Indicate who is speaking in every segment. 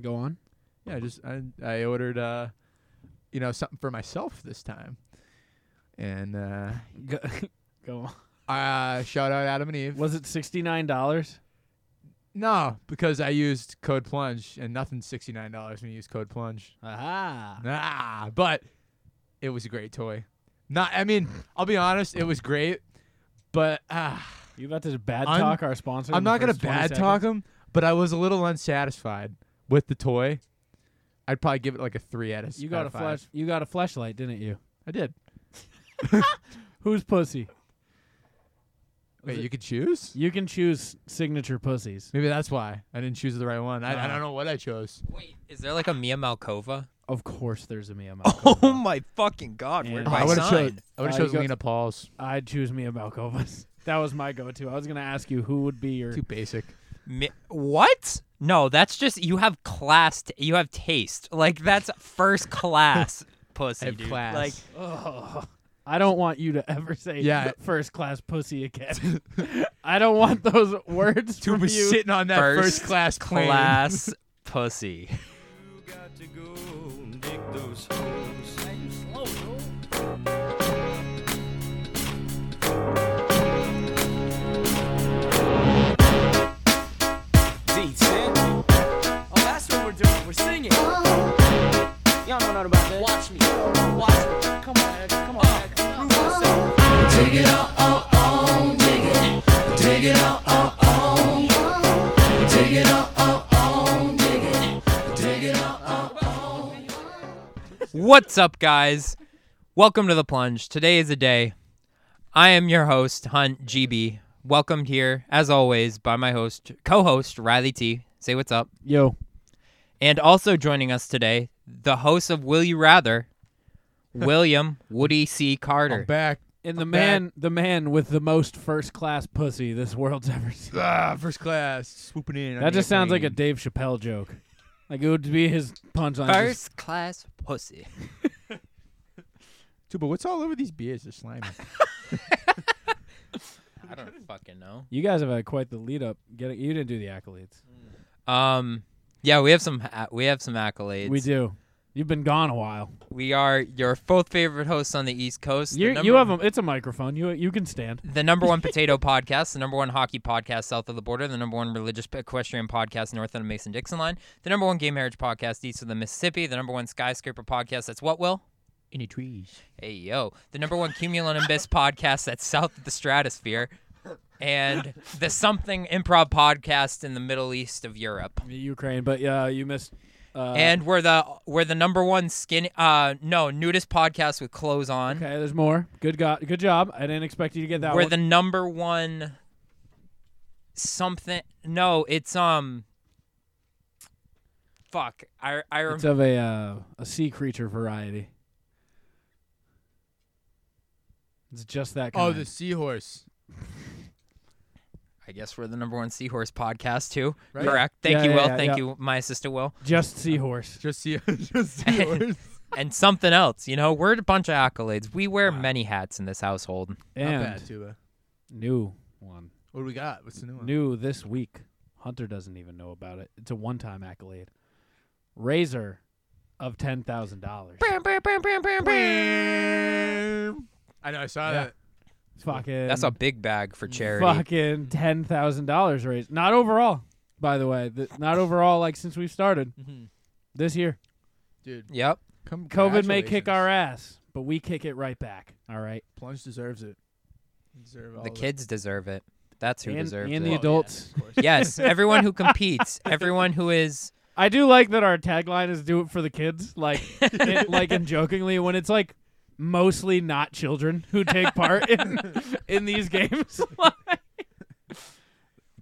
Speaker 1: Go on.
Speaker 2: Yeah, I just I I ordered uh, you know, something for myself this time, and uh,
Speaker 1: Go, go on.
Speaker 2: uh shout out Adam and Eve.
Speaker 1: Was it sixty nine dollars?
Speaker 2: No, because I used code plunge and nothing's sixty nine dollars when you use code plunge.
Speaker 1: Aha.
Speaker 2: Nah, but it was a great toy. Not, I mean, I'll be honest, it was great, but ah.
Speaker 1: You about to bad
Speaker 2: I'm-
Speaker 1: talk our sponsor?
Speaker 2: I'm
Speaker 1: in the
Speaker 2: not gonna
Speaker 1: first 20
Speaker 2: bad
Speaker 1: seconds?
Speaker 2: talk him, but I was a little unsatisfied with the toy. I'd probably give it like a three out of
Speaker 1: You got
Speaker 2: out
Speaker 1: a
Speaker 2: of five.
Speaker 1: flash. You got a flashlight, didn't you?
Speaker 2: I did.
Speaker 1: Who's pussy? Was
Speaker 2: Wait,
Speaker 1: it-
Speaker 2: you could choose.
Speaker 1: You can choose signature pussies.
Speaker 2: Maybe that's why I didn't choose the right one. I, I
Speaker 1: Ah.
Speaker 2: don't know what I chose.
Speaker 3: Wait, is there like a Mia Malkova?
Speaker 1: Of course, there's a Mia Malkova.
Speaker 3: Oh my fucking god!
Speaker 1: Yeah.
Speaker 3: Where did
Speaker 1: Oh,
Speaker 3: I
Speaker 2: I would have chose.
Speaker 3: sign?
Speaker 2: I would
Speaker 1: Uh,
Speaker 2: have
Speaker 1: you
Speaker 2: chose
Speaker 1: got-
Speaker 2: Lena Paul's.
Speaker 1: I'd choose Mia Malkova's. That was my go-to. I was gonna ask you who would be your.
Speaker 2: Too basic.
Speaker 3: Mi- what? No, that's just you have class. T- you have taste. Like that's first class
Speaker 2: I
Speaker 3: pussy,
Speaker 2: have
Speaker 3: dude.
Speaker 2: class.
Speaker 3: Like
Speaker 1: Ugh. I don't want you to ever say
Speaker 2: Yeah.
Speaker 1: first class pussy again. I don't want those words
Speaker 2: to
Speaker 1: from
Speaker 2: be
Speaker 1: you.
Speaker 2: sitting on that first,
Speaker 3: first
Speaker 2: class plane.
Speaker 3: class pussy.
Speaker 4: got to go and dig those holes.
Speaker 5: Decent. Oh, that's what we're doing. We're singing. Y'all know nothing about that. Watch me. Watch me. Come on, Ed. Come on, Ed. Prove yourself.
Speaker 3: What's up, guys? Welcome to the plunge. Today is a day. I am your host, Hunt GB. Welcomed here, as always, by my host, co-host Riley T. Say what's up.
Speaker 1: Yo,
Speaker 3: And also joining us today, the host of Will You Rather, William Woody C.
Speaker 2: I'm
Speaker 3: Carter.
Speaker 2: back.
Speaker 1: and the
Speaker 2: I'm
Speaker 1: man, the man with the most first class pussy this world's ever seen.
Speaker 2: back. Ah, first class swooping in. on
Speaker 1: That
Speaker 2: the
Speaker 1: just sounds like a
Speaker 2: airplane.
Speaker 1: Dave Chappelle joke. Like it would be his punchline. Just-
Speaker 3: First class pussy.
Speaker 2: Dude, but what's all over these beers? They're slimy.
Speaker 3: I don't fucking know.
Speaker 1: You guys have had quite the lead up. Get it? You didn't do the accolades.
Speaker 3: Um, yeah, we have some ha- we have some accolades.
Speaker 1: we do. You've been gone a while.
Speaker 3: We are your both favorite hosts on the East Coast. the
Speaker 1: You
Speaker 3: number
Speaker 1: you have a, it's a microphone. You you can stand.
Speaker 3: the number one potato podcast, the number one hockey podcast south of the border, the number one religious equestrian podcast north of the Mason Dixon line, the number one gay marriage podcast east of the Mississippi, the number one skyscraper podcast that's what will?
Speaker 2: Any trees?
Speaker 3: Hey yo, the number one cumulonimbus podcast that's south of the stratosphere, and the something improv podcast in the Middle East of Europe.
Speaker 1: Ukraine, but uh, you missed. Uh,
Speaker 3: and we're the we're the number one skin uh no nudist podcast with clothes on.
Speaker 1: okay, there's more. Good God, good job. I didn't expect you to get that.
Speaker 3: we're
Speaker 1: one.
Speaker 3: the number one something no it's um fuck i i rem-
Speaker 1: it's of a uh, a sea creature variety. It's just that kind.
Speaker 2: Oh, the seahorse.
Speaker 3: i guess we're the number one seahorse podcast too
Speaker 2: Right?
Speaker 3: correct thank
Speaker 1: Yeah,
Speaker 3: you
Speaker 1: yeah,
Speaker 3: will
Speaker 1: yeah,
Speaker 3: thank
Speaker 1: yeah.
Speaker 3: you my assistant will
Speaker 1: just seahorse.
Speaker 2: Just see, just seahorse.
Speaker 3: and something else you know we're a bunch of accolades we wear many hats in this household
Speaker 2: Not
Speaker 1: and
Speaker 2: bad, Tuba.
Speaker 1: new one.
Speaker 2: What do we got? What's the new one?
Speaker 1: New this week. Hunter doesn't even know about it. It's a one-time accolade. Razor of ten thousand dollars.
Speaker 2: I know. I saw
Speaker 1: Yeah.
Speaker 2: that.
Speaker 1: Fucking.
Speaker 3: that's a big bag for charity
Speaker 1: Fucking ten thousand dollars raised. Not overall, by the way. Th- not overall. Like since we started this year,
Speaker 2: Dude,
Speaker 3: yep
Speaker 2: come
Speaker 1: COVID may kick
Speaker 2: congratulations.
Speaker 1: our ass, but we kick it right back. All right,
Speaker 2: Plunge deserves it. Deserve all
Speaker 3: the
Speaker 2: of it.
Speaker 3: kids deserve it that's who
Speaker 1: and,
Speaker 3: deserves
Speaker 1: and
Speaker 3: it
Speaker 1: the adults.
Speaker 3: yes everyone who competes everyone who is
Speaker 1: I do like that our tagline is "Do it for the kids," like, it, like, and jokingly when it's like mostly not children who take part in in these games.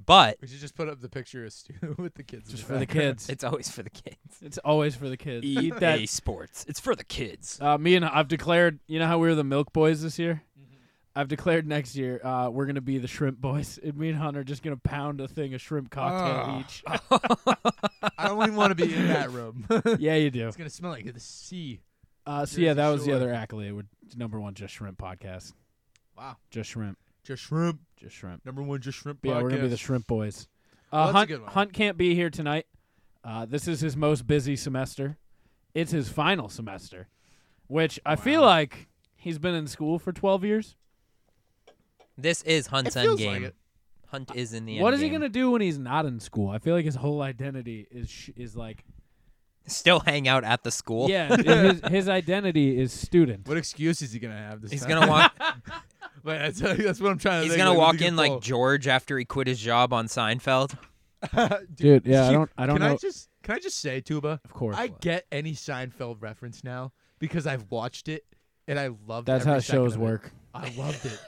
Speaker 3: but
Speaker 2: We should just put up the picture of Stu with the kids. in
Speaker 1: Just
Speaker 2: the
Speaker 1: for the
Speaker 2: background.
Speaker 1: kids.
Speaker 3: It's always for the kids.
Speaker 1: It's always for the kids. Eat that
Speaker 3: sports. It's for the kids.
Speaker 1: Uh, me and I've declared. You know how we were the Milk Boys this year. I've declared next year uh, we're gonna be the Shrimp Boys. And me and Hunter are just gonna pound a thing of shrimp cocktail
Speaker 2: Ugh.
Speaker 1: each.
Speaker 2: I don't even want to be in that room. it's
Speaker 1: yeah, you do.
Speaker 2: gonna smell like the sea.
Speaker 1: Uh, so
Speaker 2: Jersey
Speaker 1: yeah, that was the
Speaker 2: Shore.
Speaker 1: other accolade. We're number one, just shrimp podcast.
Speaker 2: Wow.
Speaker 1: Just shrimp,
Speaker 2: Just shrimp.
Speaker 1: just shrimp.
Speaker 2: Number one, just shrimp.
Speaker 1: But yeah, we're gonna be the
Speaker 2: podcast.
Speaker 1: Shrimp Boys.
Speaker 2: Well,
Speaker 1: Uh,
Speaker 2: that's a
Speaker 1: Hunt
Speaker 2: good one.
Speaker 1: Hunt can't be here tonight. Uh, this is his most busy semester. It's his final semester, which I feel like he's been in school for 12 years.
Speaker 3: This is Hunt's
Speaker 2: It
Speaker 3: end
Speaker 2: feels
Speaker 3: game.
Speaker 2: like it.
Speaker 3: Hunt is in the
Speaker 1: what
Speaker 3: end
Speaker 1: is he
Speaker 3: game.
Speaker 1: going to do when he's not in school? I feel like his whole identity is sh- is like
Speaker 3: still hang out at the school?
Speaker 1: yeah, his, his identity is student.
Speaker 2: What excuse is he gonna have this
Speaker 3: He's
Speaker 2: time?
Speaker 3: gonna walk.
Speaker 2: Wait, that's, that's what I'm trying to.
Speaker 3: He's
Speaker 2: think,
Speaker 3: gonna
Speaker 2: like, what's
Speaker 3: walk
Speaker 2: he
Speaker 3: in like
Speaker 2: pull?
Speaker 3: George after he quit his job on Seinfeld.
Speaker 1: Dude, yeah, I
Speaker 2: She-
Speaker 1: don't I don't
Speaker 2: can
Speaker 1: know.
Speaker 2: I just can I just say Tuba?
Speaker 1: of course.
Speaker 2: I get any Seinfeld reference now because I've watched it and I love.
Speaker 1: That's
Speaker 2: every
Speaker 1: how
Speaker 2: second
Speaker 1: shows
Speaker 2: of it.
Speaker 1: work.
Speaker 2: I loved it.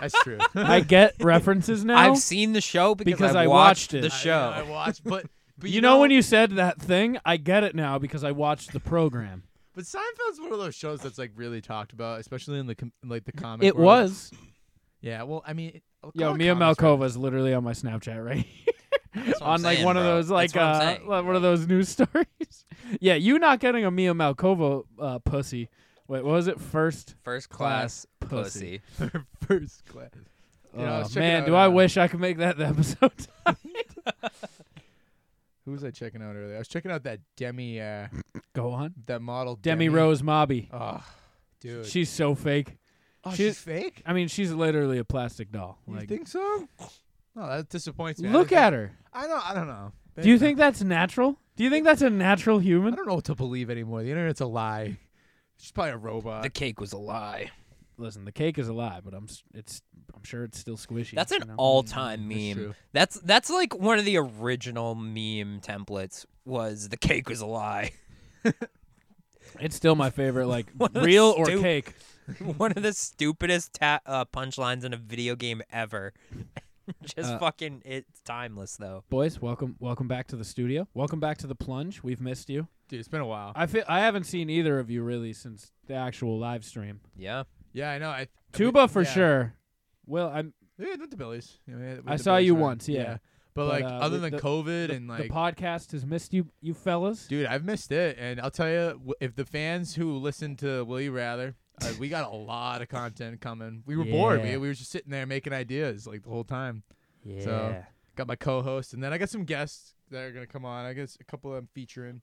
Speaker 2: That's true.
Speaker 1: I get references now.
Speaker 3: I've seen the show because,
Speaker 1: Because
Speaker 3: I
Speaker 1: I watched it.
Speaker 3: the
Speaker 1: I-
Speaker 2: I-
Speaker 3: show.
Speaker 2: I, watched, but, but
Speaker 1: you know, when you said that thing, I get it now because I watched the program.
Speaker 2: But Seinfeld's one of those shows that's like really talked about, especially in the com- like the comic.
Speaker 1: It
Speaker 2: world.
Speaker 1: was.
Speaker 2: Yeah. Well, I mean, it- I'll
Speaker 1: Yo,
Speaker 2: call it
Speaker 1: Mia
Speaker 2: comics,
Speaker 1: Malkova is literally on my Snapchat right
Speaker 3: That's what I'm
Speaker 1: on like
Speaker 3: saying,
Speaker 1: one of
Speaker 3: bro.
Speaker 1: those like
Speaker 3: That's what I'm
Speaker 1: uh,
Speaker 3: saying.
Speaker 1: like, one of those news stories. yeah, you not getting a Mia Malkova uh, pussy. Wait, what was it? First.
Speaker 3: first
Speaker 1: class
Speaker 3: class
Speaker 1: pussy.
Speaker 3: pussy.
Speaker 2: right? First class. You know, I
Speaker 1: Oh,
Speaker 2: was checking
Speaker 1: man,
Speaker 2: out,
Speaker 1: do I
Speaker 2: uh,
Speaker 1: wish I could make that the episode.
Speaker 2: Who was I checking out earlier? I was checking out that Demi, uh,
Speaker 1: Go on.
Speaker 2: that model
Speaker 1: Demi, Rose Mobby.
Speaker 2: Oh, dude.
Speaker 1: She's so fake.
Speaker 2: oh,
Speaker 1: she's-
Speaker 2: she's fake.
Speaker 1: I mean, she's literally a plastic doll.
Speaker 2: You
Speaker 1: Like,
Speaker 2: think so? No, that disappoints me. I
Speaker 1: look
Speaker 2: don't
Speaker 1: at
Speaker 2: think-
Speaker 1: her.
Speaker 2: I don't. I don't know.
Speaker 1: Do you think that's natural? Do you think that's a natural
Speaker 2: I
Speaker 1: human?
Speaker 2: don't know what to believe anymore. The internet's a lie. She's probably a robot.
Speaker 3: The cake was a lie.
Speaker 1: Listen, the cake is a lie, but I'm s- it's I'm sure it's still squishy.
Speaker 3: That's
Speaker 1: you
Speaker 3: an
Speaker 1: know?
Speaker 3: all-time
Speaker 2: That's
Speaker 3: meme.
Speaker 2: true.
Speaker 3: That's, that's like one of the original meme templates. Was the cake was a lie?
Speaker 1: It's still my favorite, like
Speaker 3: What a
Speaker 1: real or
Speaker 3: stoop.
Speaker 1: cake.
Speaker 3: one of the stupidest ta- uh, punchlines in a video game ever. Just
Speaker 1: Uh,
Speaker 3: fucking, it's timeless though.
Speaker 1: Boys, welcome welcome back to the studio. Welcome back to the plunge. We've missed you.
Speaker 2: Dude, it's been a while.
Speaker 1: I feel I haven't seen either of you really since the actual live stream.
Speaker 3: Yeah.
Speaker 2: yeah, I know. I,
Speaker 1: Tuba for
Speaker 2: yeah.
Speaker 1: sure. Well, I'm
Speaker 2: Yeah, not the Billies. Yeah, we had- we
Speaker 1: I
Speaker 2: had the
Speaker 1: saw
Speaker 2: Billies
Speaker 1: you
Speaker 2: on.
Speaker 1: once, yeah. But,
Speaker 2: But, like,
Speaker 1: uh,
Speaker 2: other
Speaker 1: we-
Speaker 2: than
Speaker 1: the-
Speaker 2: COVID
Speaker 1: the,
Speaker 2: and
Speaker 1: the
Speaker 2: like,
Speaker 1: podcast has missed you, you fellas.
Speaker 2: dude, I've missed it. And I'll tell you, w- if the fans who listen to Will You Rather, uh, we got a lot of content coming. We were bored.
Speaker 1: Yeah.
Speaker 2: We, we were just sitting there making ideas like the whole time.
Speaker 1: Yeah.
Speaker 2: So- Got my co-host, and then I got some guests that are gonna come on. I guess a couple of them featuring.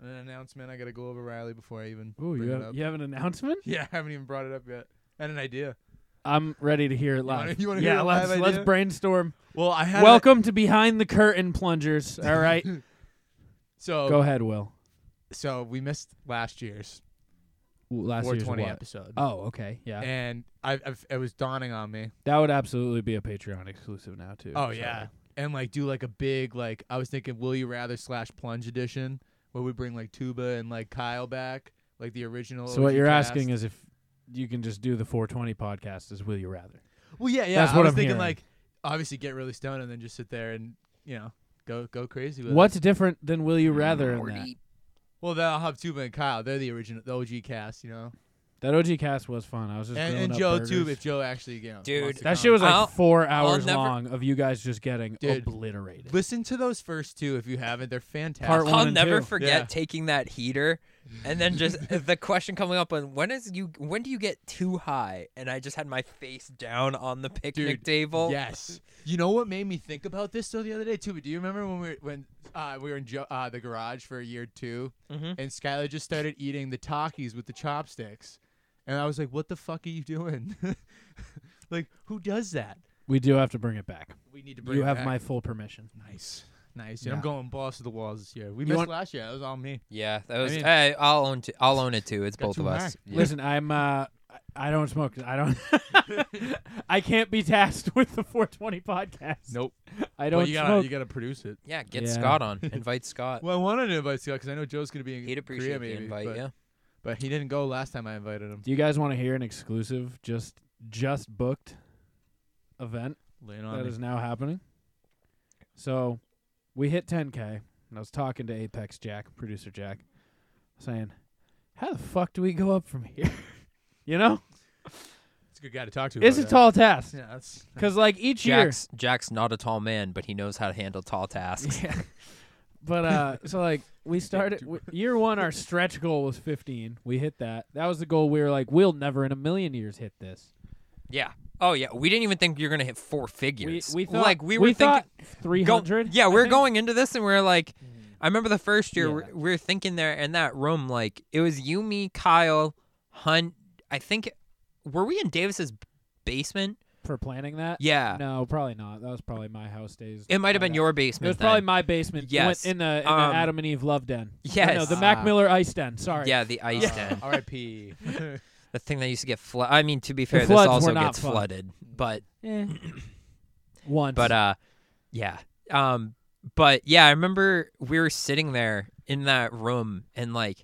Speaker 2: And An announcement. I gotta go over Riley before I even
Speaker 1: Ooh,
Speaker 2: bring
Speaker 1: you
Speaker 2: it
Speaker 1: have,
Speaker 2: up.
Speaker 1: you have an announcement?
Speaker 2: Yeah, I haven't even brought it up yet. And an idea.
Speaker 1: I'm ready to hear it
Speaker 2: wanna-
Speaker 1: live.
Speaker 2: you wanna
Speaker 1: yeah,
Speaker 2: hear a live
Speaker 1: let's let's
Speaker 2: idea?
Speaker 1: brainstorm.
Speaker 2: Well, I had
Speaker 1: Welcome to Behind the Curtain Plungers. All right.
Speaker 2: so
Speaker 1: Go ahead, Will.
Speaker 2: so we missed last year's
Speaker 1: Ooh, Last year's
Speaker 2: 420
Speaker 1: what?
Speaker 2: episode.
Speaker 1: Oh, okay. Yeah.
Speaker 2: and I, I've, it was dawning on me.
Speaker 1: That would absolutely be a Patreon exclusive now too.
Speaker 2: Oh
Speaker 1: so-
Speaker 2: yeah, and like do like a big like I was thinking, will you rather slash plunge edition where we bring like Tuba and like Kyle back, like the original.
Speaker 1: So what you're asking is if you can just do the 420 podcast as Will You Rather.
Speaker 2: well, yeah, yeah.
Speaker 1: that's
Speaker 2: I
Speaker 1: what
Speaker 2: was
Speaker 1: I'm
Speaker 2: thinking
Speaker 1: hearing.
Speaker 2: like obviously get really stoned and then just sit there and you know go go crazy with
Speaker 1: What's
Speaker 2: It.
Speaker 1: different than Will You Rather in that?
Speaker 2: Well, then I'll have Tuba and Kyle. They're the original, the OG cast, you know.
Speaker 1: That OG cast was fun. I was just
Speaker 2: And,
Speaker 1: grilling
Speaker 2: and
Speaker 1: up
Speaker 2: Joe
Speaker 1: burgers.
Speaker 2: too, if Joe actually, you know, wants
Speaker 3: Dude.
Speaker 2: to
Speaker 1: That
Speaker 2: come.
Speaker 1: shit was like
Speaker 3: I'll-
Speaker 1: four
Speaker 3: I'll
Speaker 1: hours
Speaker 3: never-
Speaker 1: long of you guys just getting
Speaker 2: Dude.
Speaker 1: obliterated.
Speaker 2: Listen to those first two if you haven't. They're fantastic.
Speaker 1: Part one
Speaker 3: I'll
Speaker 1: and
Speaker 3: never
Speaker 1: two.
Speaker 3: forget
Speaker 2: Yeah.
Speaker 3: taking that heater and then just the question coming up on when is you when do you get too high and I just had my face down on the picnic
Speaker 2: Dude,
Speaker 3: table.
Speaker 2: Yes. You know what made me think about this though the other day too? Do you remember when we were, when uh, we were in jo- uh, the garage for year 2
Speaker 3: Mhm.
Speaker 2: and Skylar just started eating the Takis with the chopsticks, and I was like, "What the fuck are you doing? like, who does that?"
Speaker 1: We do have to bring it back.
Speaker 2: We need to
Speaker 1: You have my full permission.
Speaker 2: nice, nice. Dude, I'm
Speaker 1: Yeah.
Speaker 2: going balls to the walls this year. We
Speaker 1: You
Speaker 2: missed
Speaker 1: want-
Speaker 2: last year. That was all me.
Speaker 3: Yeah, that was.
Speaker 2: mean-
Speaker 3: I, I'll own. T- I'll own it too. It's
Speaker 2: Got
Speaker 3: both
Speaker 2: too
Speaker 3: of us.
Speaker 2: high.
Speaker 3: Yeah.
Speaker 1: Listen, I'm uh I- I don't smoke. I don't I can't be tasked with the 420 podcast.
Speaker 2: Nope.
Speaker 1: I don't
Speaker 2: you
Speaker 1: smoke.
Speaker 2: gotta you gotta produce it.
Speaker 3: Yeah, get
Speaker 1: Yeah.
Speaker 3: Scott on. Invite Scott.
Speaker 2: Well, I wanted to invite Scott because I know Joe's gonna be in
Speaker 3: He'd appreciate
Speaker 2: Korea maybe,
Speaker 3: the invite.
Speaker 2: but,
Speaker 3: yeah.
Speaker 2: but he didn't go last time I invited him.
Speaker 1: Do you guys want to hear an exclusive just just booked event
Speaker 2: Laying
Speaker 1: that
Speaker 2: on
Speaker 1: is now happening? So, we hit 10k and I was talking to Apex Jack, producer Jack, saying, "How the fuck do we go up from here?" you know?
Speaker 2: It's a good guy to talk to.
Speaker 1: It's a
Speaker 2: about that.
Speaker 1: tall task.
Speaker 2: Yeah, that's
Speaker 1: Cuz like each year
Speaker 3: Jack's Jack's not a tall man, but he knows how to handle tall tasks.
Speaker 1: Yeah. But uh, so like we started
Speaker 2: do
Speaker 1: w- year one, our stretch goal was 15. We hit that. That was the goal. We were like, we'll never in a million years hit this.
Speaker 3: yeah. Oh yeah. We didn't even think you were gonna hit four
Speaker 1: We,
Speaker 3: figures.
Speaker 1: we thought
Speaker 3: like we were thinking.
Speaker 1: thought
Speaker 3: go-
Speaker 1: 300.
Speaker 3: yeah,
Speaker 1: I
Speaker 3: we we're
Speaker 1: think. Mm.
Speaker 3: going into this and we are like, I remember the first year
Speaker 1: Yeah.
Speaker 3: we- we were thinking there in that room, like it was you, me, Kyle, Hunt. I think were we in Davis's basement?
Speaker 1: for planning that.
Speaker 3: Yeah,
Speaker 1: No, probably not. That was probably my house days.
Speaker 3: it might have
Speaker 1: My
Speaker 3: been
Speaker 1: bad.
Speaker 3: your
Speaker 1: It
Speaker 3: basement.
Speaker 1: was probably
Speaker 3: then.
Speaker 1: my basement. the one-
Speaker 3: Yes.
Speaker 1: in the, in
Speaker 3: Um,
Speaker 1: the Adam and Eve Love Den.
Speaker 3: yes.
Speaker 1: No, the Mac
Speaker 2: Ah.
Speaker 1: Miller Ice Den. Sorry.
Speaker 3: yeah, the ice
Speaker 2: Ah,
Speaker 3: den,
Speaker 2: R.I.P.
Speaker 3: the thing that used to get flooded. I mean, to be fair, this
Speaker 1: floods were
Speaker 3: also
Speaker 1: not
Speaker 3: gets
Speaker 1: fun.
Speaker 3: flooded, but
Speaker 1: Eh. Once.
Speaker 3: But uh yeah. Um but yeah, I remember we were sitting there in that room and like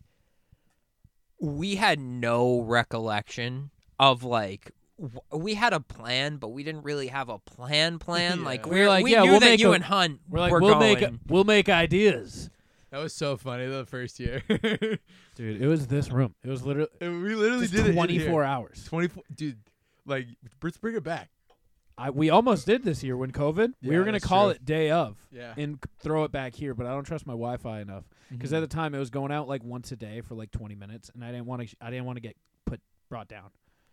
Speaker 3: we had no recollection of like w- we had a plan, but we didn't really have a plan plan.
Speaker 2: Yeah.
Speaker 3: Like
Speaker 1: We were
Speaker 3: we are
Speaker 1: like,
Speaker 3: we
Speaker 1: yeah,
Speaker 3: knew
Speaker 1: we'll
Speaker 3: that
Speaker 1: make
Speaker 3: you
Speaker 1: a-
Speaker 3: and Hunt
Speaker 1: we're like
Speaker 3: were
Speaker 1: we'll
Speaker 3: going.
Speaker 1: make we'll make ideas.
Speaker 2: That was so funny the first year. we
Speaker 1: Dude, it was this room. It was literally
Speaker 2: literally
Speaker 1: just
Speaker 2: did it in here.
Speaker 1: 24 hours.
Speaker 2: 24 dude like let's bring it back
Speaker 1: I, we almost did this year when COVID. we
Speaker 2: Yeah,
Speaker 1: were gonna
Speaker 2: that's
Speaker 1: call
Speaker 2: true.
Speaker 1: it day of
Speaker 2: yeah
Speaker 1: and c- throw it back here, but I don't trust my Wi-Fi enough
Speaker 2: Mm-hmm.
Speaker 1: because at the time it was going out like once a day for like 20 minutes, and I didn't want to. I didn't want to get put brought down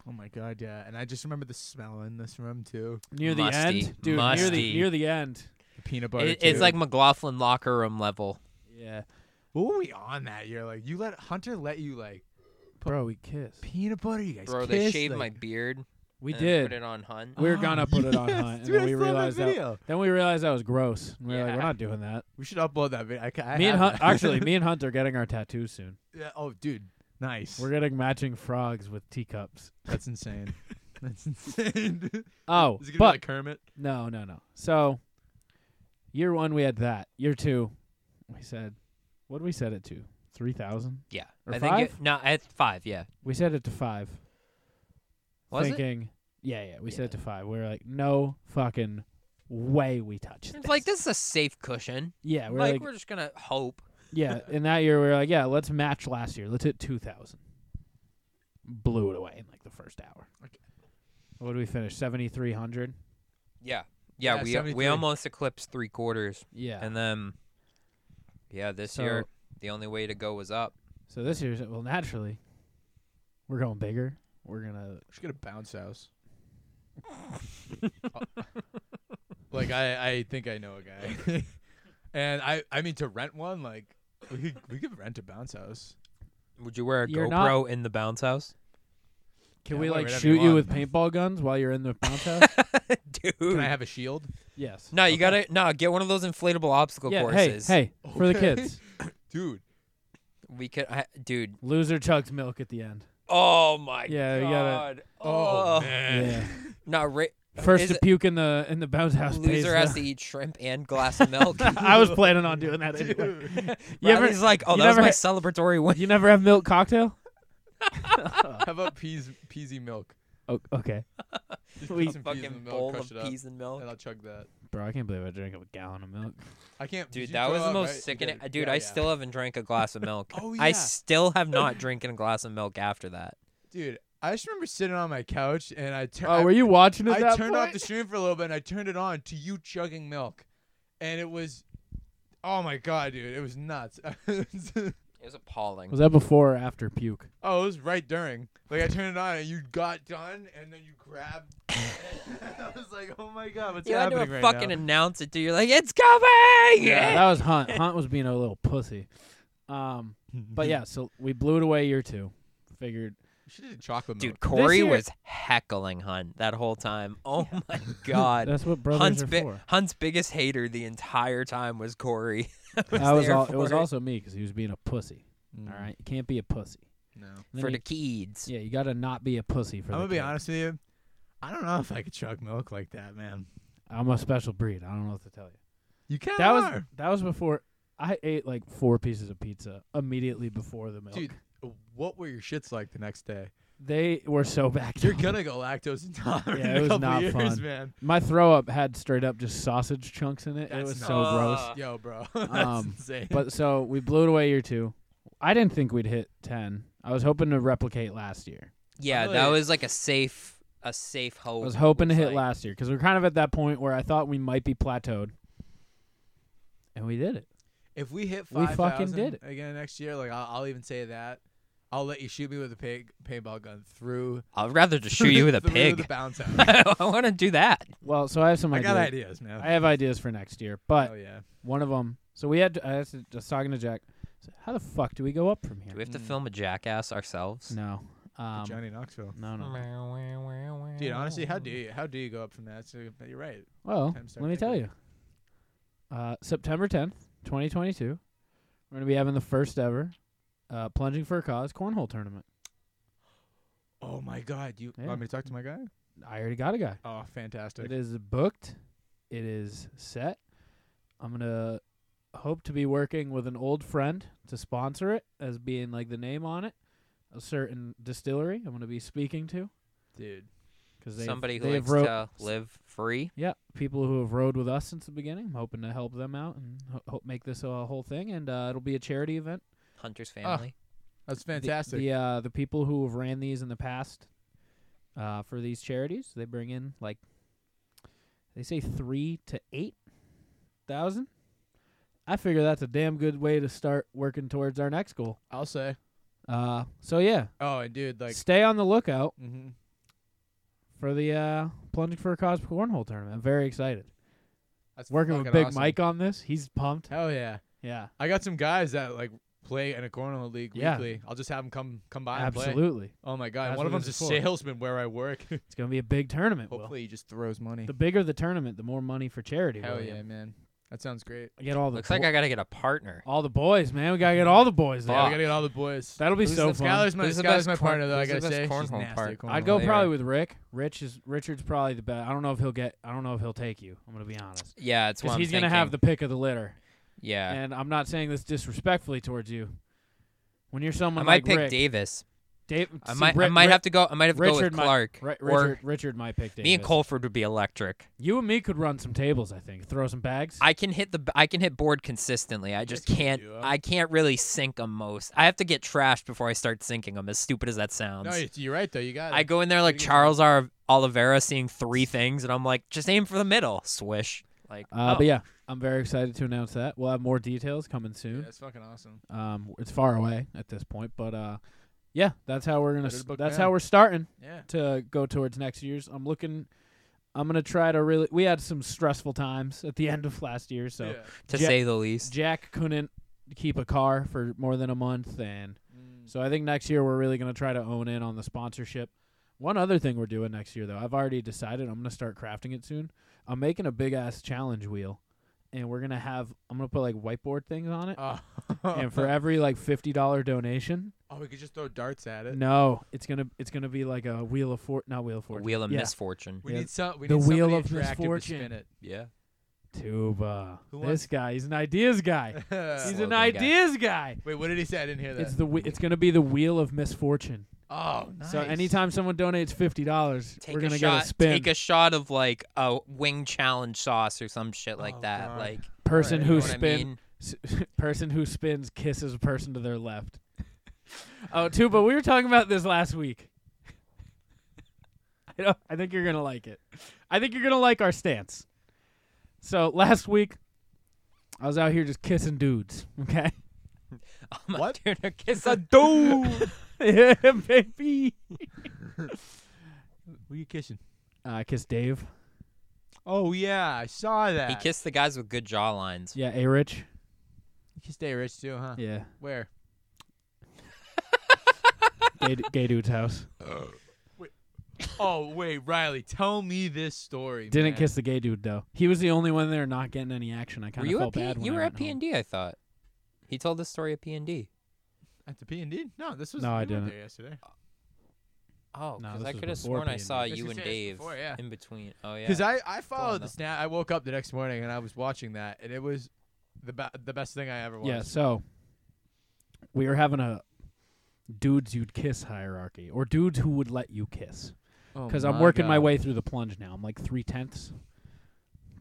Speaker 2: oh my god yeah and i just remember the smell in this room too
Speaker 1: near
Speaker 3: Musty.
Speaker 1: the end, dude. Near
Speaker 3: Musty.
Speaker 1: the near the end.
Speaker 2: the peanut butter
Speaker 3: It, it's
Speaker 2: too.
Speaker 3: like McLaughlin locker room level.
Speaker 1: Yeah,
Speaker 2: what were we on that year like you let hunter let you like
Speaker 1: bro, we kissed.
Speaker 2: peanut butter you guys
Speaker 3: Bro, they
Speaker 2: kissed,
Speaker 3: shaved my
Speaker 2: like,
Speaker 3: beard.
Speaker 1: We
Speaker 3: and then
Speaker 1: did.
Speaker 3: Put it on Hunt.
Speaker 1: we were
Speaker 2: Ah,
Speaker 1: gonna put it on
Speaker 2: yes,
Speaker 1: Hunt, and
Speaker 2: dude,
Speaker 1: then
Speaker 2: I
Speaker 1: we
Speaker 2: saw that
Speaker 1: realized that.
Speaker 2: video.
Speaker 1: Then we realized that was gross. And we were like,
Speaker 3: Yeah.
Speaker 1: we're not doing that.
Speaker 2: we should upload that video I, ca- I
Speaker 1: me and
Speaker 2: have
Speaker 1: Hunt,
Speaker 2: that.
Speaker 1: actually, me and Hunt are getting our tattoos soon.
Speaker 2: Yeah, oh dude nice
Speaker 1: We're getting matching frogs with teacups.
Speaker 2: that's insane that's insane
Speaker 1: Oh,
Speaker 2: is
Speaker 1: but
Speaker 2: it gonna be like kermit
Speaker 1: No, no, no. So year one we had that. Year two, we said what did we set it to? Three thousand?
Speaker 3: yeah.
Speaker 1: Or
Speaker 3: I think it, no, at five, yeah.
Speaker 1: We set it to five.
Speaker 3: Was it?
Speaker 1: thinking Yeah, yeah, we set it to five. We were like, no fucking way we touch this.
Speaker 3: It's like this is a safe cushion.
Speaker 1: Yeah, we were
Speaker 3: like,
Speaker 1: like,
Speaker 3: we're just gonna hope.
Speaker 1: Yeah, in that year we were like, Yeah, let's match last year. Let's hit two thousand. Blew it away in like the first hour.
Speaker 2: Okay.
Speaker 1: What did we finish? Seventy three hundred?
Speaker 3: Yeah. Yeah,
Speaker 2: Yeah,
Speaker 3: we
Speaker 2: 73.
Speaker 3: we almost eclipsed three quarters.
Speaker 1: Yeah.
Speaker 3: And then, yeah, this
Speaker 1: So-
Speaker 3: year the only way to go was up.
Speaker 1: so this year's well naturally we're going bigger. We're gonna
Speaker 2: We should get a bounce house. like I, I think I know a guy, and I, I mean to rent one. Like we could, we could rent a bounce house.
Speaker 3: Would you wear a
Speaker 1: You're
Speaker 3: GoPro in the bounce house,
Speaker 1: Can
Speaker 2: Yeah,
Speaker 1: we
Speaker 2: whatever,
Speaker 1: like
Speaker 2: whatever
Speaker 1: shoot
Speaker 2: you
Speaker 1: you with
Speaker 2: want.
Speaker 1: paintball guns while you're in the bounce house?
Speaker 3: dude?
Speaker 2: Can I have a shield?
Speaker 1: yes.
Speaker 3: no, you gotta no get one of those inflatable obstacle
Speaker 1: yeah, hey,
Speaker 3: courses.
Speaker 1: hey, for the
Speaker 2: Okay.
Speaker 1: kids.
Speaker 2: Dude,
Speaker 3: we could, I, dude.
Speaker 1: Loser chugs milk at the end.
Speaker 3: Oh my
Speaker 1: Yeah, you
Speaker 3: god.
Speaker 1: gotta-
Speaker 2: oh,
Speaker 3: oh,
Speaker 2: man,
Speaker 1: Yeah.
Speaker 3: not ri-
Speaker 1: First
Speaker 3: Is
Speaker 1: to
Speaker 3: it-
Speaker 1: puke in the in the bounce house. pays
Speaker 3: loser has
Speaker 1: the-
Speaker 3: to eat shrimp and glass of milk.
Speaker 1: I was planning on doing that anyway.
Speaker 2: Dude.
Speaker 1: You ever,
Speaker 3: Riley's like, oh,
Speaker 1: you
Speaker 3: that was
Speaker 1: never
Speaker 3: my
Speaker 1: had-
Speaker 3: celebratory win.
Speaker 1: you never have milk cocktail?
Speaker 2: how about peas, peasy milk?
Speaker 1: Oh, okay,
Speaker 2: Just
Speaker 1: We-
Speaker 2: put some peas in
Speaker 3: Fucking
Speaker 2: the milk,
Speaker 3: bowl
Speaker 2: crush
Speaker 3: of
Speaker 2: it up,
Speaker 3: peas and milk.
Speaker 2: and I'll chug that.
Speaker 1: bro, I can't believe I drank a gallon of milk.
Speaker 2: I can't, did
Speaker 3: Dude,
Speaker 2: you
Speaker 3: that was
Speaker 2: throw
Speaker 3: the
Speaker 2: up,
Speaker 3: most
Speaker 2: right? You
Speaker 3: sickening. uh,
Speaker 2: did.
Speaker 3: Dude,
Speaker 2: Yeah,
Speaker 3: I
Speaker 2: yeah.
Speaker 3: still haven't drank a glass of milk.
Speaker 2: Oh,
Speaker 3: I
Speaker 2: yeah.
Speaker 3: still have not drinking a glass of milk after that.
Speaker 2: Dude, I just remember sitting on my couch and I turned.
Speaker 1: Oh, were you watching it?
Speaker 2: I
Speaker 1: that
Speaker 2: turned off
Speaker 1: point?
Speaker 2: the stream for a little bit and I turned it on to you chugging milk. And it was oh my god, dude, it was nuts. oh,
Speaker 3: It was appalling.
Speaker 1: Was that before or after puke?
Speaker 2: it was right during. Like I turned it on and you got done and then you grabbed I was like, "Oh my god, what's
Speaker 3: you had to
Speaker 2: happening right
Speaker 3: fucking
Speaker 2: now?"
Speaker 3: announce it to you, like it's coming.
Speaker 1: Yeah, that was Hunt. Hunt was being a little pussy. Um, but yeah, so we blew it away year two. Figured
Speaker 2: you should have did chocolate milk.
Speaker 3: Dude, Corey
Speaker 1: year-
Speaker 3: was heckling Hunt that whole time. Oh my god,
Speaker 1: that's what brothers
Speaker 3: Hunt's
Speaker 1: are
Speaker 3: bi-
Speaker 1: for.
Speaker 3: Hunt's biggest hater the entire time was Corey. I
Speaker 1: I was
Speaker 3: there
Speaker 1: all, it
Speaker 3: for
Speaker 1: was also me because he was being a pussy.
Speaker 2: Mm,
Speaker 1: All right, you can't be a pussy.
Speaker 2: No.
Speaker 1: And then
Speaker 3: for
Speaker 1: you-
Speaker 3: the kids.
Speaker 1: yeah, you got to not be a pussy for.
Speaker 2: I'm
Speaker 1: the
Speaker 2: gonna be
Speaker 1: kid.
Speaker 2: honest with you. I don't know if I could chug milk like that, man.
Speaker 1: I'm a special breed. I don't know what to tell you.
Speaker 2: You kind
Speaker 1: That
Speaker 2: of
Speaker 1: was that was before I ate like four pieces of pizza immediately before the milk.
Speaker 2: Dude, what were your shits like the next day?
Speaker 1: They were so backed
Speaker 2: You're
Speaker 1: up.
Speaker 2: gonna go lactose intolerant.
Speaker 1: Yeah,
Speaker 2: in
Speaker 1: it
Speaker 2: a
Speaker 1: was
Speaker 2: couple
Speaker 1: not
Speaker 2: years,
Speaker 1: fun.
Speaker 2: man.
Speaker 1: My throw up had straight up just sausage chunks in it. it
Speaker 2: That's
Speaker 1: was
Speaker 2: not-
Speaker 1: so gross.
Speaker 3: Ugh.
Speaker 2: Yo, bro, that's
Speaker 1: Um,
Speaker 2: insane.
Speaker 1: But so we blew it away year two. I didn't think we'd hit ten. I was hoping to replicate last year.
Speaker 3: Yeah,
Speaker 2: Really?
Speaker 3: that was like a safe, a safe hope.
Speaker 1: I
Speaker 2: Oh,
Speaker 1: was hoping to
Speaker 3: was
Speaker 1: hit
Speaker 3: like-
Speaker 1: last year because we're kind of at that point where I thought we might be plateaued, and we did it.
Speaker 2: If we hit
Speaker 1: We
Speaker 2: five
Speaker 1: fucking
Speaker 2: thousand
Speaker 1: did it.
Speaker 2: again next year, like I'll, I'll even say that. I'll let you shoot me with a pig, paintball gun through.
Speaker 3: I'd rather just shoot you with a
Speaker 2: through The
Speaker 3: pig.
Speaker 2: bounce
Speaker 1: Oh
Speaker 2: out.
Speaker 3: I want to do that.
Speaker 1: Well, so I have some
Speaker 2: I
Speaker 1: ideas.
Speaker 2: got ideas, man.
Speaker 1: I have ideas for next year, but
Speaker 2: oh yeah.
Speaker 1: one of them. So we had. I was just talking to Jack. I said, How the fuck do we go up from here?
Speaker 3: Do we have to
Speaker 2: Mm.
Speaker 3: film a jackass ourselves?
Speaker 1: no. Um,
Speaker 2: Johnny Knoxville.
Speaker 1: no, no.
Speaker 2: Dude, honestly, how do you how do you go up from that? So you're right.
Speaker 1: Well,
Speaker 2: Time start
Speaker 1: let me tell you.
Speaker 2: ticking.
Speaker 1: Uh, September 10th, 2022, we're going to be having the first ever uh, Plunging for a Cause cornhole tournament.
Speaker 2: Oh my God, you
Speaker 1: Yeah.
Speaker 2: want me to talk to my guy?
Speaker 1: I already got a guy.
Speaker 2: Oh, fantastic.
Speaker 1: It is booked. It is set. I'm going to hope to be working with an old friend to sponsor it as being like the name on it. A certain distillery I'm going to be speaking to
Speaker 2: Dude,
Speaker 1: because they
Speaker 3: Somebody who
Speaker 1: they have
Speaker 3: likes
Speaker 1: wrote
Speaker 3: to live free.
Speaker 1: Yeah, people who have rode with us since the beginning. I'm hoping to help them out and ho- ho- make this a whole thing. And uh, it'll be a charity event.
Speaker 3: Hunter's family.
Speaker 2: that's
Speaker 1: The-
Speaker 2: fantastic.
Speaker 1: The, uh, the people who have ran these in the past uh, for these charities, they bring in like they say three to eight thousand. I figure that's a damn good way to start working towards our next goal.
Speaker 2: I'll say.
Speaker 1: Uh, so yeah,
Speaker 2: Oh, and dude, like,
Speaker 1: stay on the lookout
Speaker 2: mhm.
Speaker 1: for the uh, plunging for a cause cornhole tournament. I'm very excited.
Speaker 2: that's
Speaker 1: Working with
Speaker 2: fucking
Speaker 1: Big
Speaker 2: awesome.
Speaker 1: Mike on this, he's pumped.
Speaker 2: Hell yeah!
Speaker 1: Yeah,
Speaker 2: I got some guys that like play in a corner league
Speaker 1: Yeah.
Speaker 2: weekly. I'll just have them come come by and play.
Speaker 1: absolutely.
Speaker 2: Oh my God,
Speaker 1: That's
Speaker 2: one of
Speaker 1: what
Speaker 2: them's
Speaker 1: this
Speaker 2: a
Speaker 1: is for.
Speaker 2: salesman where I work.
Speaker 1: It's gonna be a big tournament. Will.
Speaker 2: Hopefully, he just throws money.
Speaker 1: the bigger the tournament, the more money for charity.
Speaker 2: Hell
Speaker 1: William.
Speaker 2: yeah, man. That sounds great.
Speaker 1: Get all the
Speaker 3: Looks like
Speaker 1: bo-
Speaker 3: I gotta get a partner.
Speaker 1: all the boys, man. We gotta get all the boys there.
Speaker 2: Yeah,
Speaker 3: Fuck.
Speaker 2: we gotta get all the boys.
Speaker 1: That'll be
Speaker 2: Who's
Speaker 1: so
Speaker 2: the-
Speaker 1: fun.
Speaker 2: Skylar's my,
Speaker 3: Who's the
Speaker 2: Skylar's
Speaker 3: best
Speaker 2: my
Speaker 3: corn-
Speaker 2: partner, though. I
Speaker 3: who's the
Speaker 2: gotta
Speaker 3: best
Speaker 2: say,
Speaker 3: cornhole
Speaker 2: she's nasty
Speaker 3: part?
Speaker 2: at cornhole.
Speaker 1: I'd go
Speaker 3: Later.
Speaker 1: probably with Rick. Rich is Richard's probably the best. I don't know if he'll get. I don't know if he'll take you. I'm gonna be honest.
Speaker 3: Yeah, it's
Speaker 1: Because
Speaker 3: one.
Speaker 1: he's gonna have the pick of the litter.
Speaker 3: Yeah,
Speaker 1: And I'm not saying this disrespectfully towards you. When you're
Speaker 3: I
Speaker 1: someone
Speaker 3: might
Speaker 1: like
Speaker 3: pick
Speaker 1: Rick,
Speaker 3: Davis.
Speaker 1: Dave,
Speaker 3: I
Speaker 1: see,
Speaker 3: might. I
Speaker 1: Rick-
Speaker 3: might
Speaker 1: Rick-
Speaker 3: have to go. I might have to go with
Speaker 1: Richard might-
Speaker 3: Clark.
Speaker 1: Ri-
Speaker 3: or
Speaker 1: Richard, Richard might pick Davis.
Speaker 3: me and Colford would be electric.
Speaker 1: You and me could run some tables. I think. Throw some bags.
Speaker 3: I can hit the. I can hit board consistently. I just can't.
Speaker 2: do, huh?
Speaker 3: I can't really sink them most. I have to get trashed before I start sinking them. As stupid as that sounds.
Speaker 2: No, you- you're right though. You got.
Speaker 3: I
Speaker 2: it.
Speaker 3: go in there like
Speaker 2: Pretty good.
Speaker 3: Charles R. Oliveira seeing three things, and I'm like, just aim for the middle, swish. Like,
Speaker 1: Uh,
Speaker 3: oh.
Speaker 1: But yeah, I'm very excited to announce that. We'll have more details coming
Speaker 2: Yeah,
Speaker 1: soon.
Speaker 2: that's fucking awesome.
Speaker 1: Um, it's far away at this point, but uh, yeah, that's how we're gonna.
Speaker 2: Better to
Speaker 1: s-
Speaker 2: book
Speaker 1: That's
Speaker 2: now.
Speaker 1: how we're starting
Speaker 2: Yeah.
Speaker 1: to go towards next year's. I'm looking. I'm gonna try to really. We had some stressful times at the end of last year, so
Speaker 2: Yeah.
Speaker 3: to
Speaker 1: Ja-
Speaker 3: say the least.
Speaker 1: Jack couldn't keep a car for more than a month, and
Speaker 2: Mm.
Speaker 1: so I think next year we're really gonna try to own in on the sponsorship. One other thing we're doing next year, though, I've already decided I'm gonna start crafting it soon. I'm making a big ass challenge wheel, and we're gonna have. I'm gonna put like whiteboard things on it.
Speaker 2: Oh.
Speaker 1: and for every like fifty dollar donation,
Speaker 2: oh, we could just throw darts at it.
Speaker 1: no, it's gonna it's gonna be like a wheel of fort, not wheel of fortune,
Speaker 3: Wheel of
Speaker 1: yeah.
Speaker 3: misfortune.
Speaker 2: We
Speaker 1: Yeah.
Speaker 2: need some. We
Speaker 1: The
Speaker 2: need
Speaker 1: wheel
Speaker 2: somebody
Speaker 1: of
Speaker 2: attractive to
Speaker 1: misfortune.
Speaker 2: spin it.
Speaker 3: Yeah.
Speaker 1: Tuba.
Speaker 2: Who
Speaker 1: this guy, he's an ideas guy. He's
Speaker 3: Slogan
Speaker 1: an
Speaker 3: guy.
Speaker 1: ideas guy.
Speaker 2: Wait, what did he say? I didn't hear that.
Speaker 1: It's the whe- it's gonna be the wheel of misfortune.
Speaker 2: oh, nice.
Speaker 1: So anytime someone donates fifty dollars,
Speaker 3: Take
Speaker 1: we're gonna
Speaker 3: a shot,
Speaker 1: get a spin.
Speaker 3: Take a shot of like a wing challenge sauce or some shit like
Speaker 2: Oh,
Speaker 3: that.
Speaker 2: God.
Speaker 3: Like,
Speaker 1: person
Speaker 3: you
Speaker 1: who
Speaker 3: know what I
Speaker 1: spin
Speaker 3: mean?
Speaker 1: s- person who spins kisses a person to their left. oh, Tuba, we were talking about this last week. I, don't, I think you're gonna like it. I think you're gonna like our stance. So last week, I was out here just kissing dudes. Okay,
Speaker 3: I'm a
Speaker 2: What?
Speaker 3: dude who kiss a dude.
Speaker 1: yeah, baby.
Speaker 2: Were you kissing?
Speaker 1: Uh, I kissed Dave.
Speaker 2: Oh yeah, I saw that.
Speaker 3: he kissed the guys with good jaw lines.
Speaker 1: Yeah, a rich.
Speaker 2: You kissed A Rich too, huh?
Speaker 1: Yeah,
Speaker 2: Where?
Speaker 1: gay, gay dude's house.
Speaker 2: Oh wait, Riley, tell me this story.
Speaker 1: Didn't
Speaker 2: man.
Speaker 1: kiss the gay dude though. He was the only one there not getting any action. I
Speaker 3: Were
Speaker 1: kind of
Speaker 3: you at
Speaker 1: felt
Speaker 3: P-
Speaker 1: bad. when
Speaker 3: you
Speaker 1: I
Speaker 3: were
Speaker 1: went
Speaker 3: at P
Speaker 1: home.
Speaker 3: and D? I thought he told this story at P and D.
Speaker 2: at the P and D. No, this was
Speaker 1: No,
Speaker 2: we
Speaker 1: I
Speaker 2: weren't
Speaker 1: didn't.
Speaker 2: There yesterday.
Speaker 3: Oh,
Speaker 1: No,
Speaker 3: because
Speaker 1: this
Speaker 3: I
Speaker 1: was
Speaker 3: could have
Speaker 1: before
Speaker 3: sworn I
Speaker 1: P&D.
Speaker 3: saw
Speaker 2: Yes,
Speaker 3: you
Speaker 2: yes,
Speaker 3: and
Speaker 2: yes,
Speaker 3: Dave
Speaker 2: before, yeah.
Speaker 3: in between. Oh yeah.
Speaker 2: Because I I followed the
Speaker 3: enough.
Speaker 2: snap. I woke up the next morning and I was watching that, and it was the be- the best thing I ever watched.
Speaker 1: Yeah, so we were having a dudes you'd kiss hierarchy, or dudes who would let you kiss.
Speaker 3: Oh
Speaker 2: Oh
Speaker 1: Because I'm working my way through the plunge now. I'm like three tenths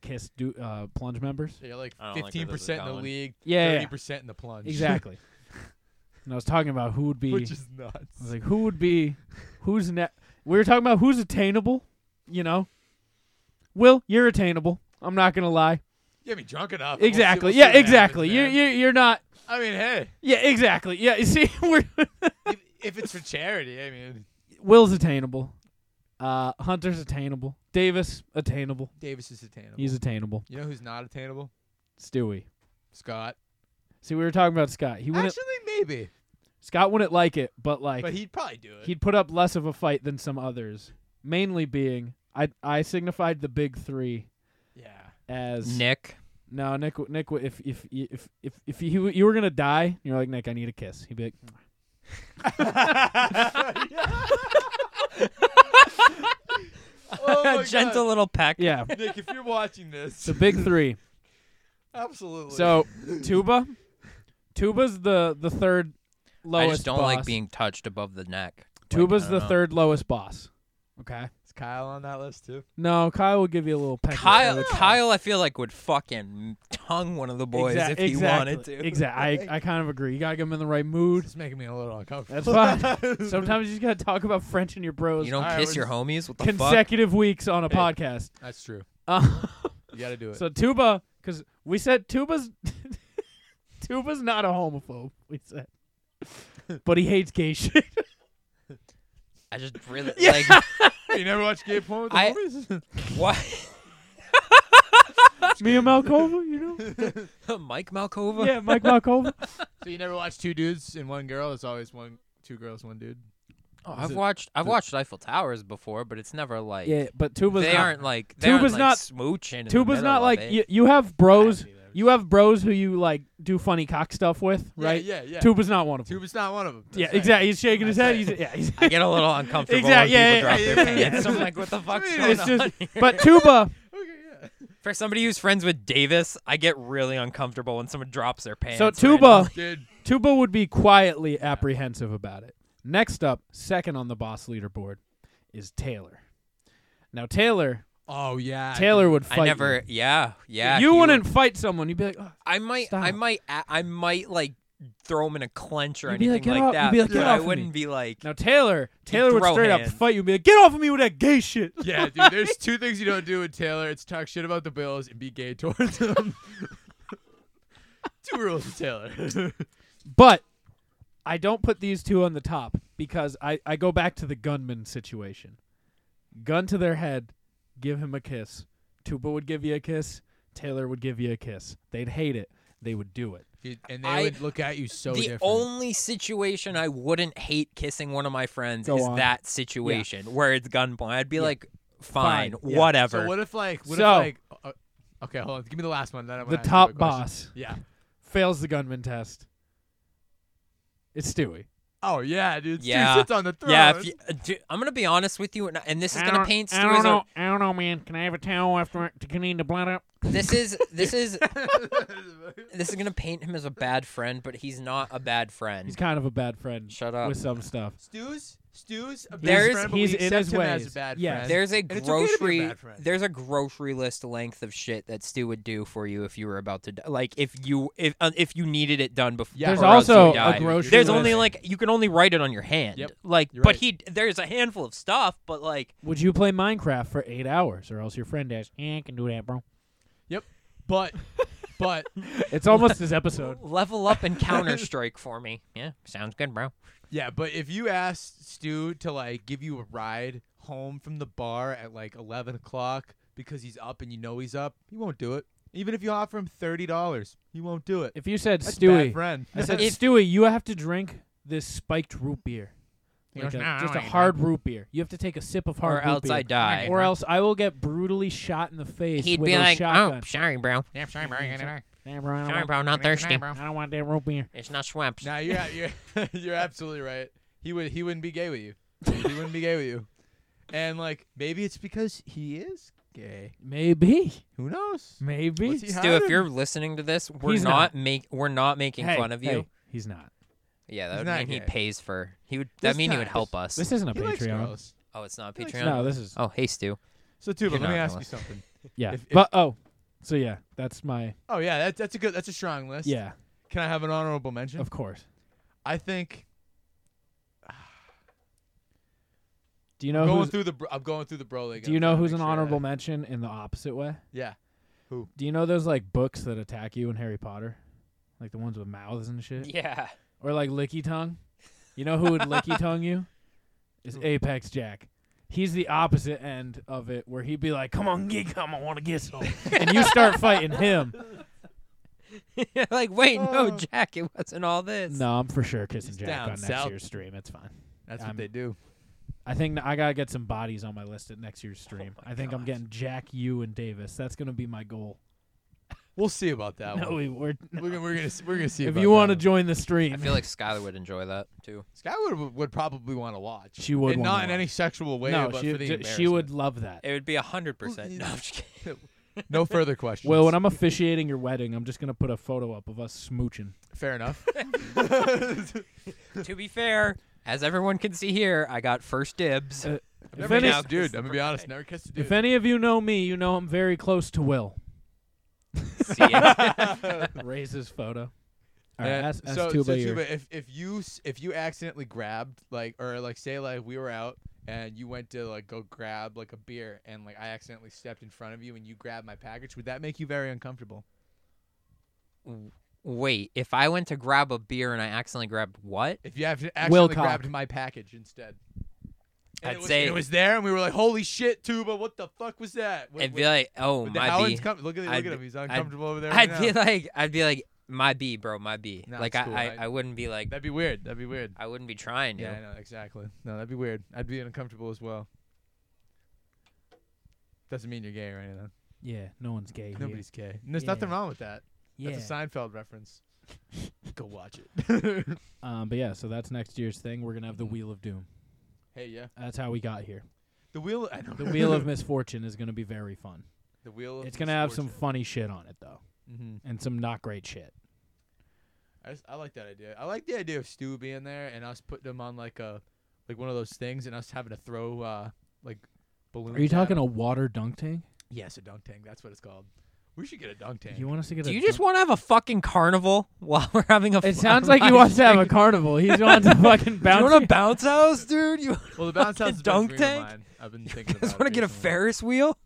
Speaker 1: kiss du- uh, plunge members.
Speaker 2: So you're like
Speaker 3: I don't like where this
Speaker 2: fifteen
Speaker 3: is
Speaker 2: percent in the
Speaker 3: going.
Speaker 2: league,
Speaker 1: Yeah,
Speaker 2: thirty
Speaker 1: yeah,
Speaker 2: percent in the plunge.
Speaker 1: exactly. and I was talking about who would be.
Speaker 2: which is nuts.
Speaker 1: I was like, who would be, who's ne- We were talking about who's attainable. You know, Will, you're attainable. I'm not gonna lie.
Speaker 2: yeah, be drunk enough. We'll see-
Speaker 1: Exactly.
Speaker 2: we'll see
Speaker 1: yeah,
Speaker 2: what happens,
Speaker 1: exactly. You
Speaker 2: man.
Speaker 1: you you're not.
Speaker 2: I mean, hey,
Speaker 1: Yeah, exactly. Yeah, you see, we're
Speaker 2: if, if it's for charity, I mean.
Speaker 1: Will's attainable. Uh, Hunter's attainable. Davis attainable.
Speaker 2: Davis is attainable.
Speaker 1: He's attainable.
Speaker 2: you know who's not attainable?
Speaker 1: Stewie.
Speaker 2: Scott.
Speaker 1: See, we were talking about Scott. He wouldn't.
Speaker 2: Actually, maybe.
Speaker 1: Scott wouldn't like it, but like
Speaker 2: But he'd probably do it.
Speaker 1: he'd put up less of a fight than some others. Mainly being, I I signified the big three
Speaker 2: yeah.
Speaker 1: as
Speaker 3: Nick.
Speaker 1: No, Nick. w- Nick, w- if if you- if if if you w- you were gonna die, you're like Nick. I need a kiss. He'd be like,
Speaker 2: Hmm. Oh my
Speaker 3: a gentle
Speaker 2: God.
Speaker 3: little peck.
Speaker 1: yeah,
Speaker 2: Nick, if you're watching this,
Speaker 1: the big three.
Speaker 2: absolutely.
Speaker 1: So tuba, tuba's the the third lowest.
Speaker 3: I just don't
Speaker 1: boss.
Speaker 3: like being touched above the neck. Like,
Speaker 1: Tuba's
Speaker 3: I
Speaker 1: the
Speaker 3: don't know.
Speaker 1: third lowest boss. Okay.
Speaker 2: is Kyle on that list too?
Speaker 1: No, Kyle will give you a little peck.
Speaker 3: Kyle,
Speaker 1: Exactly.
Speaker 3: Kyle, I feel like would fucking tongue one of the boys if he wanted to.
Speaker 1: Exactly. I, I kind of agree. You gotta get him in the right mood.
Speaker 2: It's making me a little
Speaker 1: That's
Speaker 2: uncomfortable.
Speaker 1: fine. Sometimes you just gotta talk about French and your bros.
Speaker 3: You don't
Speaker 2: Alright,
Speaker 3: kiss
Speaker 2: we're
Speaker 3: your homies. What the fuck?
Speaker 1: consecutive weeks on a
Speaker 2: Hey.
Speaker 1: podcast.
Speaker 2: That's true.
Speaker 1: Uh,
Speaker 2: You got to do it.
Speaker 1: So tuba, because we said tuba's tuba's not a homophobe. We said, but he hates gay shit.
Speaker 3: I just really
Speaker 1: Yeah.
Speaker 3: like
Speaker 2: you never watch gay porn with
Speaker 3: I-
Speaker 2: homies?
Speaker 3: what
Speaker 1: Me and Malkova, you know.
Speaker 3: Mike Malkova.
Speaker 1: Yeah, Mike Malkova.
Speaker 2: so you never watch two dudes and one girl? It's always one, two girls, one dude.
Speaker 3: Oh,
Speaker 2: Is
Speaker 3: I've
Speaker 2: it-
Speaker 3: watched I've
Speaker 2: the-
Speaker 3: watched Eiffel Towers before, but it's never like
Speaker 1: Yeah, but tuba's
Speaker 3: they
Speaker 1: not,
Speaker 3: aren't like they
Speaker 1: Tuba's
Speaker 3: aren't,
Speaker 1: not-
Speaker 3: like, smooching. in the
Speaker 1: Tuba's
Speaker 3: middle
Speaker 1: not
Speaker 3: of
Speaker 1: like
Speaker 3: it.
Speaker 1: you, you have bros. You have bros who you like do funny cock stuff with, right?
Speaker 2: Yeah, yeah. yeah.
Speaker 1: Tuba's not one of them.
Speaker 2: Tube is not one of them.
Speaker 1: yeah, exactly. He's shaking his
Speaker 2: That's
Speaker 1: head.
Speaker 2: right.
Speaker 1: He's, yeah, he's,
Speaker 3: I get a little uncomfortable
Speaker 1: Exact-
Speaker 3: when
Speaker 1: yeah,
Speaker 3: people
Speaker 1: yeah,
Speaker 3: drop
Speaker 1: yeah,
Speaker 3: their
Speaker 1: yeah,
Speaker 3: pants.
Speaker 1: yeah.
Speaker 3: I'm like, what the fuck's
Speaker 2: It's
Speaker 3: going
Speaker 1: it's
Speaker 3: on?
Speaker 1: just. But tuba,
Speaker 2: Okay, yeah.
Speaker 3: For somebody who's friends with Davis, I get really uncomfortable when someone drops their pants.
Speaker 1: so
Speaker 3: randomly.
Speaker 1: tuba,
Speaker 2: Dude,
Speaker 1: Tuba would be quietly apprehensive about it. Next up, second on the boss leaderboard, is Taylor. Now Taylor,
Speaker 2: oh yeah.
Speaker 1: Taylor would fight.
Speaker 3: I never. Yeah, yeah.
Speaker 1: you
Speaker 3: he would-
Speaker 1: wouldn't fight someone. You'd be like, "Ugh."
Speaker 3: I might. I
Speaker 1: Stop.
Speaker 3: might. a- I might like throw him in a clench or
Speaker 1: You'd be like,
Speaker 3: anything
Speaker 1: "Get off- you'd
Speaker 3: that.
Speaker 1: be like,
Speaker 3: but
Speaker 1: "Get
Speaker 3: I
Speaker 1: off of me."
Speaker 3: wouldn't be like.
Speaker 1: now Taylor, Taylor would
Speaker 3: throw
Speaker 1: straight
Speaker 3: hands.
Speaker 1: up fight you. and Be like, get off of me with that gay shit.
Speaker 2: Yeah, dude. There's two things you don't do with Taylor. It's talk shit about the Bills and be gay towards them. two rules with Taylor.
Speaker 1: But I don't put these two on the top because I I go back to the gunman situation. Gun to their head, give him a kiss. Tuba would give you a kiss. Taylor would give you a kiss. They'd hate it. They would do it.
Speaker 2: Dude, and they
Speaker 3: I-
Speaker 2: would look at you so
Speaker 3: the
Speaker 2: different.
Speaker 3: only situation I wouldn't hate kissing one of my friends
Speaker 1: Go
Speaker 3: is
Speaker 1: on.
Speaker 3: that situation where it's gunpoint. I'd be like, fine,
Speaker 1: Fine, yeah.
Speaker 3: whatever.
Speaker 2: so what if like what
Speaker 1: So-
Speaker 2: if like uh, uh, okay, hold on. Give me the last one. Then I'm
Speaker 1: the
Speaker 2: gonna ask you a
Speaker 1: top
Speaker 2: question.
Speaker 1: boss
Speaker 2: Yeah.
Speaker 1: fails the gunman test. It's Stewie.
Speaker 2: Oh yeah, dude. Stu
Speaker 3: Yeah.
Speaker 2: sits on the throne.
Speaker 3: yeah, if you, uh, dude, I'm gonna be honest with you, and, and this is gonna paint Stu as a,
Speaker 1: I don't know, man. Can I have a towel after I can need the blood up?
Speaker 3: this is this is this is gonna paint him as a bad friend, but he's not a bad friend.
Speaker 1: He's kind of a bad friend
Speaker 3: Shut up.
Speaker 1: with some stuff.
Speaker 2: Stu's Stu's a bad
Speaker 3: There's-
Speaker 2: friend, but
Speaker 1: he's
Speaker 2: we
Speaker 1: in
Speaker 2: accept
Speaker 1: his
Speaker 2: him as a
Speaker 1: ways.
Speaker 2: bad
Speaker 1: Yes.
Speaker 2: friend.
Speaker 3: There's a
Speaker 2: And it's okay to be a
Speaker 3: grocery.
Speaker 2: bad friend.
Speaker 3: there's a grocery list length of shit that Stu would do for you if you were about to die. Like if you if uh, if you needed it done before.
Speaker 2: Yeah. There's
Speaker 3: or else you
Speaker 1: also a
Speaker 3: die.
Speaker 1: grocery
Speaker 3: There's only
Speaker 1: list.
Speaker 3: like you can only write it on your hand.
Speaker 2: Yep.
Speaker 3: Like,
Speaker 2: You're
Speaker 3: but
Speaker 2: right.
Speaker 3: he there's a handful of stuff, but like
Speaker 1: Would you play Minecraft for eight hours, or else your friend asks, "Yeah, I can do that, bro."
Speaker 2: but but
Speaker 1: It's almost his episode.
Speaker 3: level up and Counter Strike for me. Yeah, sounds good, bro.
Speaker 2: Yeah, but if you asked Stu to like give you a ride home from the bar at like eleven o'clock because he's up and you know he's up, he won't do it. Even if you offer him thirty dollars, he won't do it.
Speaker 1: If you said
Speaker 2: That's bad
Speaker 1: Stewie,
Speaker 2: friend.
Speaker 1: I said
Speaker 3: If-
Speaker 1: Stewie, you have to drink this spiked root beer.
Speaker 2: He
Speaker 1: Like
Speaker 2: goes,
Speaker 1: a-
Speaker 2: "Nah, I
Speaker 1: just a
Speaker 2: don't like
Speaker 1: hard root beer. You have to take a sip of hard root
Speaker 3: Or else
Speaker 1: beer.
Speaker 3: I die.
Speaker 1: Or else I will get brutally shot in the face
Speaker 3: He'd
Speaker 1: with
Speaker 3: be
Speaker 1: a
Speaker 3: like,
Speaker 1: shotgun.
Speaker 3: "Oh, sorry, bro.
Speaker 6: Yeah, sorry, bro.
Speaker 1: Yeah, sorry. Damn, bro, I don't
Speaker 3: Sorry,
Speaker 1: want-
Speaker 3: bro. Not thirsty.
Speaker 1: I don't want that root beer.
Speaker 3: It's not Schweppes.
Speaker 2: Nah, you're you're you're absolutely right. He would he wouldn't be gay with you. He wouldn't be gay with you. And like maybe it's because he is gay.
Speaker 1: Maybe.
Speaker 2: Who knows?
Speaker 1: Maybe.
Speaker 2: What's he
Speaker 3: Stu,
Speaker 2: hiding?
Speaker 3: if you're listening to this, we're
Speaker 1: He's not.
Speaker 3: not, make we're not making
Speaker 1: Hey,
Speaker 3: fun of you.
Speaker 1: hey, he's not.
Speaker 3: Yeah, that
Speaker 2: He's
Speaker 3: would
Speaker 2: not
Speaker 3: mean he
Speaker 2: gay.
Speaker 3: pays for. He would. That
Speaker 2: This
Speaker 3: mean he
Speaker 2: time.
Speaker 3: would help us.
Speaker 1: This isn't a
Speaker 2: he likes
Speaker 1: Patreon.
Speaker 2: girls.
Speaker 3: oh, it's not
Speaker 2: He likes
Speaker 3: Patreon.
Speaker 1: No, this is
Speaker 3: Oh, hey Stu.
Speaker 2: So Tuba,
Speaker 3: You're
Speaker 2: let me
Speaker 3: not
Speaker 2: ask
Speaker 3: gonna
Speaker 2: you something.
Speaker 1: yeah.
Speaker 2: If- if-
Speaker 1: but oh, so yeah, that's my
Speaker 2: Oh yeah, that's that's a good that's a strong list.
Speaker 1: yeah.
Speaker 2: Can I have an honorable mention?
Speaker 1: Of course.
Speaker 2: I think
Speaker 1: Do you know
Speaker 2: going
Speaker 1: who's,
Speaker 2: through the bro- I'm going through the bro league.
Speaker 1: Do you know who's an honorable mention in the opposite way?
Speaker 2: Yeah.
Speaker 1: Do you know those like books that attack you in Harry Potter, like the ones with mouths and shit,
Speaker 3: Yeah.
Speaker 1: or like licky tongue? You know who would licky tongue you? Is Apex Jack. He's the opposite end of it, where he'd be like, "Come on, get come, I want to get some," and you start fighting him.
Speaker 3: You're like, wait, no,
Speaker 2: Oh.
Speaker 3: Jack, it wasn't all this.
Speaker 1: No, I'm for sure kissing
Speaker 2: He's
Speaker 1: Jack
Speaker 2: down
Speaker 1: on next
Speaker 2: south.
Speaker 1: year's stream. It's fine.
Speaker 2: That's
Speaker 1: I'm-
Speaker 2: what they do.
Speaker 1: I think I gotta get some bodies on my list at next
Speaker 2: Oh
Speaker 1: year's stream.
Speaker 3: my
Speaker 1: I think I'm
Speaker 3: God.
Speaker 1: getting Jack, you, and Davis. That's gonna be my goal.
Speaker 2: We'll see about that
Speaker 1: No,
Speaker 2: one.
Speaker 1: we, we're,
Speaker 2: We're, gonna- we're gonna s- we're gonna see.
Speaker 1: if
Speaker 2: about
Speaker 1: you
Speaker 2: that
Speaker 1: want to
Speaker 2: one.
Speaker 1: join the stream,
Speaker 3: I feel like Skylar would enjoy that too.
Speaker 2: Sky would would probably want to watch.
Speaker 1: She would
Speaker 2: and
Speaker 1: wanna
Speaker 2: not in
Speaker 1: watch.
Speaker 2: any sexual way.
Speaker 1: no,
Speaker 2: but
Speaker 1: she,
Speaker 2: for the
Speaker 1: d- she would love that.
Speaker 3: It would be hundred percent. No, I'm just kidding.
Speaker 2: embarrassment. No further questions.
Speaker 1: Well, when I'm officiating your wedding, I'm just gonna put a photo up of us smooching.
Speaker 2: fair enough.
Speaker 3: to be fair, as everyone can see here, I got first dibs.
Speaker 1: Uh, If
Speaker 2: Never
Speaker 1: any,
Speaker 2: kissed a dude. I'm gonna be honest. Never kissed a dude.
Speaker 1: if any of you know me, you know I'm very close to Will.
Speaker 3: See it?
Speaker 1: Raise his photo. All right,
Speaker 2: Yeah,
Speaker 1: that's, that's
Speaker 2: so,
Speaker 1: Tuba
Speaker 2: so
Speaker 1: here.
Speaker 2: Tuba, if if you s- if you accidentally grabbed like or like say like we were out and you went to like go grab like a beer and like I accidentally stepped in front of you and you grabbed my package, would that make you very uncomfortable?
Speaker 3: Wait, if I went to grab a beer and I accidentally grabbed what?
Speaker 2: If you have accidentally
Speaker 1: Wilcock.
Speaker 2: grabbed my package instead. And
Speaker 3: I'd
Speaker 2: it was,
Speaker 3: say-
Speaker 2: and it was there, and we were like, "Holy shit, Tuba! What the fuck was that?" Wh-
Speaker 3: I'd
Speaker 2: wh-
Speaker 3: be like, oh
Speaker 2: But the
Speaker 3: my
Speaker 2: Howland's
Speaker 3: B.
Speaker 2: com- look at look
Speaker 3: I'd-
Speaker 2: at him. He's
Speaker 3: I'd-
Speaker 2: uncomfortable over there. right
Speaker 3: I'd be
Speaker 2: now.
Speaker 3: like, I'd be like, my B, bro, my B.
Speaker 2: No,
Speaker 3: like
Speaker 2: it's
Speaker 3: I,
Speaker 2: cool.
Speaker 3: I,
Speaker 2: I-
Speaker 3: I wouldn't be like,
Speaker 2: that'd be weird. That'd be weird.
Speaker 3: I wouldn't be trying to.
Speaker 2: Yeah, I know exactly. No, that'd be weird. I'd be uncomfortable as well. Doesn't mean you're gay or anything.
Speaker 1: yeah, no one's gay. here.
Speaker 2: Nobody's gay. And there's
Speaker 1: Yeah.
Speaker 2: nothing wrong with that.
Speaker 1: Yeah.
Speaker 2: That's a Seinfeld reference. Go watch it.
Speaker 1: um, but yeah, so that's next year's thing. We're gonna have the
Speaker 2: Mm.
Speaker 1: Wheel of Doom.
Speaker 2: hey, yeah.
Speaker 1: That's how we got here.
Speaker 2: The wheel. I know.
Speaker 1: The Wheel of Misfortune is gonna be very fun.
Speaker 2: The wheel. Of
Speaker 1: It's gonna have some funny shit on it though,
Speaker 2: Mm-hmm.
Speaker 1: and some not great shit.
Speaker 2: I, just, I like that idea. I like the idea of Stu being there and us putting him on like a like one of those things and us having to throw uh like balloons.
Speaker 1: Are you
Speaker 2: at
Speaker 1: talking
Speaker 2: him.
Speaker 1: a water dunk tank?
Speaker 2: Yes, a dunk tank. That's what it's called. We should get a dunk tank.
Speaker 1: You want us to get?
Speaker 3: Do
Speaker 1: a
Speaker 3: you just
Speaker 1: dunk-
Speaker 3: want to have a fucking carnival while we're having a?
Speaker 1: it sounds like he wants to have a carnival. He wants a fucking
Speaker 3: Do
Speaker 1: bounce.
Speaker 3: you want a bounce house, dude? You
Speaker 2: well, the bounce house
Speaker 3: fucking
Speaker 2: is
Speaker 3: dunk tank?
Speaker 2: Mine. I've been thinking about
Speaker 3: guys want to
Speaker 2: it
Speaker 3: get a
Speaker 2: recently.
Speaker 3: Ferris wheel?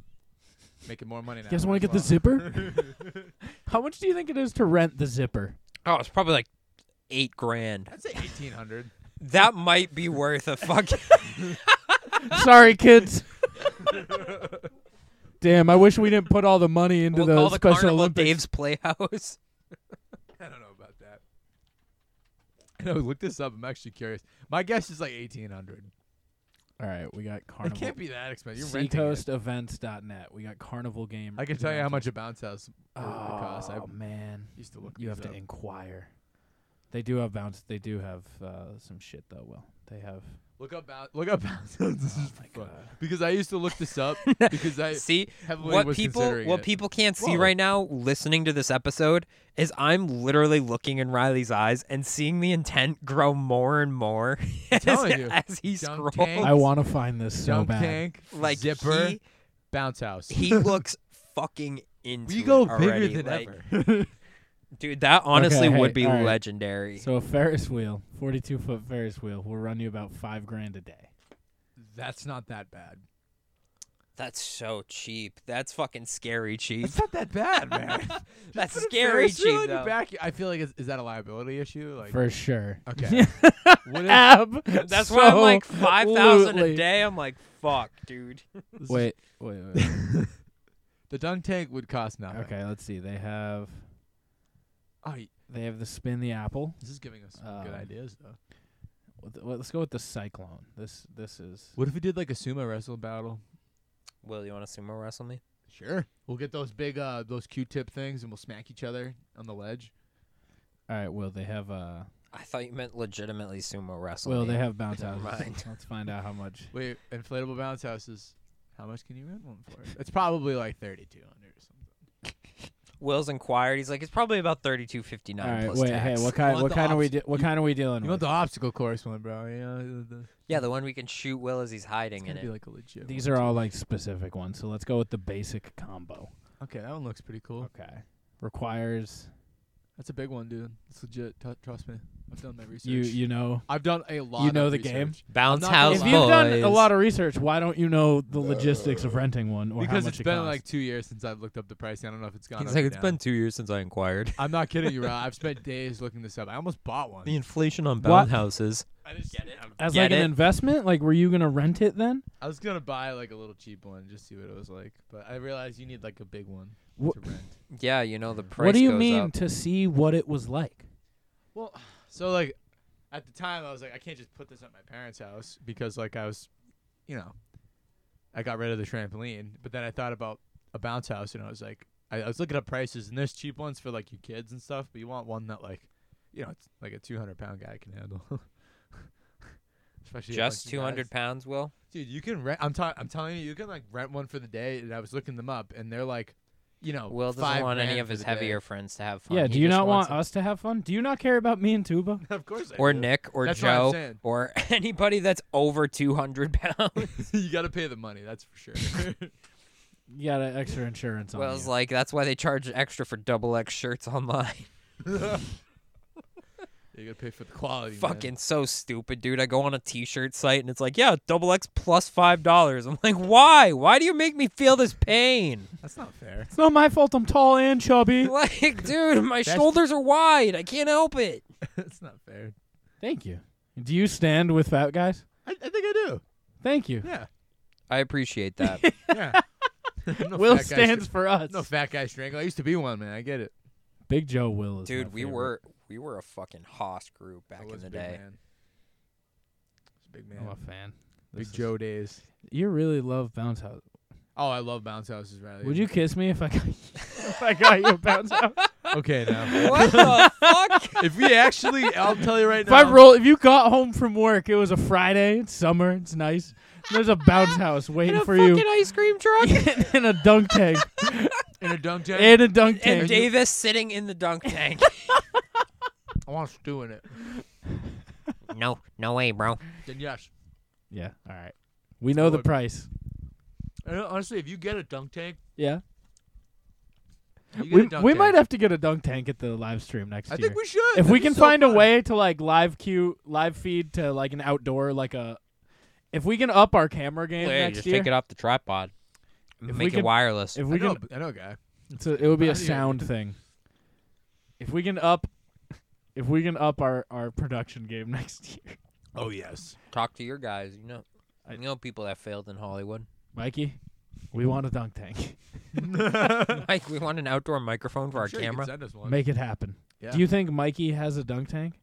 Speaker 2: Making more money now.
Speaker 1: you guys
Speaker 2: might
Speaker 1: want to
Speaker 2: as
Speaker 1: get the
Speaker 2: well.
Speaker 1: zipper? how much do you think it is to rent the zipper?
Speaker 3: Oh, it's probably like eight grand.
Speaker 2: I'd say eighteen hundred.
Speaker 3: That might be worth a fucking.
Speaker 1: Sorry, kids. Damn, I wish we didn't put all the money into
Speaker 3: we'll call
Speaker 1: the
Speaker 3: the
Speaker 1: Special
Speaker 3: carnival
Speaker 1: Olympics.
Speaker 3: Dave's Playhouse.
Speaker 2: I don't know about that. I know. Look this up. I'm actually curious. My guess is like eighteen hundred.
Speaker 1: All right, we got
Speaker 2: It
Speaker 1: carnival.
Speaker 2: can't be that expensive. You're renting it.
Speaker 1: Seacoastevents.net. We got carnival game.
Speaker 2: I can tell you how
Speaker 1: rental.
Speaker 2: much a bounce house would would cost. I
Speaker 1: Oh man,
Speaker 2: used to look.
Speaker 1: you have
Speaker 2: these
Speaker 1: to
Speaker 2: up.
Speaker 1: inquire. They do have bounce. They do have uh, some shit though. Will they have?
Speaker 2: look up bounce. Look up bounce house. This is
Speaker 1: Oh my
Speaker 2: fun.
Speaker 1: God.
Speaker 2: Because I used to look this up because I
Speaker 3: See
Speaker 2: heavily
Speaker 3: what
Speaker 2: was
Speaker 3: people
Speaker 2: considering
Speaker 3: what
Speaker 2: it.
Speaker 3: people can't see
Speaker 2: Whoa.
Speaker 3: right now listening to this episode is I'm literally looking in Riley's eyes and seeing the intent grow more and more as,
Speaker 2: telling you.
Speaker 3: as he
Speaker 2: Dunk
Speaker 3: scrolls.
Speaker 2: tank.
Speaker 1: I want to find this so
Speaker 2: dunk
Speaker 1: bad.
Speaker 2: tank,
Speaker 3: Like
Speaker 2: zipper,
Speaker 3: he,
Speaker 2: bounce house.
Speaker 3: he looks fucking into
Speaker 2: we go
Speaker 3: it
Speaker 2: bigger
Speaker 3: already.
Speaker 2: than
Speaker 3: like,
Speaker 2: ever.
Speaker 3: Dude, that honestly
Speaker 1: Okay,
Speaker 3: would
Speaker 1: hey,
Speaker 3: be
Speaker 1: all right.
Speaker 3: legendary.
Speaker 1: So a Ferris wheel, forty-two foot Ferris wheel, will run you about five grand a day.
Speaker 2: That's not that bad.
Speaker 3: That's so cheap. That's fucking scary cheap.
Speaker 2: It's not that bad, man.
Speaker 3: That's
Speaker 2: Put a
Speaker 3: scary
Speaker 2: Ferris wheel
Speaker 3: cheap
Speaker 2: in your
Speaker 3: though.
Speaker 2: back. I feel like is, is that a liability issue? Like
Speaker 1: For sure.
Speaker 2: okay. what if,
Speaker 1: Ab-
Speaker 3: That's why I'm like
Speaker 1: so
Speaker 3: five thousand a
Speaker 1: lutely.
Speaker 3: day. I'm like, fuck, dude.
Speaker 1: Wait, wait, wait. wait.
Speaker 2: the dunk tank would cost nothing.
Speaker 1: okay, let's see. They have
Speaker 2: Oh, y-
Speaker 1: they have the spin the apple.
Speaker 2: this is giving us some good
Speaker 1: Um,
Speaker 2: ideas though.
Speaker 1: What the- Let's go with the cyclone. This this is
Speaker 2: What if we did like a sumo wrestle battle?
Speaker 3: Will, you want to sumo wrestle me?
Speaker 2: Sure. We'll get those big uh those Q-tip things and we'll smack each other on the ledge.
Speaker 1: all right. Will they have uh?
Speaker 3: I thought you meant legitimately sumo wrestle.
Speaker 1: Will
Speaker 3: me.
Speaker 1: they have bounce
Speaker 3: Never
Speaker 1: houses?
Speaker 3: mind.
Speaker 1: Let's find out how much.
Speaker 2: Wait, inflatable bounce houses. How much can you rent one for? it's probably like 3200 or something.
Speaker 3: Will's inquired. He's like, it's probably about thirty-two fifty-nine
Speaker 1: All right.
Speaker 3: plus
Speaker 1: Wait.
Speaker 3: tax.
Speaker 1: Hey, what
Speaker 2: want
Speaker 1: kind? What
Speaker 2: the
Speaker 1: kind are we?
Speaker 2: option-
Speaker 1: De- what kind are we dealing
Speaker 2: You
Speaker 1: with?
Speaker 2: want the obstacle course one, bro. You know, the, the,
Speaker 3: yeah, the one we can shoot Will as he's
Speaker 2: it's
Speaker 3: hiding in
Speaker 2: going to be
Speaker 3: it.
Speaker 2: like a legit.
Speaker 1: These
Speaker 2: one,
Speaker 1: are
Speaker 2: too.
Speaker 1: all like specific ones. So let's go with the basic combo.
Speaker 2: Okay, that one looks pretty cool.
Speaker 1: Okay. Requires
Speaker 2: That's a big one, dude. It's legit. T- trust me. I've done my research.
Speaker 1: you. You know.
Speaker 2: I've done a lot
Speaker 1: know
Speaker 2: of
Speaker 1: the game?
Speaker 2: research.
Speaker 3: Bounce
Speaker 2: I'm not gonna
Speaker 3: house
Speaker 1: If
Speaker 2: Those
Speaker 1: you've done
Speaker 3: boys.
Speaker 1: a lot of research, why don't you know the logistics of renting one or how
Speaker 2: Because
Speaker 1: much
Speaker 2: it's
Speaker 1: it
Speaker 2: been
Speaker 1: costs?
Speaker 2: like 2 years since I've looked up the pricing. I don't know if it's gone
Speaker 3: He's
Speaker 2: up
Speaker 3: like,
Speaker 2: or
Speaker 3: it's
Speaker 2: down.
Speaker 3: been two years since I inquired.
Speaker 2: I'm not kidding you, Rob. I've spent days looking this up. I almost bought one.
Speaker 3: The inflation on
Speaker 1: What?
Speaker 3: bounce houses.
Speaker 2: I just
Speaker 3: Get it?
Speaker 1: As
Speaker 3: Get
Speaker 1: like
Speaker 3: it?
Speaker 1: an investment? Like, were you gonna rent it then?
Speaker 2: I was gonna buy like a little cheap one just see what it was like, but I realized you need like a big one
Speaker 1: Wha-
Speaker 2: to rent.
Speaker 3: Yeah, you know the price.
Speaker 1: what do you
Speaker 3: goes
Speaker 1: mean
Speaker 3: up.
Speaker 1: to see what it was like?
Speaker 2: Well, so like at the time I was like I can't just put this at my parents' house because like I was, you know, I got rid of the trampoline, but then I thought about a bounce house and I was like I, I was looking up prices and there's cheap ones for like your kids and stuff, but you want one that like you know it's like a 200 pound guy can handle. Especially a bunch
Speaker 3: Just
Speaker 2: of
Speaker 3: two hundred
Speaker 2: guys.
Speaker 3: pounds, Will.
Speaker 2: Dude, you can rent. I'm, ta- I'm telling you, you can like rent one for the day. And I was looking them up, and they're like, you know,
Speaker 3: Will doesn't
Speaker 2: five
Speaker 3: want any
Speaker 2: grand
Speaker 3: of
Speaker 2: for
Speaker 3: his
Speaker 2: the day.
Speaker 3: heavier friends to have fun.
Speaker 1: yeah,
Speaker 3: He
Speaker 1: do you
Speaker 3: just
Speaker 1: not
Speaker 3: wants
Speaker 1: want uh, us to have fun? Do you not care about me and Tuba?
Speaker 2: of course. I
Speaker 3: or
Speaker 2: do.
Speaker 3: Nick or
Speaker 2: That's what I'm
Speaker 3: Joe
Speaker 2: saying.
Speaker 3: or anybody that's over two hundred pounds.
Speaker 2: you got to pay the money. That's for sure.
Speaker 1: You got an extra insurance on
Speaker 3: Will's
Speaker 1: you.
Speaker 3: like, that's why they charge extra for double X shirts online.
Speaker 2: you got to pay for the quality. man.
Speaker 3: Fucking so stupid, dude. I go on a t-shirt site and it's like, yeah, double X plus five dollars. I'm like, why? Why do you make me feel this pain?
Speaker 2: That's not fair.
Speaker 1: it's not my fault. I'm tall and chubby.
Speaker 3: Like, dude, my shoulders are wide. I can't help it.
Speaker 2: That's not fair.
Speaker 1: Thank you. Do you stand with fat guys?
Speaker 2: I, I think I do.
Speaker 1: Thank you.
Speaker 2: Yeah.
Speaker 3: I appreciate that.
Speaker 2: Yeah. No
Speaker 1: Will
Speaker 2: fat guy
Speaker 1: stands
Speaker 2: str-
Speaker 1: for us.
Speaker 2: no fat guy strangle. I used to be one, man. I get it.
Speaker 1: Big Joe Will is my
Speaker 3: dude, we
Speaker 1: favorite.
Speaker 3: were we were a fucking hoss group back
Speaker 2: I
Speaker 3: in
Speaker 2: was
Speaker 3: the
Speaker 2: a big
Speaker 3: day.
Speaker 2: Man. I was a big man.
Speaker 1: I'm a fan.
Speaker 2: big
Speaker 1: Oh, This is-
Speaker 2: Joe days.
Speaker 1: You really love bounce house.
Speaker 2: Oh, I love bounce houses, Riley.
Speaker 1: Would you kiss me if I got if I got you a bounce house?
Speaker 2: Okay, now.
Speaker 3: What the fuck?
Speaker 2: if we actually, I'll tell you right
Speaker 1: If
Speaker 2: now.
Speaker 1: I roll, if you got home from work, it was a Friday. It's summer. It's nice. and There's a bounce house
Speaker 3: In
Speaker 1: waiting
Speaker 3: a
Speaker 1: for
Speaker 3: fucking
Speaker 1: you,
Speaker 3: ice cream truck?
Speaker 1: and a dunk tank,
Speaker 2: in a dunk tank,
Speaker 1: and a dunk tank.
Speaker 3: and Davis sitting in the dunk tank.
Speaker 2: I want to do in it.
Speaker 3: no, no way, bro.
Speaker 2: Then yes.
Speaker 1: Yeah. All right. We know the
Speaker 2: Lord.
Speaker 1: price.
Speaker 2: I know, honestly, if you get a dunk tank,
Speaker 1: Yeah.
Speaker 2: you get
Speaker 1: We,
Speaker 2: a dunk
Speaker 1: we
Speaker 2: tank.
Speaker 1: might have to get a dunk tank at the live stream next
Speaker 2: I
Speaker 1: year.
Speaker 2: think we should.
Speaker 1: if
Speaker 2: That'd
Speaker 1: we
Speaker 2: be
Speaker 1: can
Speaker 2: so
Speaker 1: find a
Speaker 2: fun.
Speaker 1: way to like live queue, live feed to like an outdoor, like a. If we can up our camera game next
Speaker 3: just
Speaker 1: year,
Speaker 3: take it off the tripod.
Speaker 1: If
Speaker 3: Make
Speaker 1: we
Speaker 3: it
Speaker 1: can-
Speaker 3: wireless.
Speaker 1: if
Speaker 2: I
Speaker 1: we
Speaker 2: know,
Speaker 1: can,
Speaker 2: b- I know, a guy.
Speaker 1: it's a, it would be a
Speaker 2: Audio.
Speaker 1: sound thing. If we can up, if we can up our our production game next year,
Speaker 2: Oh yes.
Speaker 3: Talk to your guys. You know,
Speaker 1: I-
Speaker 3: you know people that failed in Hollywood.
Speaker 1: Mikey, we want a dunk tank.
Speaker 3: Mike, we want an outdoor microphone for our
Speaker 2: Sure, you can
Speaker 3: camera.
Speaker 2: send us one.
Speaker 1: Make it happen.
Speaker 2: Yeah.
Speaker 1: Do you think Mikey has a dunk tank?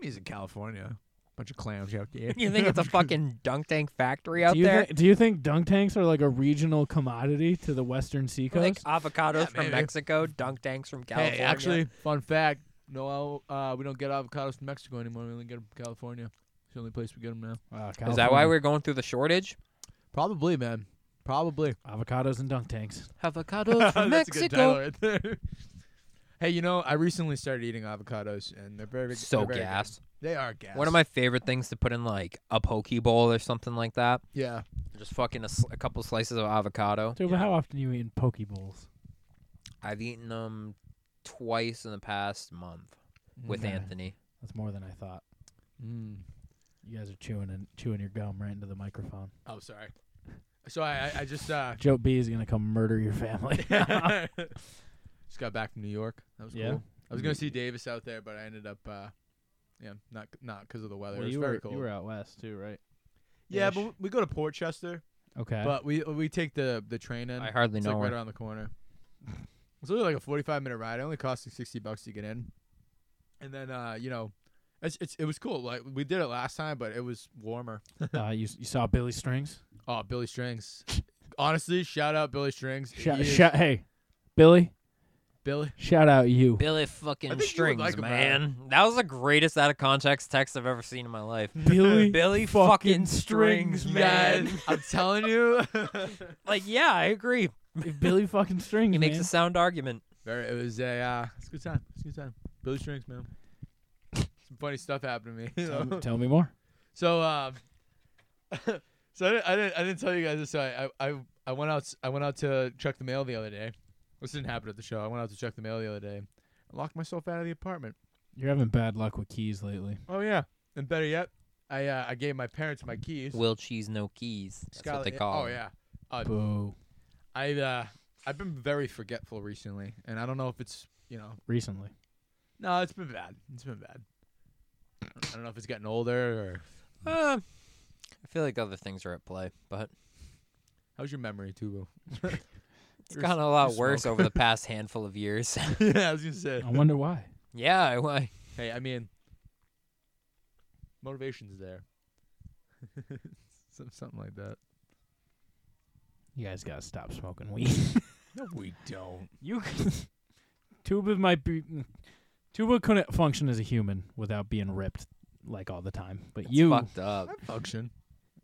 Speaker 2: He's in California. Bunch of clowns out there.
Speaker 3: You think it's a fucking dunk tank factory out
Speaker 1: do you
Speaker 3: there?
Speaker 1: thi- do you think dunk tanks are like a regional commodity to the Western
Speaker 3: I
Speaker 1: Seacoast?
Speaker 3: think avocados
Speaker 2: Yeah,
Speaker 3: from
Speaker 2: maybe.
Speaker 3: Mexico, dunk tanks from California.
Speaker 2: Hey, actually, fun fact. No, uh, we don't get avocados from Mexico anymore. We only get them from California. It's the only place we get them now.
Speaker 1: Wow,
Speaker 3: is that why
Speaker 1: California.
Speaker 3: we're going through the shortage?
Speaker 2: Probably, man. Probably.
Speaker 1: avocados and dunk tanks?
Speaker 3: Avocados from Mexico.
Speaker 2: right there. hey, you know, I recently started eating avocados, and they're very
Speaker 3: So
Speaker 2: they're very good.
Speaker 3: gas.
Speaker 2: They are gas.
Speaker 3: One of my favorite things to put in like a poke bowl or something like that.
Speaker 2: yeah.
Speaker 3: Just fucking a, sl- a couple slices of avocado.
Speaker 1: Dude, but how often are you eating poke bowls?
Speaker 3: I've eaten them twice in the past month with
Speaker 1: Okay.
Speaker 3: Anthony.
Speaker 1: That's more than I thought.
Speaker 2: Mm-hmm. Mm.
Speaker 1: You guys are chewing and chewing your gum right into the microphone.
Speaker 2: Oh, sorry. So I, I, I just uh,
Speaker 1: Joe B is gonna come murder your family.
Speaker 3: Oh,
Speaker 2: just got back from New York. That was
Speaker 1: Yeah? Mm-hmm.
Speaker 2: cool. I was gonna see Davis out there, but I ended up, uh, yeah, not not because of the weather. it was
Speaker 1: you
Speaker 2: very
Speaker 1: were
Speaker 2: cold.
Speaker 1: you were out west too, right?
Speaker 2: yeah,
Speaker 1: ish.
Speaker 2: but we- we go to Port Chester,
Speaker 1: Okay.
Speaker 2: but we we take the the train in.
Speaker 3: I hardly
Speaker 2: it's
Speaker 3: know
Speaker 2: like right
Speaker 3: her.
Speaker 2: around the corner. It's only like a forty five minute ride. It only cost like sixty bucks to get in, and then uh, you know, it's, it's it was cool. Like we did it last time, but it was warmer.
Speaker 1: uh, you you saw Billy Strings?
Speaker 2: Oh, Billy Strings. Honestly, shout out Billy Strings.
Speaker 1: Shout,
Speaker 2: He is-
Speaker 1: shout, hey, Billy,
Speaker 2: Billy.
Speaker 1: shout out you.
Speaker 3: Billy
Speaker 2: I
Speaker 3: fucking
Speaker 2: think you would
Speaker 3: Strings,
Speaker 2: like him, Adam.
Speaker 3: man. That was the greatest out of context text I've ever seen in my life.
Speaker 1: Billy,
Speaker 3: Billy
Speaker 1: fucking
Speaker 3: fucking Strings,
Speaker 1: Strings,
Speaker 3: man.
Speaker 2: Guys, I'm telling you.
Speaker 3: like, yeah, I agree.
Speaker 1: Billy fucking Strings.
Speaker 3: He makes
Speaker 1: man.
Speaker 3: a sound argument.
Speaker 2: Very, it was a uh, it's a good time. It's a good time. Billy Strings, man. Some funny stuff happened to me. you
Speaker 1: Tell,
Speaker 2: know?
Speaker 1: me- tell me more.
Speaker 2: so um, so I didn't, I didn't I didn't tell you guys this. So I, I I- I went out s- I went out to check the mail the other day. This didn't happen at the show. I went out to check the mail the other day. I locked myself out of the apartment.
Speaker 1: You're having bad luck with keys lately.
Speaker 2: Oh yeah, and better yet, I uh, I gave my parents my keys.
Speaker 3: Will cheese, no keys. That's what
Speaker 2: Scarlett-
Speaker 3: they call.
Speaker 2: Oh
Speaker 3: him.
Speaker 2: yeah. Uh,
Speaker 1: Boo.
Speaker 2: I uh, I've been very forgetful recently, and I don't know if it's you know
Speaker 1: Recently.
Speaker 2: No, it's been bad. It's been bad. I don't know if it's gotten older or
Speaker 3: Uh, I feel like other things are at play, but
Speaker 2: How's your memory, Tubo?
Speaker 3: it's
Speaker 2: You're
Speaker 3: gotten a
Speaker 2: you
Speaker 3: lot
Speaker 2: smoke.
Speaker 3: worse over the past handful of years.
Speaker 2: yeah, I was gonna say.
Speaker 1: I wonder why.
Speaker 3: yeah, I, I,
Speaker 2: Hey, I mean, motivation's there. Some- Something like that.
Speaker 1: You guys gotta stop smoking weed.
Speaker 2: No, we don't.
Speaker 1: you Tuba might be Tuba couldn't function as a human without being ripped like all the time. But
Speaker 3: it's
Speaker 1: you
Speaker 3: fucked up.
Speaker 2: I function.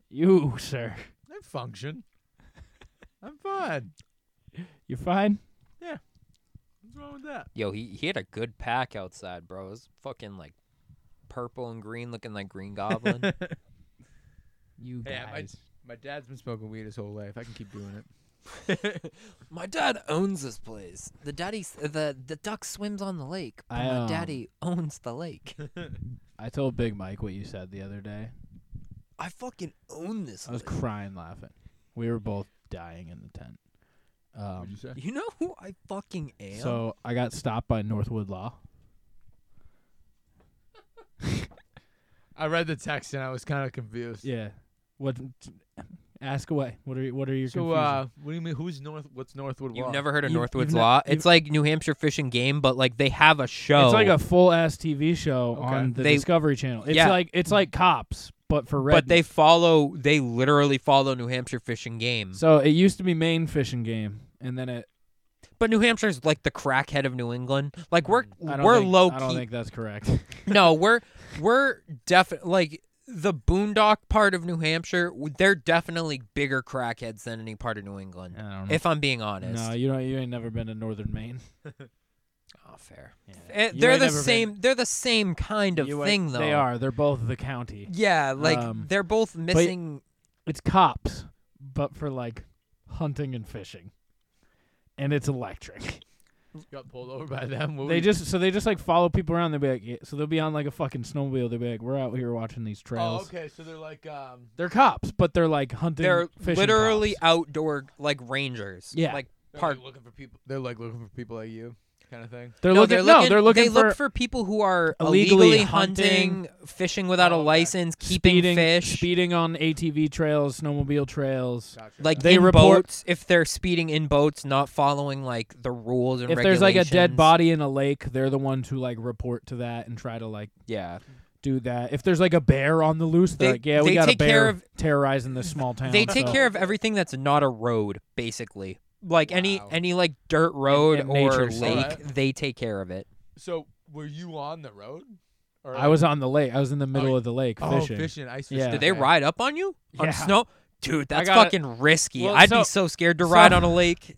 Speaker 1: you, sir.
Speaker 2: I function. I'm fine.
Speaker 1: You're fine?
Speaker 2: What's wrong with that?
Speaker 3: Yo, he he had a good pack outside, bro. It was fucking like purple and green, looking like Green Goblin.
Speaker 1: You
Speaker 2: Yeah, my-
Speaker 1: guys.
Speaker 2: My dad's been smoking weed his whole life. I can keep doing it.
Speaker 3: My dad owns this place. The daddy, s- the the duck swims on the lake. But
Speaker 1: I,
Speaker 3: my
Speaker 1: um,
Speaker 3: daddy owns the lake.
Speaker 1: I told Big Mike what you said the other day.
Speaker 3: I fucking own this.
Speaker 1: I was
Speaker 3: lake.
Speaker 1: crying laughing. We were both dying in the tent.
Speaker 2: What'd
Speaker 1: Um,
Speaker 2: you say?
Speaker 3: you know who I fucking am?
Speaker 1: so I got stopped by Northwood Law.
Speaker 2: I read the text and I was kind of confused.
Speaker 1: Yeah. What? Ask away. What are what are your
Speaker 2: So, uh, what do you mean? Who's North? What's Northwood
Speaker 3: You've
Speaker 2: Walk?
Speaker 3: never heard of
Speaker 1: You-
Speaker 3: Northwood's
Speaker 1: you've ne-
Speaker 3: Law?
Speaker 1: you've-
Speaker 3: It's like New Hampshire Fishing Game, but like they have a show.
Speaker 1: It's like a full ass TV show
Speaker 2: Okay.
Speaker 1: on the
Speaker 3: They-
Speaker 1: Discovery Channel. It's
Speaker 3: Yeah.
Speaker 1: like it's like Cops, but for red.
Speaker 3: but they follow. They literally follow New Hampshire Fishing Game.
Speaker 1: so it used to be Maine Fishing Game, and then it.
Speaker 3: But New Hampshire's like the crackhead of New England. Like we're
Speaker 1: Mm, I don't
Speaker 3: we're
Speaker 1: think,
Speaker 3: low
Speaker 1: I don't
Speaker 3: key.
Speaker 1: think that's correct.
Speaker 3: no, we're we're definitely like the boondock part of New Hampshire. w- They're definitely bigger crackheads than any part of New England.
Speaker 1: I don't know.
Speaker 3: If I'm being honest.
Speaker 1: no, you don't. You ain't never been to Northern Maine.
Speaker 3: oh, fair.
Speaker 1: Yeah.
Speaker 3: Eh,
Speaker 1: You
Speaker 3: they're
Speaker 1: ain't never
Speaker 3: the
Speaker 1: been-
Speaker 3: same. They're the same kind of
Speaker 1: You ain't-
Speaker 3: thing, though.
Speaker 1: They are. They're both the county.
Speaker 3: Yeah, like
Speaker 1: Um,
Speaker 3: they're both missing.
Speaker 1: It's Cops, but for like hunting and fishing, and it's electric.
Speaker 2: got pulled over by them. What were
Speaker 1: They
Speaker 2: you-
Speaker 1: just so they just like follow people around. They'll be like, yeah. so they'll be on like a fucking snowmobile. They'll be like, we're out here watching these trails.
Speaker 2: Oh, okay. So they're like, um,
Speaker 1: They're cops, but they're like hunting.
Speaker 3: They're
Speaker 1: fishing
Speaker 3: literally
Speaker 1: cops.
Speaker 3: outdoor, like rangers.
Speaker 1: Yeah.
Speaker 3: like
Speaker 2: they're
Speaker 3: park.
Speaker 2: like looking for people. They're like looking for people like you, kind of thing.
Speaker 1: They're
Speaker 3: no,
Speaker 1: looking,
Speaker 3: they're
Speaker 1: no,
Speaker 3: looking.
Speaker 1: they're looking
Speaker 3: they
Speaker 1: for,
Speaker 3: look for people who are
Speaker 1: Illegally
Speaker 3: illegally, hunting, fishing without
Speaker 2: Oh,
Speaker 3: a
Speaker 2: okay.
Speaker 3: license, keeping
Speaker 1: speeding,
Speaker 3: fish,
Speaker 1: speeding on ATV trails, snowmobile trails.
Speaker 2: Gotcha.
Speaker 3: like
Speaker 1: They
Speaker 3: in
Speaker 1: report-
Speaker 3: boats. If they're speeding in boats, not following like the rules and
Speaker 1: If there's like a dead
Speaker 3: regulations.
Speaker 1: body in a lake, they're the ones who like report to that and try to like
Speaker 3: yeah,
Speaker 1: do that. If there's like a bear on the loose, they're
Speaker 3: They-
Speaker 1: like, yeah, we
Speaker 3: they
Speaker 1: got a
Speaker 3: take care
Speaker 1: bear
Speaker 3: of-
Speaker 1: terrorizing this small town.
Speaker 3: they take
Speaker 1: so-
Speaker 3: care of everything that's not a road, basically. Like any
Speaker 2: Wow.
Speaker 3: any like dirt road
Speaker 1: and
Speaker 3: or
Speaker 1: nature
Speaker 3: lake,
Speaker 2: stuff.
Speaker 3: they take care of it.
Speaker 2: So were you on the road? Or
Speaker 1: I was on the lake. I was in the middle of the lake
Speaker 2: oh,
Speaker 1: fishing.
Speaker 2: fishing, ice fishing.
Speaker 1: Yeah.
Speaker 3: Did they ride up on you
Speaker 1: Yeah.
Speaker 3: on snow? Dude, that's
Speaker 1: got it.
Speaker 3: fucking risky.
Speaker 1: Well,
Speaker 3: I'd
Speaker 1: so-
Speaker 3: be so scared to
Speaker 1: so-
Speaker 3: ride on a lake.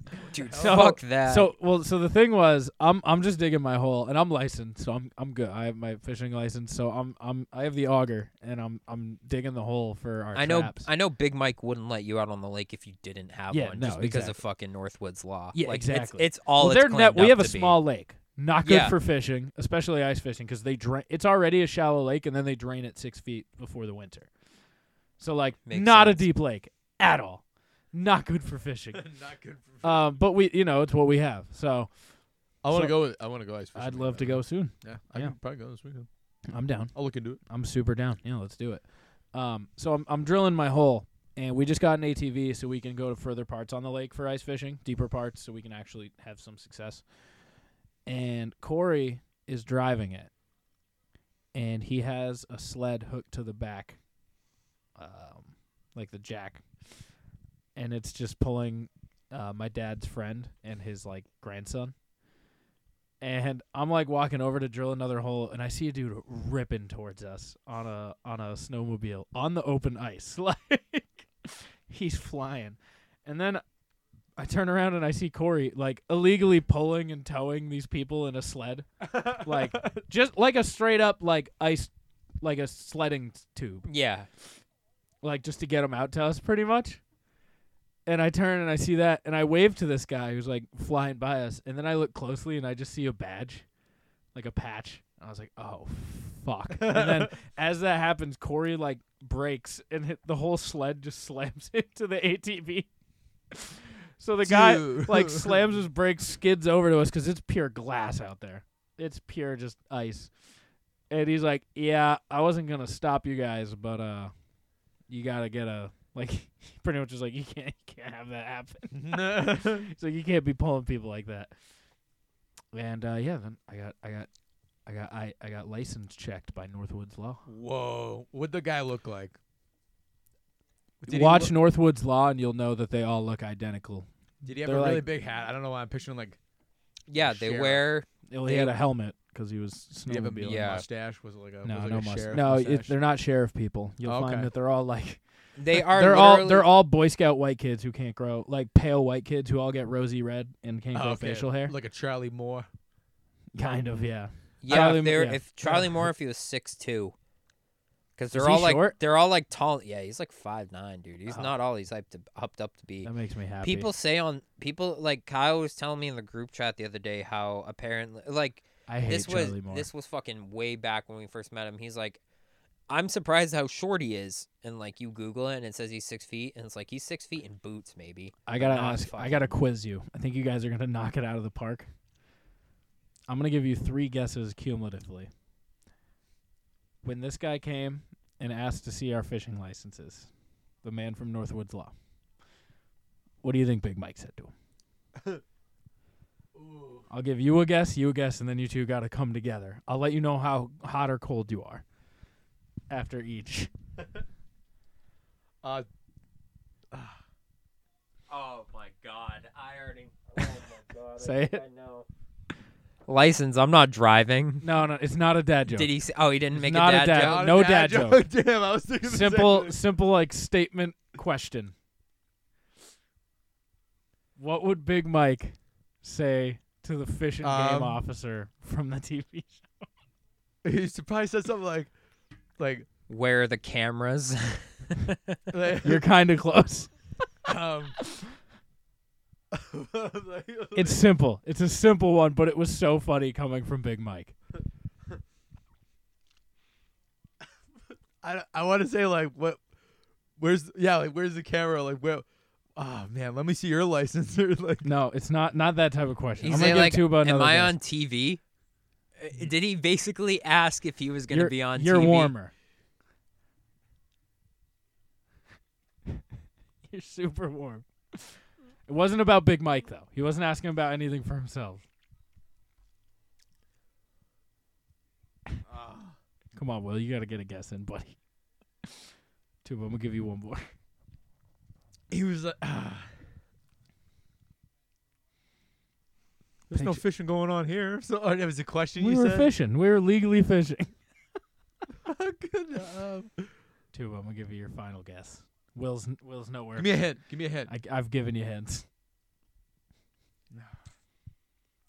Speaker 3: Dude,
Speaker 1: So-
Speaker 3: fuck that.
Speaker 1: So well, so the thing was, I'm I'm just digging my hole, and I'm licensed, so I'm I'm good. I have my fishing license, so I'm I'm I have the auger, and I'm I'm digging the hole for our
Speaker 3: I know
Speaker 1: traps.
Speaker 3: I know Big Mike wouldn't let you out on the lake if you didn't have
Speaker 1: Yeah,
Speaker 3: one
Speaker 1: no,
Speaker 3: just because of fucking Northwood's law.
Speaker 1: Yeah,
Speaker 3: like,
Speaker 1: exactly.
Speaker 3: It's, it's all
Speaker 1: well,
Speaker 3: it's
Speaker 1: they're net.
Speaker 3: claimed
Speaker 1: We
Speaker 3: up
Speaker 1: have a
Speaker 3: to be.
Speaker 1: small lake, not good
Speaker 3: Yeah.
Speaker 1: for fishing, especially ice fishing, because they drain. It's already a shallow lake, and then they drain it six feet before the winter. So like,
Speaker 3: Makes
Speaker 1: not
Speaker 3: sense.
Speaker 1: a deep lake at all. Not good for fishing.
Speaker 2: Not good for.
Speaker 1: um, but we, you know, it's what we have. So
Speaker 2: I want to
Speaker 1: so-
Speaker 2: go. With, I want to go ice fishing.
Speaker 1: I'd
Speaker 2: with
Speaker 1: love to
Speaker 2: them.
Speaker 1: go soon.
Speaker 2: Yeah, I
Speaker 1: Yeah.
Speaker 2: can probably go this weekend.
Speaker 1: I'm down.
Speaker 2: I'll look into it.
Speaker 1: I'm super down. Yeah, let's do it. Um, so I'm I'm drilling my hole, and we just got an ATV so we can go to further parts on the lake for ice fishing, deeper parts, so we can actually have some success. And Corey is driving it, and he has a sled hooked to the back, um, like the jack, and it's just pulling uh, my dad's friend and his like grandson. And I'm like walking over to drill another hole, and I see a dude ripping towards us on a on a snowmobile on the open ice, like he's flying. And then I turn around and I see Corey like illegally pulling and towing these people in a sled, like just like a straight up like ice, like a sledding tube
Speaker 3: Yeah.
Speaker 1: like just to get him out to us pretty much. And I turn and I see that and I wave to this guy who's like flying by us and then I look closely and I just see a badge, like a patch. And I was like, "Oh fuck." and then as that happens, Corey like breaks and hit, the whole sled just slams into the ATV. so the guy
Speaker 2: Dude.
Speaker 1: like slams his brakes, skids over to us cuz it's pure glass out there. It's pure just ice. and he's like, "Yeah, I wasn't gonna stop you guys, but uh, you gotta get a like." He pretty much was like, "You can't, you can't have that happen." He's like, "You can't be pulling people like that." And uh, yeah, then I got, I got, I got, I, I got license checked by Northwoods Law.
Speaker 2: Whoa. What'd the guy look like? Did he
Speaker 1: Watch
Speaker 2: look-
Speaker 1: Northwoods Law, and you'll know that they all look identical.
Speaker 2: did he have a
Speaker 1: they're
Speaker 2: really
Speaker 1: like-
Speaker 2: big hat? I don't know why I'm picturing like
Speaker 3: Yeah, they
Speaker 2: Sheriff.
Speaker 3: wear.
Speaker 1: Well, he
Speaker 3: They-
Speaker 1: had a helmet because he was
Speaker 2: did he have a
Speaker 1: snowmobiling.
Speaker 3: Yeah.
Speaker 2: mustache? Was it like a
Speaker 1: No,
Speaker 2: Uh, was it like
Speaker 1: no
Speaker 2: a
Speaker 1: must.
Speaker 2: sheriff
Speaker 1: No, it,
Speaker 2: mustache? Oh,
Speaker 1: they're not sheriff people. You'll
Speaker 2: Okay.
Speaker 1: find that they're all like
Speaker 3: They are.
Speaker 1: they're all
Speaker 3: literally-
Speaker 1: they're all Boy Scout white kids who can't grow like pale white kids who all get rosy red and can't
Speaker 2: Oh,
Speaker 1: grow
Speaker 2: okay.
Speaker 1: facial hair.
Speaker 2: Like a Charlie Moore.
Speaker 1: Kind of, yeah.
Speaker 3: Yeah,
Speaker 1: Charlie
Speaker 3: if,
Speaker 1: Mo-
Speaker 3: they were,
Speaker 1: yeah.
Speaker 3: if Charlie Moore, if he was six two, because they're
Speaker 1: he
Speaker 3: all like
Speaker 1: short?
Speaker 3: they're all like tall. Yeah, he's like five nine, dude. He's
Speaker 1: Oh.
Speaker 3: not all he's hyped to, upped up to be.
Speaker 1: That makes me happy.
Speaker 3: People say on people like Kyle was telling me in the group chat the other day how apparently like
Speaker 1: I hate
Speaker 3: this was
Speaker 1: Charlie Moore.
Speaker 3: this was fucking way back when we first met him. He's like, I'm surprised how short he is, and like you Google it and it says he's six feet, and it's like he's six feet in boots maybe.
Speaker 1: I gotta
Speaker 3: not
Speaker 1: ask. I gotta
Speaker 3: fucking-
Speaker 1: quiz you. I think you guys are gonna knock it out of the park. I'm gonna give you three guesses cumulatively. When this guy came and asked to see our fishing licenses, the man from Northwoods Law. What do you think Big Mike said to him? I'll give you a guess, you a guess, and then you two gotta come together. I'll let you know how hot or cold you are after each.
Speaker 2: Uh,
Speaker 3: Oh my god, I already. Oh my god,
Speaker 1: Say think it.
Speaker 3: know. License. I'm not driving.
Speaker 1: No, no, it's not a dad joke.
Speaker 3: Did he? Say, oh, he didn't make
Speaker 1: not
Speaker 3: a
Speaker 1: a
Speaker 3: dad,
Speaker 1: dad-
Speaker 3: joke.
Speaker 2: not a
Speaker 1: no dad
Speaker 2: Damn, I was thinking the same
Speaker 1: simple
Speaker 2: thing.
Speaker 1: simple like statement question what would big mike say to the fish and
Speaker 2: Um,
Speaker 1: game officer from the tv show
Speaker 2: He surprised said something like, like,
Speaker 3: Where are the cameras?
Speaker 2: like
Speaker 1: you're kind of close
Speaker 2: um.
Speaker 1: it's simple it's a simple one but it was so funny coming from big mike
Speaker 2: I, I want to say like what, where's yeah like where's the camera like where, oh man let me see your license or like
Speaker 1: no it's not not that type of question
Speaker 3: He
Speaker 1: i'm
Speaker 3: said,
Speaker 1: gonna
Speaker 3: like,
Speaker 1: give two about
Speaker 3: am
Speaker 1: another
Speaker 3: I
Speaker 1: guess.
Speaker 3: on TV? Uh, Did he basically ask if he was going to
Speaker 1: you're,
Speaker 3: be on
Speaker 1: you're
Speaker 3: TV?
Speaker 1: warmer you're super warm it wasn't about big mike though he wasn't asking about anything for himself
Speaker 2: Ah.
Speaker 1: Come on, Will. You got to get a guess in, buddy. Two, I'm going to give you one more.
Speaker 2: he was like ah. there's no
Speaker 1: Picture-
Speaker 2: fishing going on here so oh, that was a question
Speaker 1: We
Speaker 2: you
Speaker 1: were
Speaker 2: said
Speaker 1: fishing. We were legally fishing.
Speaker 2: Good, um,
Speaker 1: Two, I'm going to give you your final guess. Will's Will's nowhere.
Speaker 2: give me a hint give me a hint
Speaker 1: I, I've given you hints.
Speaker 2: No.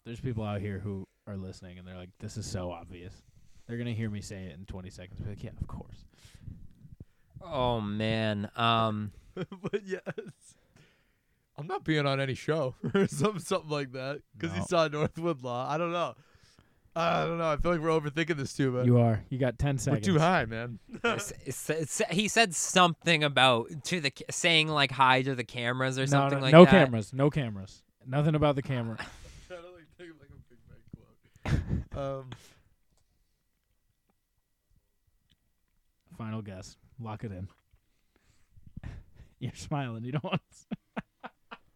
Speaker 1: There's people out here who are listening and they're like, this is so obvious. They're going to hear me say it in 20 seconds. Be like, yeah, of course.
Speaker 3: Oh man. Um.
Speaker 2: but yes I'm not being on any show or something something like that because
Speaker 1: No.
Speaker 2: he saw Northwood Law I don't know I don't know I feel like we're overthinking this too much
Speaker 1: You are. You got 10
Speaker 2: we're
Speaker 1: seconds.
Speaker 2: too high man
Speaker 3: s- s- s- he said something about to the ca- saying like hi to the cameras or
Speaker 1: No,
Speaker 3: something
Speaker 1: no,
Speaker 3: like
Speaker 1: no
Speaker 3: that.
Speaker 1: cameras. No cameras. Nothing about the camera.
Speaker 2: I don't like think of, like a Big Mac quote. um,
Speaker 1: Final guess. Lock it in. You're smiling. You don't want to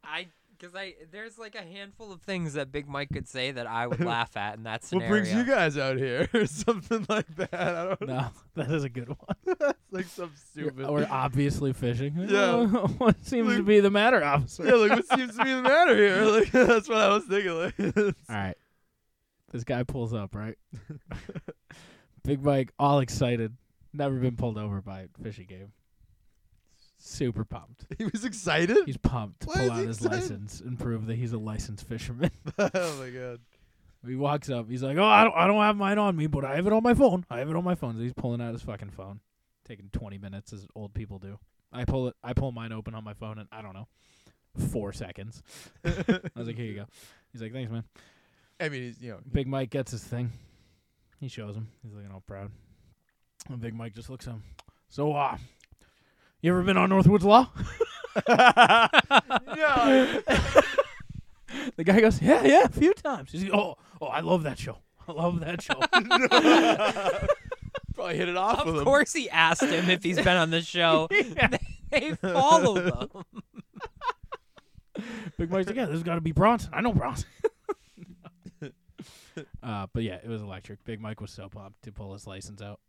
Speaker 3: I because I there's like a handful of things that Big Mike could say that I would laugh at in that
Speaker 2: what
Speaker 3: scenario.
Speaker 2: brings you guys out here? Or something like that. I don't know.
Speaker 1: No, that is a good one.
Speaker 2: It's like some stupid.
Speaker 1: We're obviously fishing.
Speaker 2: Yeah.
Speaker 1: what seems to be the matter, officer?
Speaker 2: yeah, like what seems to be the matter here? Like that's what I was thinking. Like,
Speaker 1: All right. This guy pulls up, right? Big Mike, all excited. Never been pulled over by a fishing game. Super pumped.
Speaker 2: he was excited.
Speaker 1: He's pumped to
Speaker 2: Why
Speaker 1: pull
Speaker 2: is
Speaker 1: out
Speaker 2: he
Speaker 1: his
Speaker 2: excited?
Speaker 1: license and prove that he's a licensed fisherman.
Speaker 2: oh my god.
Speaker 1: he walks up. He's like, "Oh, I don't, I don't have mine on me, but I have it on my phone. I have it on my phone." So he's pulling out his fucking phone, taking twenty minutes as old people do. I pull it. I pull mine open on my phone, and I don't know, four seconds. I was like, here you go. He's like, thanks, man.
Speaker 2: I mean, he's you know.
Speaker 1: Big Mike gets his thing. He shows him. He's looking all proud. And Big Mike just looks at him. So, uh, you ever been on Northwoods Law?
Speaker 2: yeah.
Speaker 1: The guy goes, yeah, yeah, a few times. He's like, oh, oh, I love that show. love that show.
Speaker 2: Probably hit it off with
Speaker 3: Of
Speaker 2: him.
Speaker 3: course, he asked him if he's been on the show. They follow them.
Speaker 1: Big Mike's like, yeah, there's got to be Bronson. I know Bronson. uh, but yeah, it was electric. Big Mike was so pumped to pull his license out.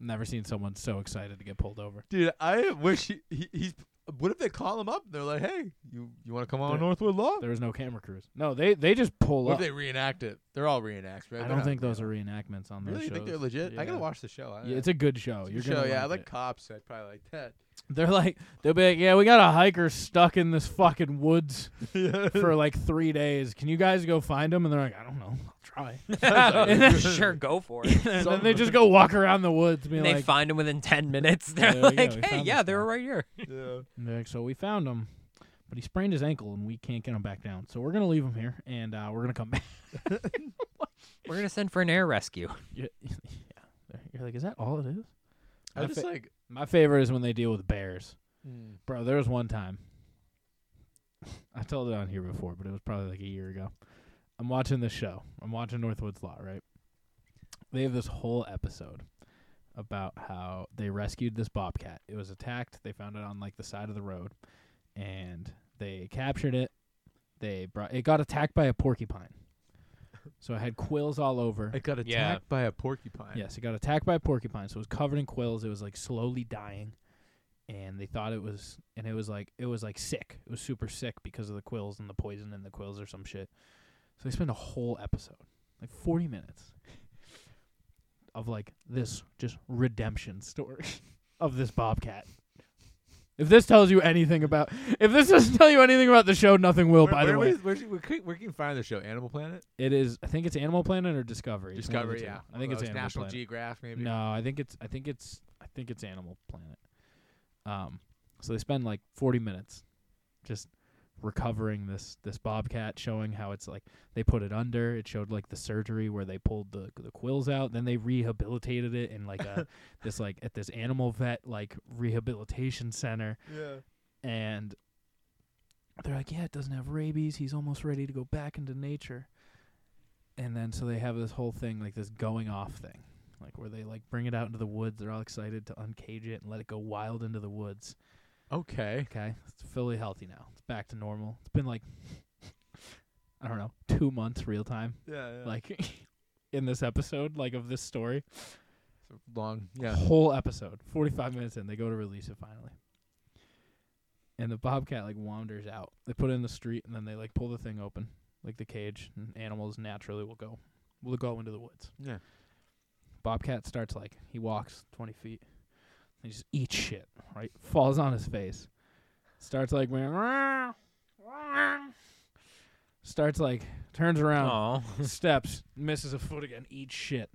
Speaker 1: Never seen someone so excited to get pulled over.
Speaker 2: Dude, I wish he, he he's. What if they call him up? They're like, "Hey, you you want to come on
Speaker 1: They're-
Speaker 2: Northwood Law?"
Speaker 1: There was no camera crews. No, they they just pull
Speaker 2: What
Speaker 1: up.
Speaker 2: if they reenact it? They're all reenacts,
Speaker 1: I
Speaker 2: right? They're
Speaker 1: don't
Speaker 2: not
Speaker 1: think
Speaker 2: real.
Speaker 1: those are reenactments on those
Speaker 2: Really, you
Speaker 1: shows.
Speaker 2: think they're legit? I
Speaker 1: Yeah.
Speaker 2: gotta watch the show. I,
Speaker 1: Yeah, it's a good show.
Speaker 2: good
Speaker 1: You're
Speaker 2: show.
Speaker 1: gonna
Speaker 2: Yeah, I
Speaker 1: like
Speaker 2: like
Speaker 1: it.
Speaker 2: cops. I'd probably like that.
Speaker 1: They're like they'll be like, yeah, we got a hiker stuck in this fucking woods
Speaker 2: yeah.
Speaker 1: for like three days. Can you guys go find him? And they're like, I don't know, I'll try.
Speaker 3: sure, go for it.
Speaker 1: and then they just go walk around the woods, being
Speaker 3: And they
Speaker 1: like,
Speaker 3: find him within 10 minutes. They're
Speaker 1: There we go,
Speaker 3: like,
Speaker 1: we
Speaker 3: hey,
Speaker 1: found
Speaker 3: yeah,
Speaker 1: this
Speaker 3: they were
Speaker 1: guy."
Speaker 3: right here.
Speaker 2: yeah.
Speaker 1: And they're like, so we found him, but he sprained his ankle and we can't get him back down. So we're gonna leave him here and uh, we're gonna come back.
Speaker 3: We're going to send for an air rescue.
Speaker 1: yeah, you're like, is that all it is?
Speaker 2: I
Speaker 1: My
Speaker 2: just
Speaker 1: fa- Hmm.
Speaker 2: like.
Speaker 1: My favorite is when they deal with bears,
Speaker 2: mm,
Speaker 1: bro. There was one time, I told it on here before, but it was probably like a year ago. I'm watching this show. I'm watching Northwoods Law, right? They have this whole episode about how they rescued this bobcat. It was attacked. They found it on like the side of the road, and they captured it. They brought it got attacked by a porcupine, so it had quills all over.
Speaker 2: I got attacked
Speaker 3: Yeah.
Speaker 2: by a porcupine.
Speaker 1: Yes, it got attacked by a porcupine, so it was covered in quills. It was like slowly dying, and they thought it was, and it was like it was like sick. It was super sick because of the quills and the poison in the quills or some shit. So they spent a whole episode, like forty minutes, of like this just redemption story of this bobcat. If this tells you anything about, if this doesn't tell you anything about the show, nothing will.
Speaker 2: Where,
Speaker 1: Oh, by
Speaker 2: where,
Speaker 1: the way,
Speaker 2: where's- where's- where, can- where can you find the show? Animal Planet,
Speaker 1: it is. I think it's Animal Planet or Discovery. It's one of the
Speaker 2: Discovery.
Speaker 1: two.
Speaker 2: Yeah,
Speaker 1: I think
Speaker 2: Well,
Speaker 1: it's
Speaker 2: it's
Speaker 1: Animal
Speaker 2: National
Speaker 1: Planet.
Speaker 2: Geographic. Maybe.
Speaker 1: No, I think it's I think it's I think it's Animal Planet. Um, so they spend like forty minutes just recovering this this bobcat, showing how it's like they put it under. It showed like the surgery where they pulled the the quills out, then they rehabilitated it in like a this like at this animal vet like rehabilitation center
Speaker 2: Yeah.
Speaker 1: and they're like, "Yeah, it doesn't have rabies. He's almost ready to go back into nature." And then so they have this whole thing, like this going off thing, like where they like bring it out into the woods. They're all excited to uncage it and let it go wild into the woods.
Speaker 2: Okay.
Speaker 1: Okay, it's fully healthy now. It's back to normal. It's been like I don't know, two months real time,
Speaker 2: Yeah. yeah.
Speaker 1: like in this episode, like of this story.
Speaker 2: It's a long. Yeah.
Speaker 1: Whole episode, 45 minutes in, they go to release it finally. And the bobcat like wanders out. They put it in the street and then they like pull the thing open, like the cage, and animals naturally will go will go into the woods.
Speaker 2: Yeah.
Speaker 1: Bobcat starts like he walks 20 feet. And he just eats shit, right? Falls on his face. Starts like going, "Wah, wah." starts like turns around
Speaker 3: Oh.
Speaker 1: steps, misses a foot again, eats shit.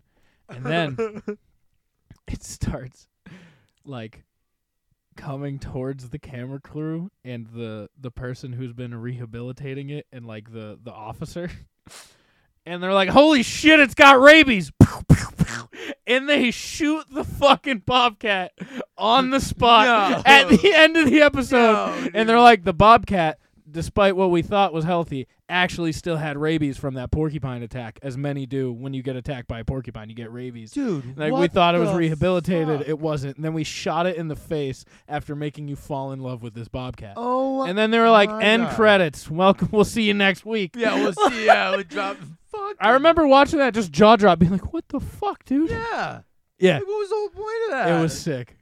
Speaker 1: And then it starts like coming towards the camera crew and the the person who's been rehabilitating it and like the the officer. And they're like, "Holy shit, it's got rabies." And they shoot the fucking bobcat on the spot
Speaker 2: No.
Speaker 1: at the end of the episode.
Speaker 2: No,
Speaker 1: and they're
Speaker 2: dude.
Speaker 1: like, "The bobcat despite what we thought was healthy, actually still had rabies from that porcupine attack, as many do when you get attacked by a porcupine, you get rabies.
Speaker 2: Dude,
Speaker 1: Like we thought it was rehabilitated, it wasn't. And then we shot it in the face after making you fall in love with this bobcat.
Speaker 2: Oh.
Speaker 1: and then they were like,
Speaker 2: my
Speaker 1: "End
Speaker 2: God."
Speaker 1: credits. Welcome. We'll see you next week."
Speaker 2: yeah, we'll see. Yeah, we drop. Fuck.
Speaker 1: I remember watching that just jaw drop, being like, "What the fuck, dude?"
Speaker 2: Yeah.
Speaker 1: Yeah,
Speaker 2: Like, what was the whole point of that?
Speaker 1: it was sick.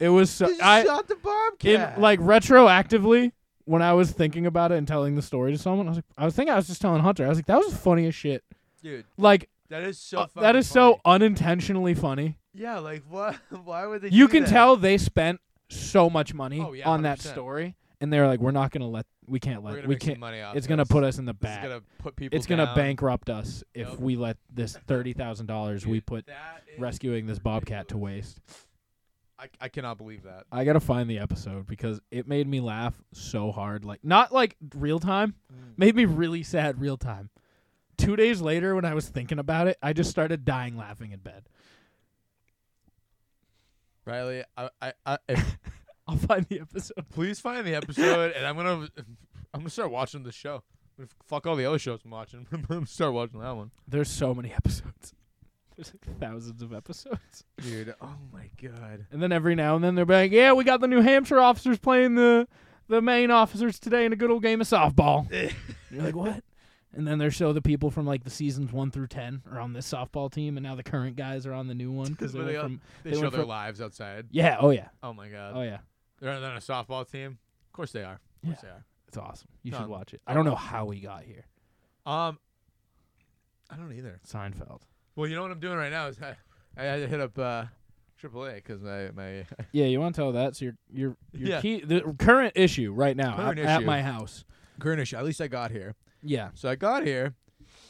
Speaker 1: It was so.
Speaker 2: They just
Speaker 1: I
Speaker 2: shot the
Speaker 1: in
Speaker 2: bobcat.
Speaker 1: like retroactively when I was thinking about it and telling the story to someone, I was like, I was thinking I was just telling Hunter. I was like, that was the funniest shit.
Speaker 2: dude,
Speaker 1: Like
Speaker 2: that is so.
Speaker 1: uh, that
Speaker 2: fucking
Speaker 1: is so
Speaker 2: funny.
Speaker 1: unintentionally funny.
Speaker 2: Yeah, like what? Why would they?
Speaker 1: You
Speaker 2: do
Speaker 1: can
Speaker 2: that?
Speaker 1: tell they spent so much money
Speaker 2: Oh, yeah,
Speaker 1: on that
Speaker 2: 100%.
Speaker 1: story, and they're like, we're not gonna let, we can't
Speaker 2: We're
Speaker 1: let,
Speaker 2: gonna
Speaker 1: we
Speaker 2: make some
Speaker 1: can't.
Speaker 2: money off
Speaker 1: It's gonna
Speaker 2: this.
Speaker 1: put us in the
Speaker 2: This is
Speaker 1: back.
Speaker 2: gonna put people.
Speaker 1: it's gonna
Speaker 2: down.
Speaker 1: bankrupt us if
Speaker 2: Nope.
Speaker 1: we let this thirty thousand dollars we
Speaker 2: Dude,
Speaker 1: put
Speaker 2: that is
Speaker 1: rescuing this bobcat to
Speaker 2: ridiculous.
Speaker 1: waste.
Speaker 2: I, I cannot believe that.
Speaker 1: I gotta find the episode because it made me laugh so hard. Like not like real time, made me really sad real time. Two days later, when I was thinking about it, I just started dying laughing in bed.
Speaker 2: Riley, I, I, I if-
Speaker 1: I'll find the episode.
Speaker 2: please find the episode, and I'm gonna, I'm gonna start watching the show. I'm gonna f- Fuck all the other shows I'm watching. I'm gonna start watching that one.
Speaker 1: There's so many episodes. There's like thousands of episodes.
Speaker 2: dude. Oh my god.
Speaker 1: And then every now and then they're like, "Yeah, we got the New Hampshire officers playing the the Maine officers today in a good old game of softball." And you're like, "What?" And then they show the people from like the seasons one through ten are on this softball team, and now the current guys are on the new one because
Speaker 2: 'Cause
Speaker 1: they
Speaker 2: when
Speaker 1: went
Speaker 2: they-
Speaker 1: from
Speaker 2: They,
Speaker 1: They
Speaker 2: show
Speaker 1: went
Speaker 2: their
Speaker 1: from-
Speaker 2: lives outside.
Speaker 1: yeah, oh yeah,
Speaker 2: Oh my god.
Speaker 1: oh yeah,
Speaker 2: They're they're on a softball team. Of course they are. Of course
Speaker 1: it's awesome. You
Speaker 2: No,
Speaker 1: should watch it. I don't know how we got here.
Speaker 2: they are. Um, I don't either.
Speaker 1: Seinfeld.
Speaker 2: Well, you know what I'm doing right now is I, I had to hit up uh, AAA because my my
Speaker 1: Yeah, you want to tell that? So your your your
Speaker 2: Yeah.
Speaker 1: key the current issue right now at,
Speaker 2: Current
Speaker 1: at
Speaker 2: issue.
Speaker 1: my house.
Speaker 2: current issue. At least I got here.
Speaker 1: Yeah,
Speaker 2: So I got here,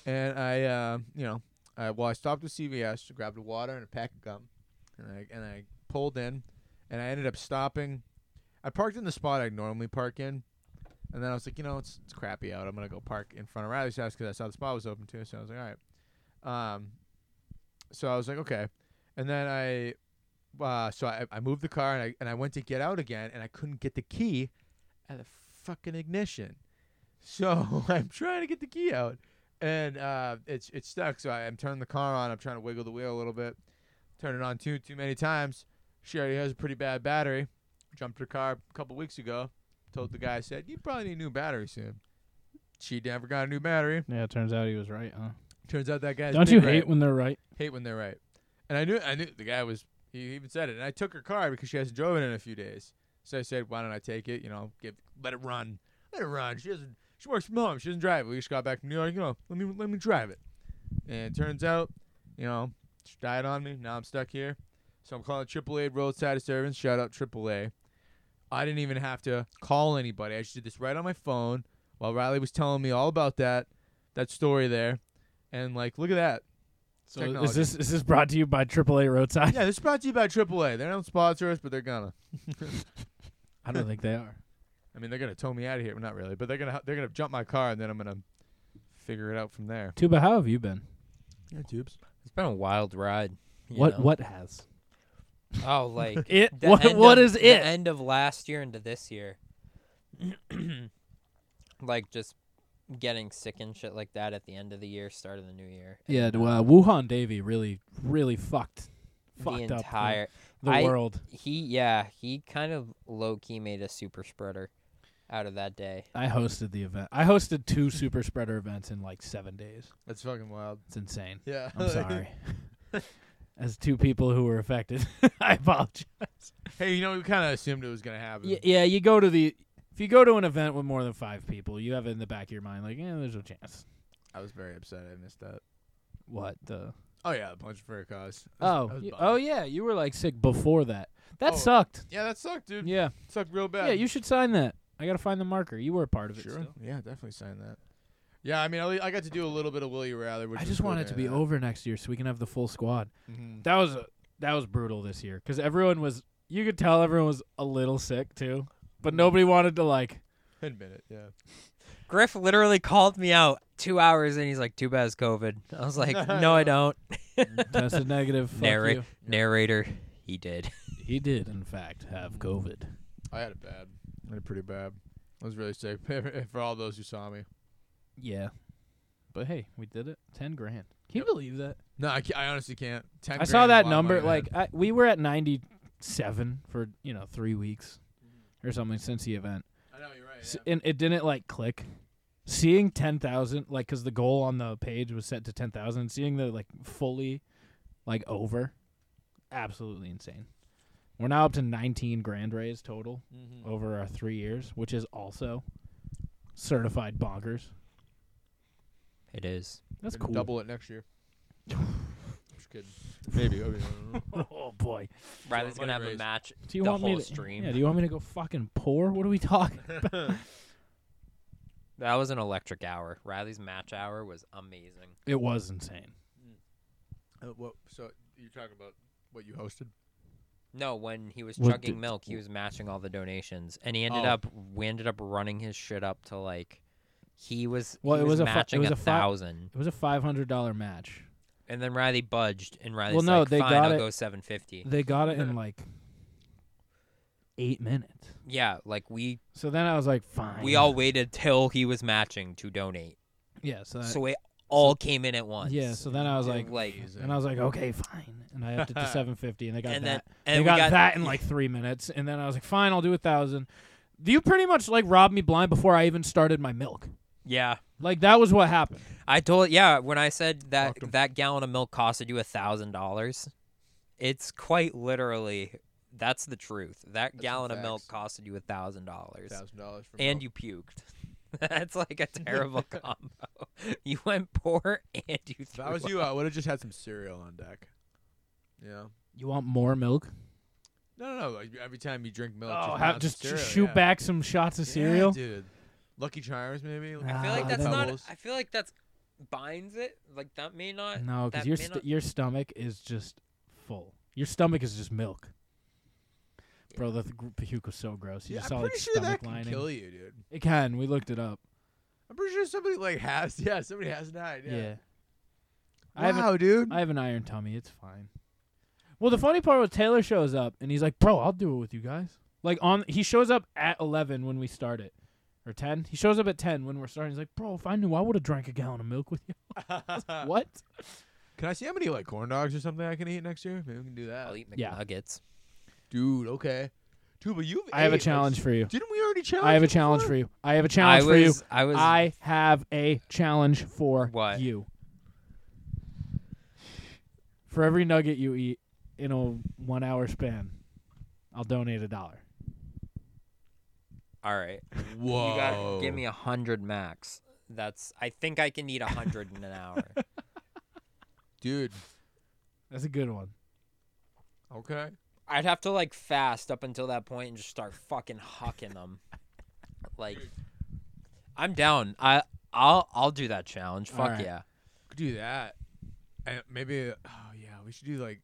Speaker 2: and I, uh, you know, I well, I stopped at CVS, grabbed a water and a pack of gum, and I and I pulled in, and I ended up stopping. I parked in the spot I normally park in, and then I was like, you know, it's it's crappy out. I'm gonna go park in front of Riley's house because I saw the spot was open too. So I was like, all right. Um, so I was like, okay, and then I. Uh, so I, I moved the car and I and I went to get out again and I couldn't get the key at the fucking ignition. So I'm trying to get the key out, and uh, it's it's stuck. So I, am turning the car on. I'm trying to wiggle the wheel a little bit. Turn it on too too many times. She already has a pretty bad battery. Jumped her car a couple weeks ago. Told the guy, said you probably need a new battery soon. She never got a new battery.
Speaker 1: yeah. It turns out he was right, huh?
Speaker 2: Turns out that guy
Speaker 1: Don't you hate when they're right?
Speaker 2: hate when they're right. And I knew I knew the guy was he even said it. And I took her car because she hasn't driven in a few days. So I said, Why don't I take it? You know, give let it run. Let it run. She doesn't she works from home. She doesn't drive it. We just got back from New York, you know, let me let me drive it. And it turns out, you know, she died on me. Now I'm stuck here. So I'm calling AAA roadside disturbance. Shout out AAA. I didn't even have to call anybody. I just did this right on my phone while Riley was telling me all about that that story there. And like, look at that.
Speaker 1: So
Speaker 2: Technology.
Speaker 1: is this is this brought to you by AAA Roadside?
Speaker 2: Yeah, this is brought to you by AAA. They don't sponsor us, but they're gonna.
Speaker 1: I don't think they are.
Speaker 2: I mean, they're gonna tow me out of here. Well, not really, but they're gonna they're gonna jump my car and then I'm gonna figure it out from there.
Speaker 1: Tuba, how have you been?
Speaker 2: Yeah, tubes.
Speaker 3: It's been a wild ride. you
Speaker 1: What
Speaker 3: know?
Speaker 1: what has
Speaker 3: Oh, like
Speaker 1: it?
Speaker 3: the
Speaker 1: what
Speaker 3: end
Speaker 1: what
Speaker 3: of-
Speaker 1: is
Speaker 3: the
Speaker 1: it?
Speaker 3: end of last year into this year. like just getting sick and shit like that at the end of the year, start of the new year.
Speaker 1: Yeah,
Speaker 3: and,
Speaker 1: d-
Speaker 3: uh,
Speaker 1: uh, Wuhan Davy really really fucked
Speaker 3: the
Speaker 1: fucked up the-
Speaker 3: entire
Speaker 1: the
Speaker 3: I-
Speaker 1: world.
Speaker 3: he yeah, he kind of low key made a super spreader out of that day.
Speaker 1: I hosted the event. I hosted two super spreader events in like seven days.
Speaker 2: That's fucking wild.
Speaker 1: It's insane.
Speaker 2: Yeah.
Speaker 1: I'm sorry. As two people who were affected, I apologize.
Speaker 2: hey, you know, we kind of assumed it was gonna happen.
Speaker 1: Y- yeah, you go to the if you go to an event with more than five people, you have it in the back of your mind like, yeah, there's no chance.
Speaker 2: I was very upset. I missed that.
Speaker 1: What the?
Speaker 2: Oh yeah, a punch for a cause. I was- I
Speaker 1: Oh,
Speaker 2: was
Speaker 1: you-
Speaker 2: bummed.
Speaker 1: oh yeah, you were like sick before that. That
Speaker 2: Oh,
Speaker 1: sucked.
Speaker 2: Yeah, that sucked, dude.
Speaker 1: Yeah,
Speaker 2: It sucked real bad.
Speaker 1: yeah, you should sign that. I gotta find the marker. You were a part of it.
Speaker 2: sure?
Speaker 1: still.
Speaker 2: Yeah, definitely sign that. Yeah, I mean, I, I got to do a little bit of Willie Rather. Which
Speaker 1: I just want it to be over next year so we can have the full squad.
Speaker 2: hmm
Speaker 1: That was a, that was brutal this year because everyone was you could tell everyone was a little sick too, but nobody wanted to like.
Speaker 2: Admit it. Yeah.
Speaker 3: Griff literally called me out two hours and he's like, Too bad it's COVID. I was like, No, I don't.
Speaker 1: tested negative. Fuck
Speaker 3: Narra-
Speaker 1: you.
Speaker 3: Narrator, he did.
Speaker 1: He did, in fact, have COVID.
Speaker 2: I had it bad. I had it pretty bad. I was really sick. For all those who saw me.
Speaker 1: Yeah, but hey, we did it. Ten grand. Can you believe that?
Speaker 2: No, I, ca- I honestly can't. 10
Speaker 1: I
Speaker 2: grand
Speaker 1: saw
Speaker 2: is a
Speaker 1: that
Speaker 2: lot of
Speaker 1: number.
Speaker 2: money,
Speaker 1: Like
Speaker 2: man.
Speaker 1: I, we were at ninety seven for you know three weeks or something since the event,
Speaker 2: I know you're right.
Speaker 1: S- and it didn't like click. Seeing ten thousand, like, cause the goal on the page was set to ten thousand. Seeing the like fully, like over, absolutely insane. We're now up to nineteen grand raised total
Speaker 2: Mm-hmm.
Speaker 1: over our three years, which is also certified bonkers.
Speaker 3: It is.
Speaker 1: That's cool.
Speaker 2: Double it next year. Just kidding. Maybe. I mean, I don't know.
Speaker 1: oh boy.
Speaker 3: Riley's
Speaker 2: money
Speaker 3: gonna have a
Speaker 2: raised.
Speaker 3: match
Speaker 1: Do you
Speaker 3: the
Speaker 1: want
Speaker 3: whole
Speaker 1: me to,
Speaker 3: stream.
Speaker 1: Yeah, do you want me to go fucking pour? What are we talking?
Speaker 3: That was an electric hour. Riley's match hour was amazing.
Speaker 1: It was insane.
Speaker 2: Uh, what, so you're talking about what you hosted?
Speaker 3: No, when he was
Speaker 1: What
Speaker 3: chugging
Speaker 1: did-
Speaker 3: milk, he was matching all the donations, and he ended
Speaker 2: Oh.
Speaker 3: up we ended up running his shit up to like he was
Speaker 1: Well,
Speaker 3: he
Speaker 1: it was
Speaker 3: was,
Speaker 1: a fi- it
Speaker 3: matching
Speaker 1: was
Speaker 3: a
Speaker 1: a fi-
Speaker 3: thousand,
Speaker 1: It was a five hundred dollar match.
Speaker 3: and then Riley budged, and Riley's
Speaker 1: no,
Speaker 3: like,
Speaker 1: they
Speaker 3: "Fine,
Speaker 1: got
Speaker 3: I'll
Speaker 1: it-
Speaker 3: go seven fifty.
Speaker 1: They got it in like eight minutes.
Speaker 3: Yeah, like we
Speaker 1: So then I was like, fine.
Speaker 3: we all waited till he was matching to donate.
Speaker 1: yeah. So, that,
Speaker 3: So we all came in at once.
Speaker 1: Yeah, so then I was like,
Speaker 3: And, like,
Speaker 1: and I was like, okay, fine. And I upped it to 750, and they got
Speaker 3: and then
Speaker 1: that.
Speaker 3: and
Speaker 1: they
Speaker 3: we
Speaker 1: got,
Speaker 3: got
Speaker 1: that in like three minutes, and then I was like, fine, I'll do a thousand. You pretty much like robbed me blind before I even started my milk.
Speaker 3: Yeah,
Speaker 1: Like that was what happened.
Speaker 3: I told yeah when I said that
Speaker 1: Fuck 'em.
Speaker 3: that gallon of milk costed you a thousand dollars. It's quite literally that's the truth. That
Speaker 2: some
Speaker 3: gallon of milk
Speaker 2: facts.
Speaker 3: costed you a thousand dollars,
Speaker 2: thousand dollars for
Speaker 3: and
Speaker 2: milk.
Speaker 3: you puked. that's like a terrible combo. You went poor and you.
Speaker 2: If I was
Speaker 3: threw
Speaker 2: you,
Speaker 3: up.
Speaker 2: I would have just had some cereal on deck. Yeah.
Speaker 1: You want more milk?
Speaker 2: No, no, no. Like every time you drink milk,
Speaker 1: Oh,
Speaker 2: just,
Speaker 1: have,
Speaker 2: have
Speaker 1: just
Speaker 2: some cereal,
Speaker 1: shoot
Speaker 2: yeah.
Speaker 1: back some shots of
Speaker 2: Yeah,
Speaker 1: cereal.
Speaker 2: dude. Lucky Charms, maybe.
Speaker 1: I
Speaker 3: I feel like
Speaker 1: Ah,
Speaker 3: that's
Speaker 1: that
Speaker 3: not.
Speaker 2: Pebbles.
Speaker 3: I feel like that's binds it. Like that may not.
Speaker 1: No, because
Speaker 3: that
Speaker 1: your
Speaker 3: may
Speaker 1: st-
Speaker 3: not-
Speaker 1: your stomach is just full. Your stomach is just milk. Bro, the th- gr- puke was so gross. You
Speaker 2: Yeah,
Speaker 1: just saw
Speaker 2: I'm
Speaker 1: like
Speaker 2: pretty sure
Speaker 1: stomach
Speaker 2: that can
Speaker 1: lining.
Speaker 2: kill you, dude.
Speaker 1: It can. We looked it up.
Speaker 2: I'm pretty sure somebody like has. Yeah, somebody has died.
Speaker 1: Yeah. I haven't.
Speaker 2: Wow, dude.
Speaker 1: I have an iron tummy. It's fine. Well, the funny part was Taylor shows up and he's like, "Bro, I'll do it with you guys." Like on, he shows up at eleven when we start it, or ten. He shows up at ten when we're starting. He's like, "Bro, if I knew, I would have drank a gallon of milk with you." what?
Speaker 2: Can I see how many like corn dogs or something I can eat next year? Maybe we can do that.
Speaker 3: I'll eat
Speaker 1: Yeah.
Speaker 3: McNuggets.
Speaker 2: Dude, okay. Dude, but you've.
Speaker 1: I have a
Speaker 2: ate, like,
Speaker 1: challenge for you.
Speaker 2: Didn't we already challenge?
Speaker 1: I have a
Speaker 2: you
Speaker 1: challenge
Speaker 2: before?
Speaker 1: for you. I have a
Speaker 3: I
Speaker 1: challenge
Speaker 3: was.
Speaker 1: for you.
Speaker 3: I was.
Speaker 1: I have a challenge for
Speaker 3: What?
Speaker 1: you. For every nugget you eat in a one hour span, I'll donate a dollar.
Speaker 3: All right.
Speaker 2: Whoa.
Speaker 3: You got give me a hundred max. That's. I think I can eat a hundred in an hour.
Speaker 2: dude.
Speaker 1: That's a good one.
Speaker 2: Okay.
Speaker 3: I'd have to like fast up until that point and just start fucking hucking them. Like, I'm down. I I'll I'll do that challenge.
Speaker 1: All
Speaker 3: Fuck
Speaker 1: right.
Speaker 3: yeah.
Speaker 2: Could do that. And maybe. Oh yeah, we should do like.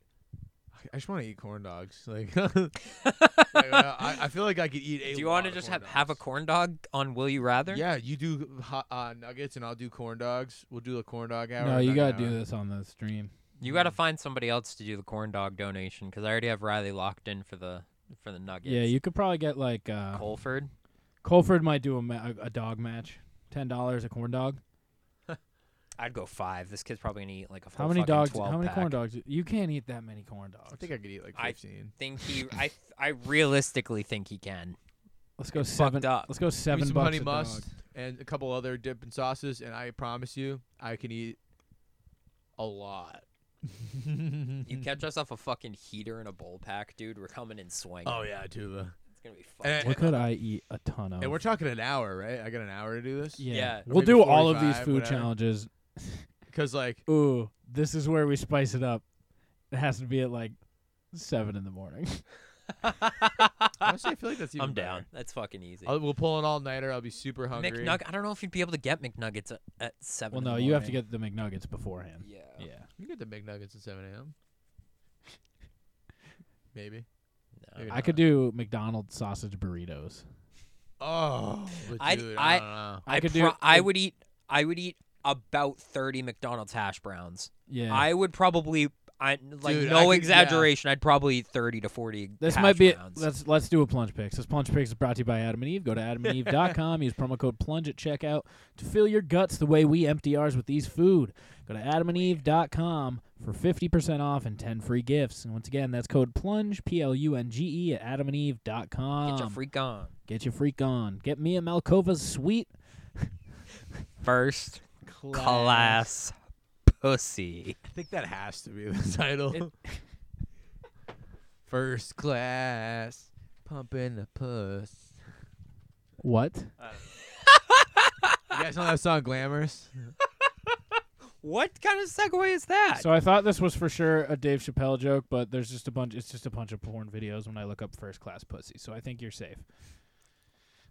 Speaker 2: I- I just want to eat corn dogs. Like, like, uh, I, I feel like I could eat a.
Speaker 3: Do you want
Speaker 2: lot
Speaker 3: to
Speaker 2: of
Speaker 3: just
Speaker 2: corn
Speaker 3: have have a
Speaker 2: dogs.
Speaker 3: corn dog on Will You Rather?
Speaker 2: Yeah, you do hot, uh, nuggets and I'll do corn dogs. We'll do the corn dog hour.
Speaker 1: No,
Speaker 2: and uh,
Speaker 1: you
Speaker 2: nugget
Speaker 1: gotta do
Speaker 2: hour.
Speaker 1: this on the stream.
Speaker 3: You got to find somebody else to do the corn dog donation because I already have Riley locked in for the for the nuggets.
Speaker 1: Yeah, you could probably get like uh,
Speaker 3: Colford.
Speaker 1: Colford might do a, ma- a- a dog match. Ten dollars a corn dog.
Speaker 3: I'd go five. This kid's probably gonna eat like a full
Speaker 1: How many
Speaker 3: fucking
Speaker 1: dogs?
Speaker 3: 12
Speaker 1: How many
Speaker 3: pack.
Speaker 1: corn dogs? You can't eat that many corn dogs.
Speaker 2: I think I could eat like
Speaker 3: I-
Speaker 2: 15.
Speaker 3: Think he? I th- I realistically think he can.
Speaker 1: let's go
Speaker 3: fucked
Speaker 1: seven.
Speaker 3: up.
Speaker 1: Let's go seven
Speaker 2: some
Speaker 1: bucks
Speaker 2: honey
Speaker 1: a
Speaker 2: mustard.
Speaker 1: dog.
Speaker 2: and a couple other dip and sauces, and I promise you, I can eat a lot.
Speaker 3: You catch us off a fucking heater in a bowl pack, dude. We're coming in swinging.
Speaker 2: oh yeah, Tuba.
Speaker 3: It's gonna be fun.
Speaker 2: And,
Speaker 1: What could I eat a ton of?
Speaker 2: and we're talking an hour, right? I got an hour to do this.
Speaker 1: yeah.
Speaker 3: yeah,
Speaker 1: we'll
Speaker 2: maybe
Speaker 1: do all of these
Speaker 2: 45,
Speaker 1: food
Speaker 2: whatever.
Speaker 1: challenges
Speaker 2: Because like,
Speaker 1: ooh, this is where we spice it up. It has to be at like seven in the morning.
Speaker 3: eh.
Speaker 2: honestly, I feel like that's even
Speaker 3: I'm down.
Speaker 2: better.
Speaker 3: That's fucking easy.
Speaker 2: I'll, we'll pull an all nighter. I'll be super hungry.
Speaker 3: McNug. I don't know if you'd be able to get McNuggets at, at seven.
Speaker 1: well,
Speaker 3: in the
Speaker 1: no, you have to
Speaker 3: morning. Oh,
Speaker 1: get the McNuggets beforehand.
Speaker 3: Yeah.
Speaker 1: Yeah.
Speaker 2: You can get the McNuggets at 7 a.m. Maybe.
Speaker 3: No.
Speaker 2: Maybe
Speaker 1: I could do McDonald's sausage burritos.
Speaker 2: Oh, but
Speaker 3: I-
Speaker 2: dude,
Speaker 3: I-
Speaker 2: I, don't know.
Speaker 1: I
Speaker 3: I
Speaker 1: could
Speaker 3: pro-
Speaker 1: do-
Speaker 3: I would eat. I would eat about thirty McDonald's hash browns.
Speaker 1: Yeah.
Speaker 3: I would probably. I like
Speaker 2: Dude, I
Speaker 3: no
Speaker 2: could- yeah.
Speaker 3: exaggeration. I'd probably eat thirty to forty.
Speaker 1: this
Speaker 3: hash
Speaker 1: might be
Speaker 3: browns.
Speaker 1: let's let's do a plunge picks. This plunge picks is brought to you by Adam and Eve. Go to adamandeve.com, use promo code plunge at checkout to fill your guts the way we empty ours with these food. Go to adamandeve.com for 50% off and 10 free gifts. And once again, that's code plunge P L U N G E at adamandeve.com.
Speaker 3: get your freak on
Speaker 1: Get your freak on. Get me a Malcova's sweet
Speaker 3: first class pussy.
Speaker 2: I think that has to be the title. First class, pumping the puss.
Speaker 1: What?
Speaker 2: You guys know that song, Glamorous?
Speaker 3: What kind of segue is that?
Speaker 1: So I thought this was for sure a Dave Chappelle joke, but there's just a bunch. It's just a bunch of porn videos when I look up first class pussy. So I think you're safe.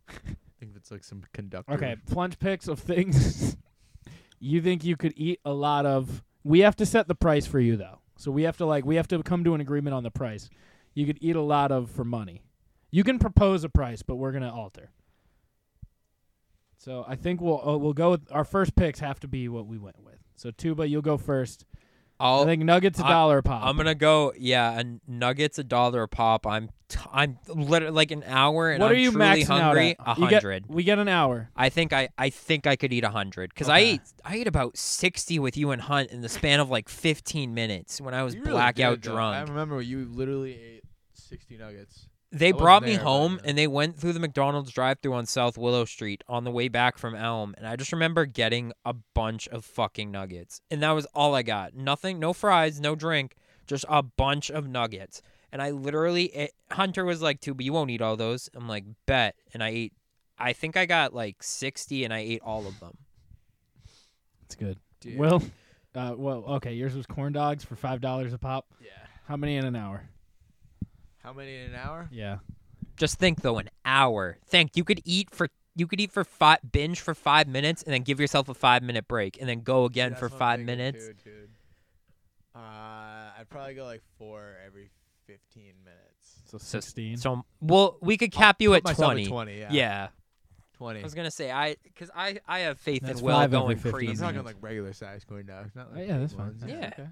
Speaker 2: I think it's like some conductor.
Speaker 1: Okay, plunge picks of things you think you could eat a lot of. We have to set the price for you though. So we have to like we have to come to an agreement on the price. You could eat a lot of for money. You can propose a price, but we're gonna alter. So I think we'll uh, we'll go with our first picks have to be what we went with. So Tuba, you'll go first. I
Speaker 3: I'll
Speaker 1: think Nuggets a
Speaker 3: I-
Speaker 1: dollar a pop.
Speaker 3: I'm gonna go. Yeah, and nuggets a dollar a pop. I'm t- I'm literally like an hour, and
Speaker 1: what
Speaker 3: I'm
Speaker 1: are you
Speaker 3: truly
Speaker 1: maxing
Speaker 3: hungry.
Speaker 1: out at?
Speaker 3: A
Speaker 1: You get-
Speaker 3: hundred.
Speaker 1: we get an hour.
Speaker 3: I think I I think I could eat a hundred because I
Speaker 1: Okay.
Speaker 3: ate I ate about sixty with you and Hunt in the span of like 15 minutes when I was
Speaker 2: You really
Speaker 3: blackout
Speaker 2: did, though. I
Speaker 3: drunk.
Speaker 2: remember you literally ate 60 nuggets.
Speaker 3: They
Speaker 2: wasn't
Speaker 3: brought me
Speaker 2: there, but,
Speaker 3: home
Speaker 2: you know.
Speaker 3: and they went through the McDonald's drive-through on South Willow Street on the way back from Elm, and I just remember getting a bunch of fucking nuggets, and that was all I got. Nothing, no fries, no drink, just a bunch of nuggets. And I literally, it, Hunter was like, "Too, but you won't eat all those." I'm like, "Bet," and I ate. I think I got like 60, and I ate all of them.
Speaker 1: It's good.
Speaker 2: Dude.
Speaker 1: Well, uh, well, okay. Yours was corn dogs for five dollars a pop.
Speaker 2: Yeah.
Speaker 1: How many in an hour?
Speaker 2: How many in an hour?
Speaker 1: Yeah.
Speaker 3: Just think though, an hour. Think you could eat for you could eat for five binge for five minutes and then give yourself a five minute break and then go again
Speaker 2: That's
Speaker 3: for
Speaker 2: what I'm
Speaker 3: five
Speaker 2: thinking,
Speaker 3: minutes.
Speaker 2: Dude, dude. Uh, I'd probably go like four every 15 minutes.
Speaker 1: So
Speaker 3: So-
Speaker 1: sixteen.
Speaker 3: So well, we could cap you at
Speaker 2: Put myself
Speaker 3: twenty.
Speaker 2: 20, yeah.
Speaker 3: yeah.
Speaker 2: 20.
Speaker 3: I was gonna say I because I I have faith
Speaker 1: That's
Speaker 3: in Will
Speaker 1: five every
Speaker 3: going
Speaker 1: 50
Speaker 2: I'm
Speaker 1: minutes.
Speaker 3: crazy.
Speaker 2: talking like regular size corn dogs, not
Speaker 1: Oh,
Speaker 2: like
Speaker 1: yeah,
Speaker 2: big
Speaker 1: that's fine.
Speaker 2: ones.
Speaker 1: That's
Speaker 3: Yeah.
Speaker 1: Okay. okay.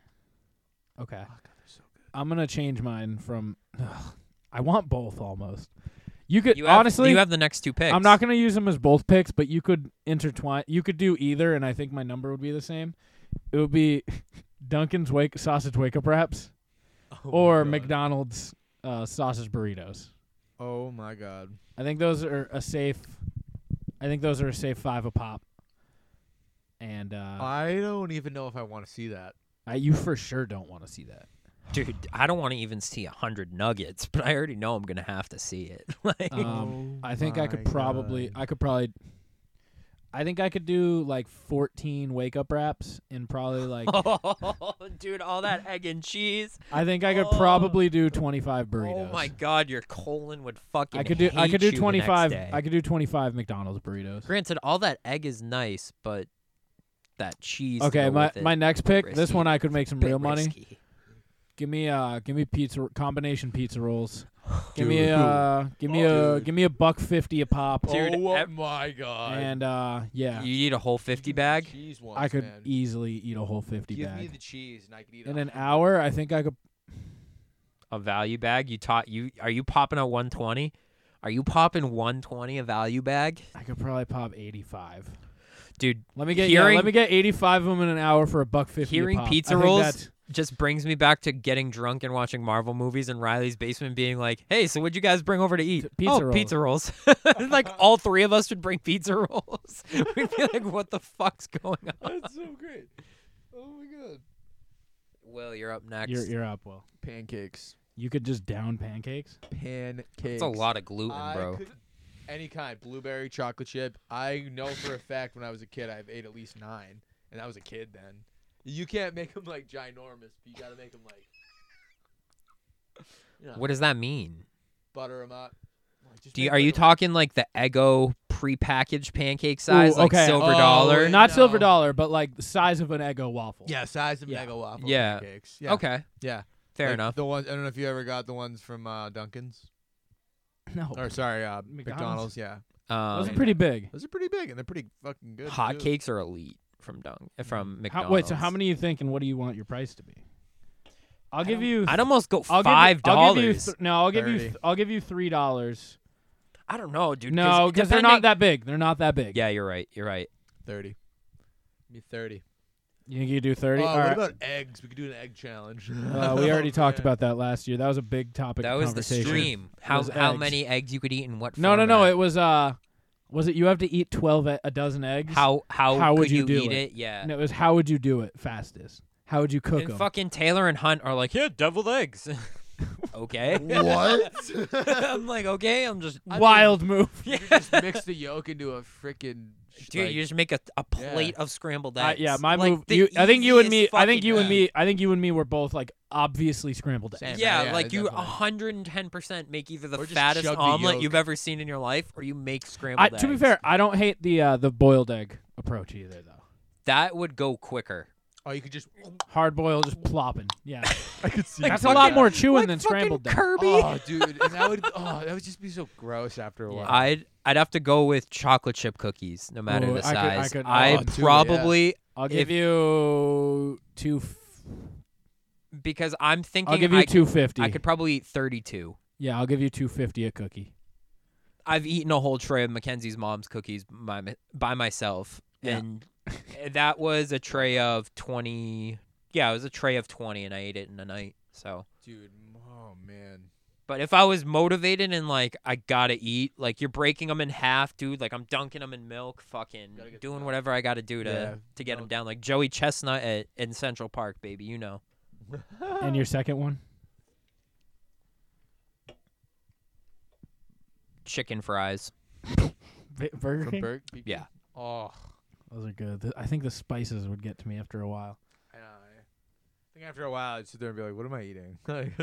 Speaker 2: Oh, God, they're so good.
Speaker 1: I'm gonna change mine from. Ugh, I want both almost. You could
Speaker 3: You have,
Speaker 1: honestly.
Speaker 3: you have the next two picks.
Speaker 1: I'm not gonna use them as both picks, but you could intertwine. You could do either, and I think my number would be the same. It would be Duncan's wake sausage wake up wraps
Speaker 2: Oh my
Speaker 1: or
Speaker 2: God.
Speaker 1: McDonald's uh, sausage burritos.
Speaker 2: Oh my god.
Speaker 1: I think those are a safe. I think those are a safe five a pop. And uh,
Speaker 2: I don't even know if I want to see that.
Speaker 1: I, you for sure don't want to see that.
Speaker 3: dude. I don't want to even see a hundred nuggets, but I already know I'm gonna have to see it. like,
Speaker 1: Um,
Speaker 2: Oh
Speaker 1: I think I could
Speaker 2: my
Speaker 1: probably.
Speaker 2: God.
Speaker 1: I could probably. I think I could do like 14 wake up wraps and probably like.
Speaker 3: dude, all that egg and cheese.
Speaker 1: I think I could
Speaker 3: Oh.
Speaker 1: probably do 25 burritos.
Speaker 3: Oh my god, your colon would fucking.
Speaker 1: I could do. I
Speaker 3: hate
Speaker 1: could
Speaker 3: you
Speaker 1: do
Speaker 3: the next
Speaker 1: 25.
Speaker 3: day.
Speaker 1: I could do 25 McDonald's burritos.
Speaker 3: Granted, all that egg is nice, but that cheese. to
Speaker 1: Okay,
Speaker 3: go
Speaker 1: my
Speaker 3: with it,
Speaker 1: my next pick. This
Speaker 3: risky.
Speaker 1: one I could make some
Speaker 3: bit
Speaker 1: real money.
Speaker 3: risky.
Speaker 1: Give me uh give me pizza combination pizza rolls. Give me
Speaker 2: Dude.
Speaker 1: uh give me a
Speaker 2: Oh, dude.
Speaker 1: give me a buck fifty a pop.
Speaker 3: Dude,
Speaker 2: oh
Speaker 3: ev-
Speaker 2: my god.
Speaker 1: uh, and uh yeah,
Speaker 3: You eat a whole fifty bag.
Speaker 2: Cheese ones,
Speaker 1: I could
Speaker 2: man.
Speaker 1: easily eat a whole fifty
Speaker 2: Give me
Speaker 1: bag.
Speaker 2: the cheese and I could eat
Speaker 1: In
Speaker 2: a
Speaker 1: an
Speaker 2: hundred.
Speaker 1: hour, I think I could.
Speaker 3: a value bag. You taught you are you popping a 120? Are you popping 120 a value bag?
Speaker 1: I could probably pop eighty five.
Speaker 3: Dude,
Speaker 1: Let me get yeah,
Speaker 3: Hearing-
Speaker 1: let me get eighty five of them in an hour for a buck fifty. a
Speaker 3: hearing
Speaker 1: pop.
Speaker 3: pizza
Speaker 1: I think
Speaker 3: rolls
Speaker 1: that's-
Speaker 3: just brings me back to getting drunk and watching Marvel movies and Riley's basement being like, "Hey, so what'd you guys bring over to eat?"
Speaker 1: pizza
Speaker 3: oh,
Speaker 1: rolls."
Speaker 3: pizza rolls. like all three of us would bring pizza rolls. We'd be like, "What the fuck's going on?"
Speaker 2: That's so great. Oh my god.
Speaker 3: Will, you're up next.
Speaker 1: You're you're up. Well,
Speaker 2: Pancakes.
Speaker 1: you could just down pancakes.
Speaker 2: Pancakes.
Speaker 3: It's a lot of gluten,
Speaker 2: I
Speaker 3: bro.
Speaker 2: could- any kind, blueberry, chocolate chip. I know for a fact when I was a kid, I've ate at least nine, and I was a kid then. You can't make them like ginormous, but you gotta make them like
Speaker 3: What does that mean?
Speaker 2: butter them up. Like, just
Speaker 3: Do you,
Speaker 2: make
Speaker 3: are you
Speaker 2: little-
Speaker 3: talking like the Eggo prepackaged pancake size, like
Speaker 1: okay.
Speaker 3: silver
Speaker 2: Oh,
Speaker 3: dollar?
Speaker 2: wait.
Speaker 1: Not
Speaker 2: no.
Speaker 1: silver dollar, but like the size of an Eggo waffle.
Speaker 2: Yeah, size of
Speaker 1: Yeah.
Speaker 2: mega waffle
Speaker 3: Yeah.
Speaker 2: pancakes. Yeah.
Speaker 3: Okay,
Speaker 2: Yeah.
Speaker 3: fair
Speaker 2: Like,
Speaker 3: enough.
Speaker 2: The ones I don't know if you ever got the ones from uh, Duncan's
Speaker 1: no,
Speaker 2: or sorry,
Speaker 1: Oh.
Speaker 2: uh,
Speaker 1: McDonald's.
Speaker 2: McDonald's. Yeah,
Speaker 3: Um,
Speaker 1: those are pretty big.
Speaker 2: those are pretty big and they're pretty fucking good.
Speaker 3: Hot
Speaker 2: too.
Speaker 3: cakes are elite from Dung uh, from
Speaker 1: How,
Speaker 3: McDonald's.
Speaker 1: wait, so how many you think, and what do you want your price to be? I'll give you.
Speaker 3: I'd almost go
Speaker 1: I'll give you-
Speaker 3: five
Speaker 1: I'll give you
Speaker 3: dollars.
Speaker 1: th- no, I'll give you. Th-
Speaker 2: 30.
Speaker 1: I'll give you three dollars.
Speaker 3: I don't know, dude.
Speaker 1: No, because
Speaker 3: because
Speaker 1: they're not that big. They're not that big.
Speaker 3: Yeah, you're right. You're right.
Speaker 2: Thirty. Me thirty.
Speaker 1: You think you do thirty?
Speaker 2: Oh,
Speaker 1: All
Speaker 2: what
Speaker 1: right.
Speaker 2: about eggs? We could do an egg challenge.
Speaker 1: Uh, we already talked
Speaker 2: Oh, man.
Speaker 1: about that last year. That was a big topic.
Speaker 3: That
Speaker 1: of
Speaker 3: was the
Speaker 1: conversation.
Speaker 3: stream. How
Speaker 1: Those
Speaker 3: how
Speaker 1: eggs.
Speaker 3: many eggs you could eat in what?
Speaker 1: No, no, no.
Speaker 3: format.
Speaker 1: It was uh, was it you have to eat twelve e- a dozen eggs?
Speaker 3: how how
Speaker 1: how
Speaker 3: could
Speaker 1: would you do
Speaker 3: eat
Speaker 1: it?
Speaker 3: it? Yeah.
Speaker 1: And it was how would you do it fastest? How would you cook
Speaker 3: and
Speaker 1: them?
Speaker 3: fucking Taylor and Hunt are like, yeah, deviled eggs. okay.
Speaker 2: What?
Speaker 3: I'm like, okay. I'm just
Speaker 1: Wild move.
Speaker 2: you could just mix the yolk into a freaking.
Speaker 3: Dude,
Speaker 2: like,
Speaker 3: you just make a, a
Speaker 2: Yeah.
Speaker 3: plate of scrambled
Speaker 1: Uh,
Speaker 3: eggs.
Speaker 1: yeah, my
Speaker 3: Like,
Speaker 1: move.
Speaker 3: the
Speaker 1: you, I think you and me.
Speaker 3: easiest
Speaker 1: I think
Speaker 3: fucking
Speaker 1: you and
Speaker 3: egg.
Speaker 1: me. I think you and me were both like obviously scrambled eggs.
Speaker 2: Same.
Speaker 3: Yeah,
Speaker 2: Yeah,
Speaker 3: like you
Speaker 2: definitely.
Speaker 3: 110% make either the
Speaker 2: Or just
Speaker 3: fattest
Speaker 2: chug the
Speaker 3: omelet
Speaker 2: yolk.
Speaker 3: you've ever seen in your life, or you make
Speaker 1: I,
Speaker 3: scrambled eggs.
Speaker 1: to be fair, I don't hate the uh, the boiled egg approach either, though.
Speaker 3: that would go quicker.
Speaker 2: Oh, you could just.
Speaker 1: Hard boiled, just plopping. Yeah,
Speaker 2: I could see.
Speaker 1: that's a lot more chewing than scrambled egg.
Speaker 3: Kirby.
Speaker 2: Oh, dude, and that would. Oh, that would just be so gross after a
Speaker 1: Yeah.
Speaker 2: while.
Speaker 3: I'd I'd have to go with chocolate chip cookies, no matter
Speaker 1: Ooh,
Speaker 3: the
Speaker 1: I could- I
Speaker 3: size.
Speaker 1: could-
Speaker 2: Oh, dude, yeah.
Speaker 3: probably
Speaker 1: I'll give
Speaker 3: If-
Speaker 1: you two. F-
Speaker 3: because I'm thinking
Speaker 1: I'll give you
Speaker 3: I,
Speaker 1: two fifty.
Speaker 3: I could probably eat 32.
Speaker 1: Yeah, I'll give you two fifty a cookie.
Speaker 3: I've eaten a whole tray of Mackenzie's mom's cookies by, my- by myself,
Speaker 1: Yeah.
Speaker 3: and that was a tray of 20. Yeah, it was a tray of 20, and I ate it in a night. So,
Speaker 2: Dude, oh man.
Speaker 3: but if I was motivated and like I gotta eat, like you're breaking them in half, dude. Like I'm dunking them in milk, fucking
Speaker 2: Gotta get
Speaker 3: doing
Speaker 2: milk.
Speaker 3: whatever I gotta do to
Speaker 2: Yeah,
Speaker 3: to get them
Speaker 2: milk.
Speaker 3: down. Like Joey Chestnut at, in Central Park, baby, you know.
Speaker 1: And your second one?
Speaker 3: Chicken fries.
Speaker 1: B- Burger King.
Speaker 2: Burger
Speaker 3: Yeah.
Speaker 2: Oh,
Speaker 1: Those are good. Th- I think the spices would get to me after a while.
Speaker 2: I know. I think after a while, I'd sit there and be like, "What am I eating?" Like,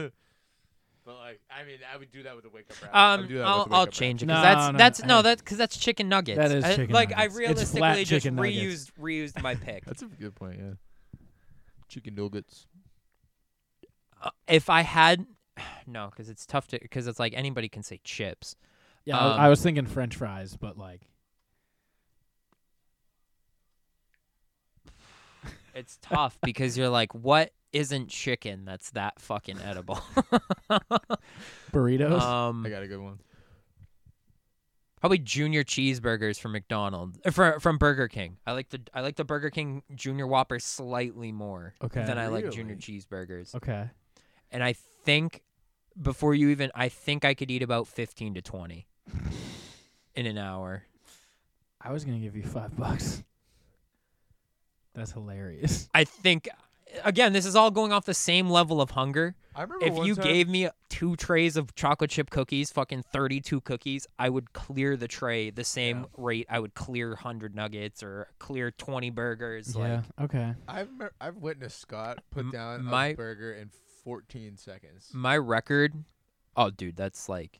Speaker 2: but like, I mean, I would do that with a wake up rap. I would
Speaker 3: Um,
Speaker 2: do that with
Speaker 3: I'll,
Speaker 2: the
Speaker 3: I'll
Speaker 2: wake-up
Speaker 3: change it
Speaker 1: No,
Speaker 3: because that's
Speaker 1: no,
Speaker 3: that's
Speaker 1: hey.
Speaker 3: no that because that's chicken nuggets.
Speaker 1: That is
Speaker 3: I-
Speaker 1: chicken
Speaker 3: like
Speaker 1: nuggets.
Speaker 3: I
Speaker 1: It's flat
Speaker 3: realistically just
Speaker 1: chicken nuggets.
Speaker 3: reused reused my pick.
Speaker 2: Rap. That's a good point. Yeah. Chicken nuggets.
Speaker 3: Uh, if I had no, because it's tough to because it's like anybody can say chips.
Speaker 1: Yeah, I-
Speaker 3: Um,
Speaker 1: I was thinking French fries, but like
Speaker 3: It's tough because you're like, what isn't chicken that's that fucking edible?
Speaker 1: burritos.
Speaker 3: um,
Speaker 2: I got a good one.
Speaker 3: probably junior cheeseburgers from McDonald's uh, from from Burger King. I like the I like the Burger King Junior Whopper slightly more
Speaker 1: Okay.
Speaker 3: than I like junior
Speaker 2: Really?
Speaker 3: cheeseburgers.
Speaker 1: okay.
Speaker 3: and I think before you even, I think I could eat about fifteen to twenty in an hour.
Speaker 1: I was gonna give you five bucks. That's hilarious.
Speaker 3: I think, again, this is all going off the same level of hunger.
Speaker 2: I remember
Speaker 3: If
Speaker 2: one
Speaker 3: you
Speaker 2: time-
Speaker 3: gave me two trays of chocolate chip cookies, fucking thirty-two cookies, I would clear the tray the same rate I would clear hundred nuggets or clear twenty burgers.
Speaker 1: yeah.
Speaker 3: Like
Speaker 1: okay.
Speaker 2: I've me- I've witnessed Scott put
Speaker 3: M-
Speaker 2: down
Speaker 3: my-
Speaker 2: a burger in 14 seconds.
Speaker 3: my record. Oh, dude, that's like,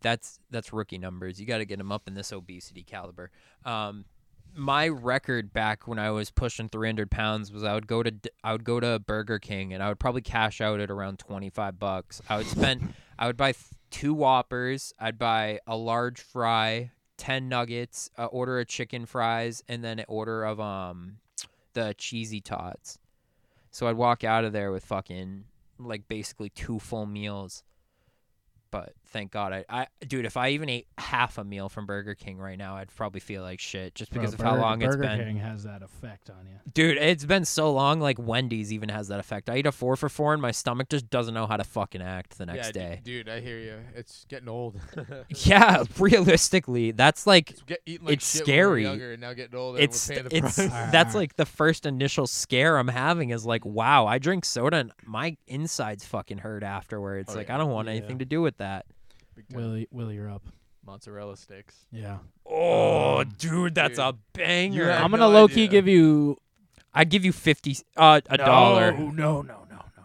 Speaker 3: that's that's rookie numbers. You got to get them up in this obesity caliber. Um, my record back when I was pushing 300 pounds was I would go to d- I would go to Burger King and I would probably cash out at around 25 bucks. I would spend I would buy th- two Whoppers. I'd buy a large fry, 10 nuggets, uh, order of chicken fries, and then an order of um the cheesy tots. So I'd walk out of there with fucking like basically two full meals. But thank God, I, I dude, if I even ate half a meal from Burger King right now, I'd probably feel like shit just because of
Speaker 1: Bro,
Speaker 3: how
Speaker 1: Burger-
Speaker 3: long
Speaker 1: Burger
Speaker 3: it's been.
Speaker 1: King has that effect on you.
Speaker 3: Dude, it's been so long. Like Wendy's even has that effect. I eat a four for four, and my stomach just doesn't know how to fucking act the next
Speaker 2: yeah, d-
Speaker 3: day.
Speaker 2: dude, I hear you. It's getting old.
Speaker 3: Yeah, realistically, that's like
Speaker 2: It's get, eating like
Speaker 3: It's
Speaker 2: shit when we were
Speaker 3: scary.
Speaker 2: younger and now getting older. and
Speaker 3: it's
Speaker 2: we're paying the
Speaker 3: it's
Speaker 2: price.
Speaker 1: Alright,
Speaker 3: that's
Speaker 1: alright.
Speaker 3: like the first initial scare I'm having is like, wow, I drink soda and my insides fucking hurt afterwards.
Speaker 2: Oh,
Speaker 3: like
Speaker 2: yeah.
Speaker 3: I don't want
Speaker 1: Yeah.
Speaker 3: anything to do with that.
Speaker 2: Big time.
Speaker 1: Willie, Willie, you're up.
Speaker 2: mozzarella sticks.
Speaker 1: Yeah.
Speaker 3: Oh,
Speaker 1: Um,
Speaker 3: dude, that's
Speaker 2: dude.
Speaker 3: a banger.
Speaker 2: You're- I have
Speaker 1: I'm gonna
Speaker 2: no
Speaker 1: low key
Speaker 2: idea.
Speaker 1: give you
Speaker 3: I'd give you fifty uh, a dollar.
Speaker 1: No, Oh, no, no, no, no,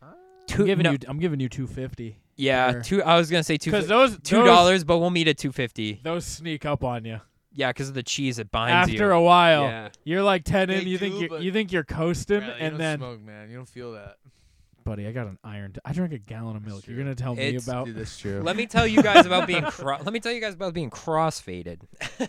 Speaker 1: no.
Speaker 3: Two,
Speaker 1: I'm giving
Speaker 3: no-
Speaker 1: you. I'm giving you two fifty.
Speaker 3: yeah,
Speaker 1: or-
Speaker 3: two. I was gonna say two.
Speaker 1: Because
Speaker 3: fi-
Speaker 1: those
Speaker 3: Two dollars, but we'll meet at two fifty.
Speaker 1: Those sneak up on you
Speaker 3: Yeah, because of the cheese, it binds you.
Speaker 1: after a while.
Speaker 4: Yeah.
Speaker 1: You're like ten in.
Speaker 2: They
Speaker 1: You think
Speaker 2: do,
Speaker 1: you're,
Speaker 2: but-
Speaker 1: you think you're coasting,
Speaker 2: Riley, you
Speaker 1: and
Speaker 2: don't
Speaker 1: then
Speaker 2: smoke, man. You don't feel that.
Speaker 1: buddy, I got an iron. T- I drank a gallon of milk. You're
Speaker 2: true.
Speaker 1: gonna tell me
Speaker 3: It's-
Speaker 1: about?
Speaker 2: Dude, that's true.
Speaker 3: Let me tell you guys about being cro- let me tell you guys about being crossfaded.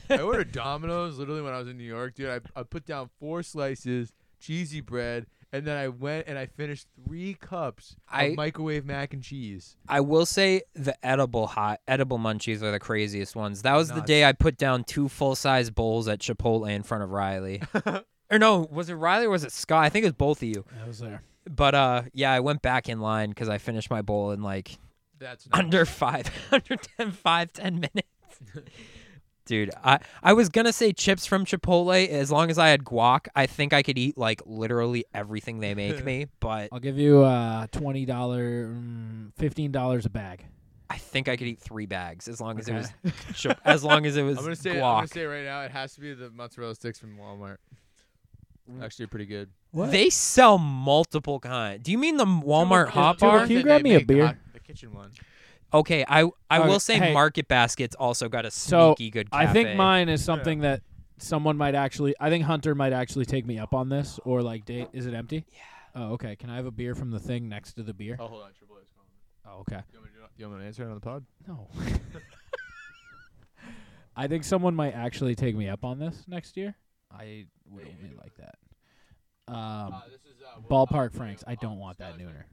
Speaker 2: I ordered Domino's literally when I was in New York, dude. I, I put down four slices, cheesy bread, and then I went and I finished three cups
Speaker 3: I-
Speaker 2: of microwave mac and cheese.
Speaker 3: I will say the edible hot edible munchies are the craziest ones. That was the
Speaker 2: Nuts.
Speaker 3: day I put down two full size bowls at Chipotle in front of Riley. or no, was it Riley or was it Scott? I think it was both of you.
Speaker 1: I was there.
Speaker 3: But uh yeah, I went back in line because I finished my bowl in like
Speaker 2: That's nuts.
Speaker 3: under five under ten five, ten minutes. Dude, I, I was gonna say chips from Chipotle. As long as I had guac, I think I could eat like literally everything they make me. But
Speaker 1: I'll give you uh twenty dollar, mm, fifteen dollars a bag.
Speaker 3: I think I could eat three bags as long as
Speaker 1: Okay.
Speaker 3: it was chip- as long as it was
Speaker 2: I'm gonna say I'm
Speaker 3: guac.
Speaker 2: gonna say right now it has to be the mozzarella sticks from Walmart. Actually, pretty good.
Speaker 1: What?
Speaker 3: They sell multiple kind. Do you mean the Walmart hot
Speaker 1: Dude,
Speaker 3: bar?
Speaker 1: can you grab me a beer?
Speaker 2: the kitchen one.
Speaker 3: Okay, I I
Speaker 1: Okay,
Speaker 3: will say
Speaker 1: hey.
Speaker 3: Market Basket's also got a
Speaker 1: So,
Speaker 3: sneaky good
Speaker 1: I
Speaker 3: cafe.
Speaker 1: think mine is something that someone might actually. I think Hunter might actually take me up on this, or like, date is it empty? Yeah. Oh, okay. Can I have a beer from the thing next to the beer?
Speaker 2: Oh, hold on. Triple A's calling.
Speaker 1: Oh, okay.
Speaker 2: You want me to, you want me to answer it on the pod?
Speaker 1: No. I think someone might actually take me up on this next year. I would only like that.
Speaker 2: Uh,
Speaker 1: Um, Ballpark Franks. I don't want that nooner.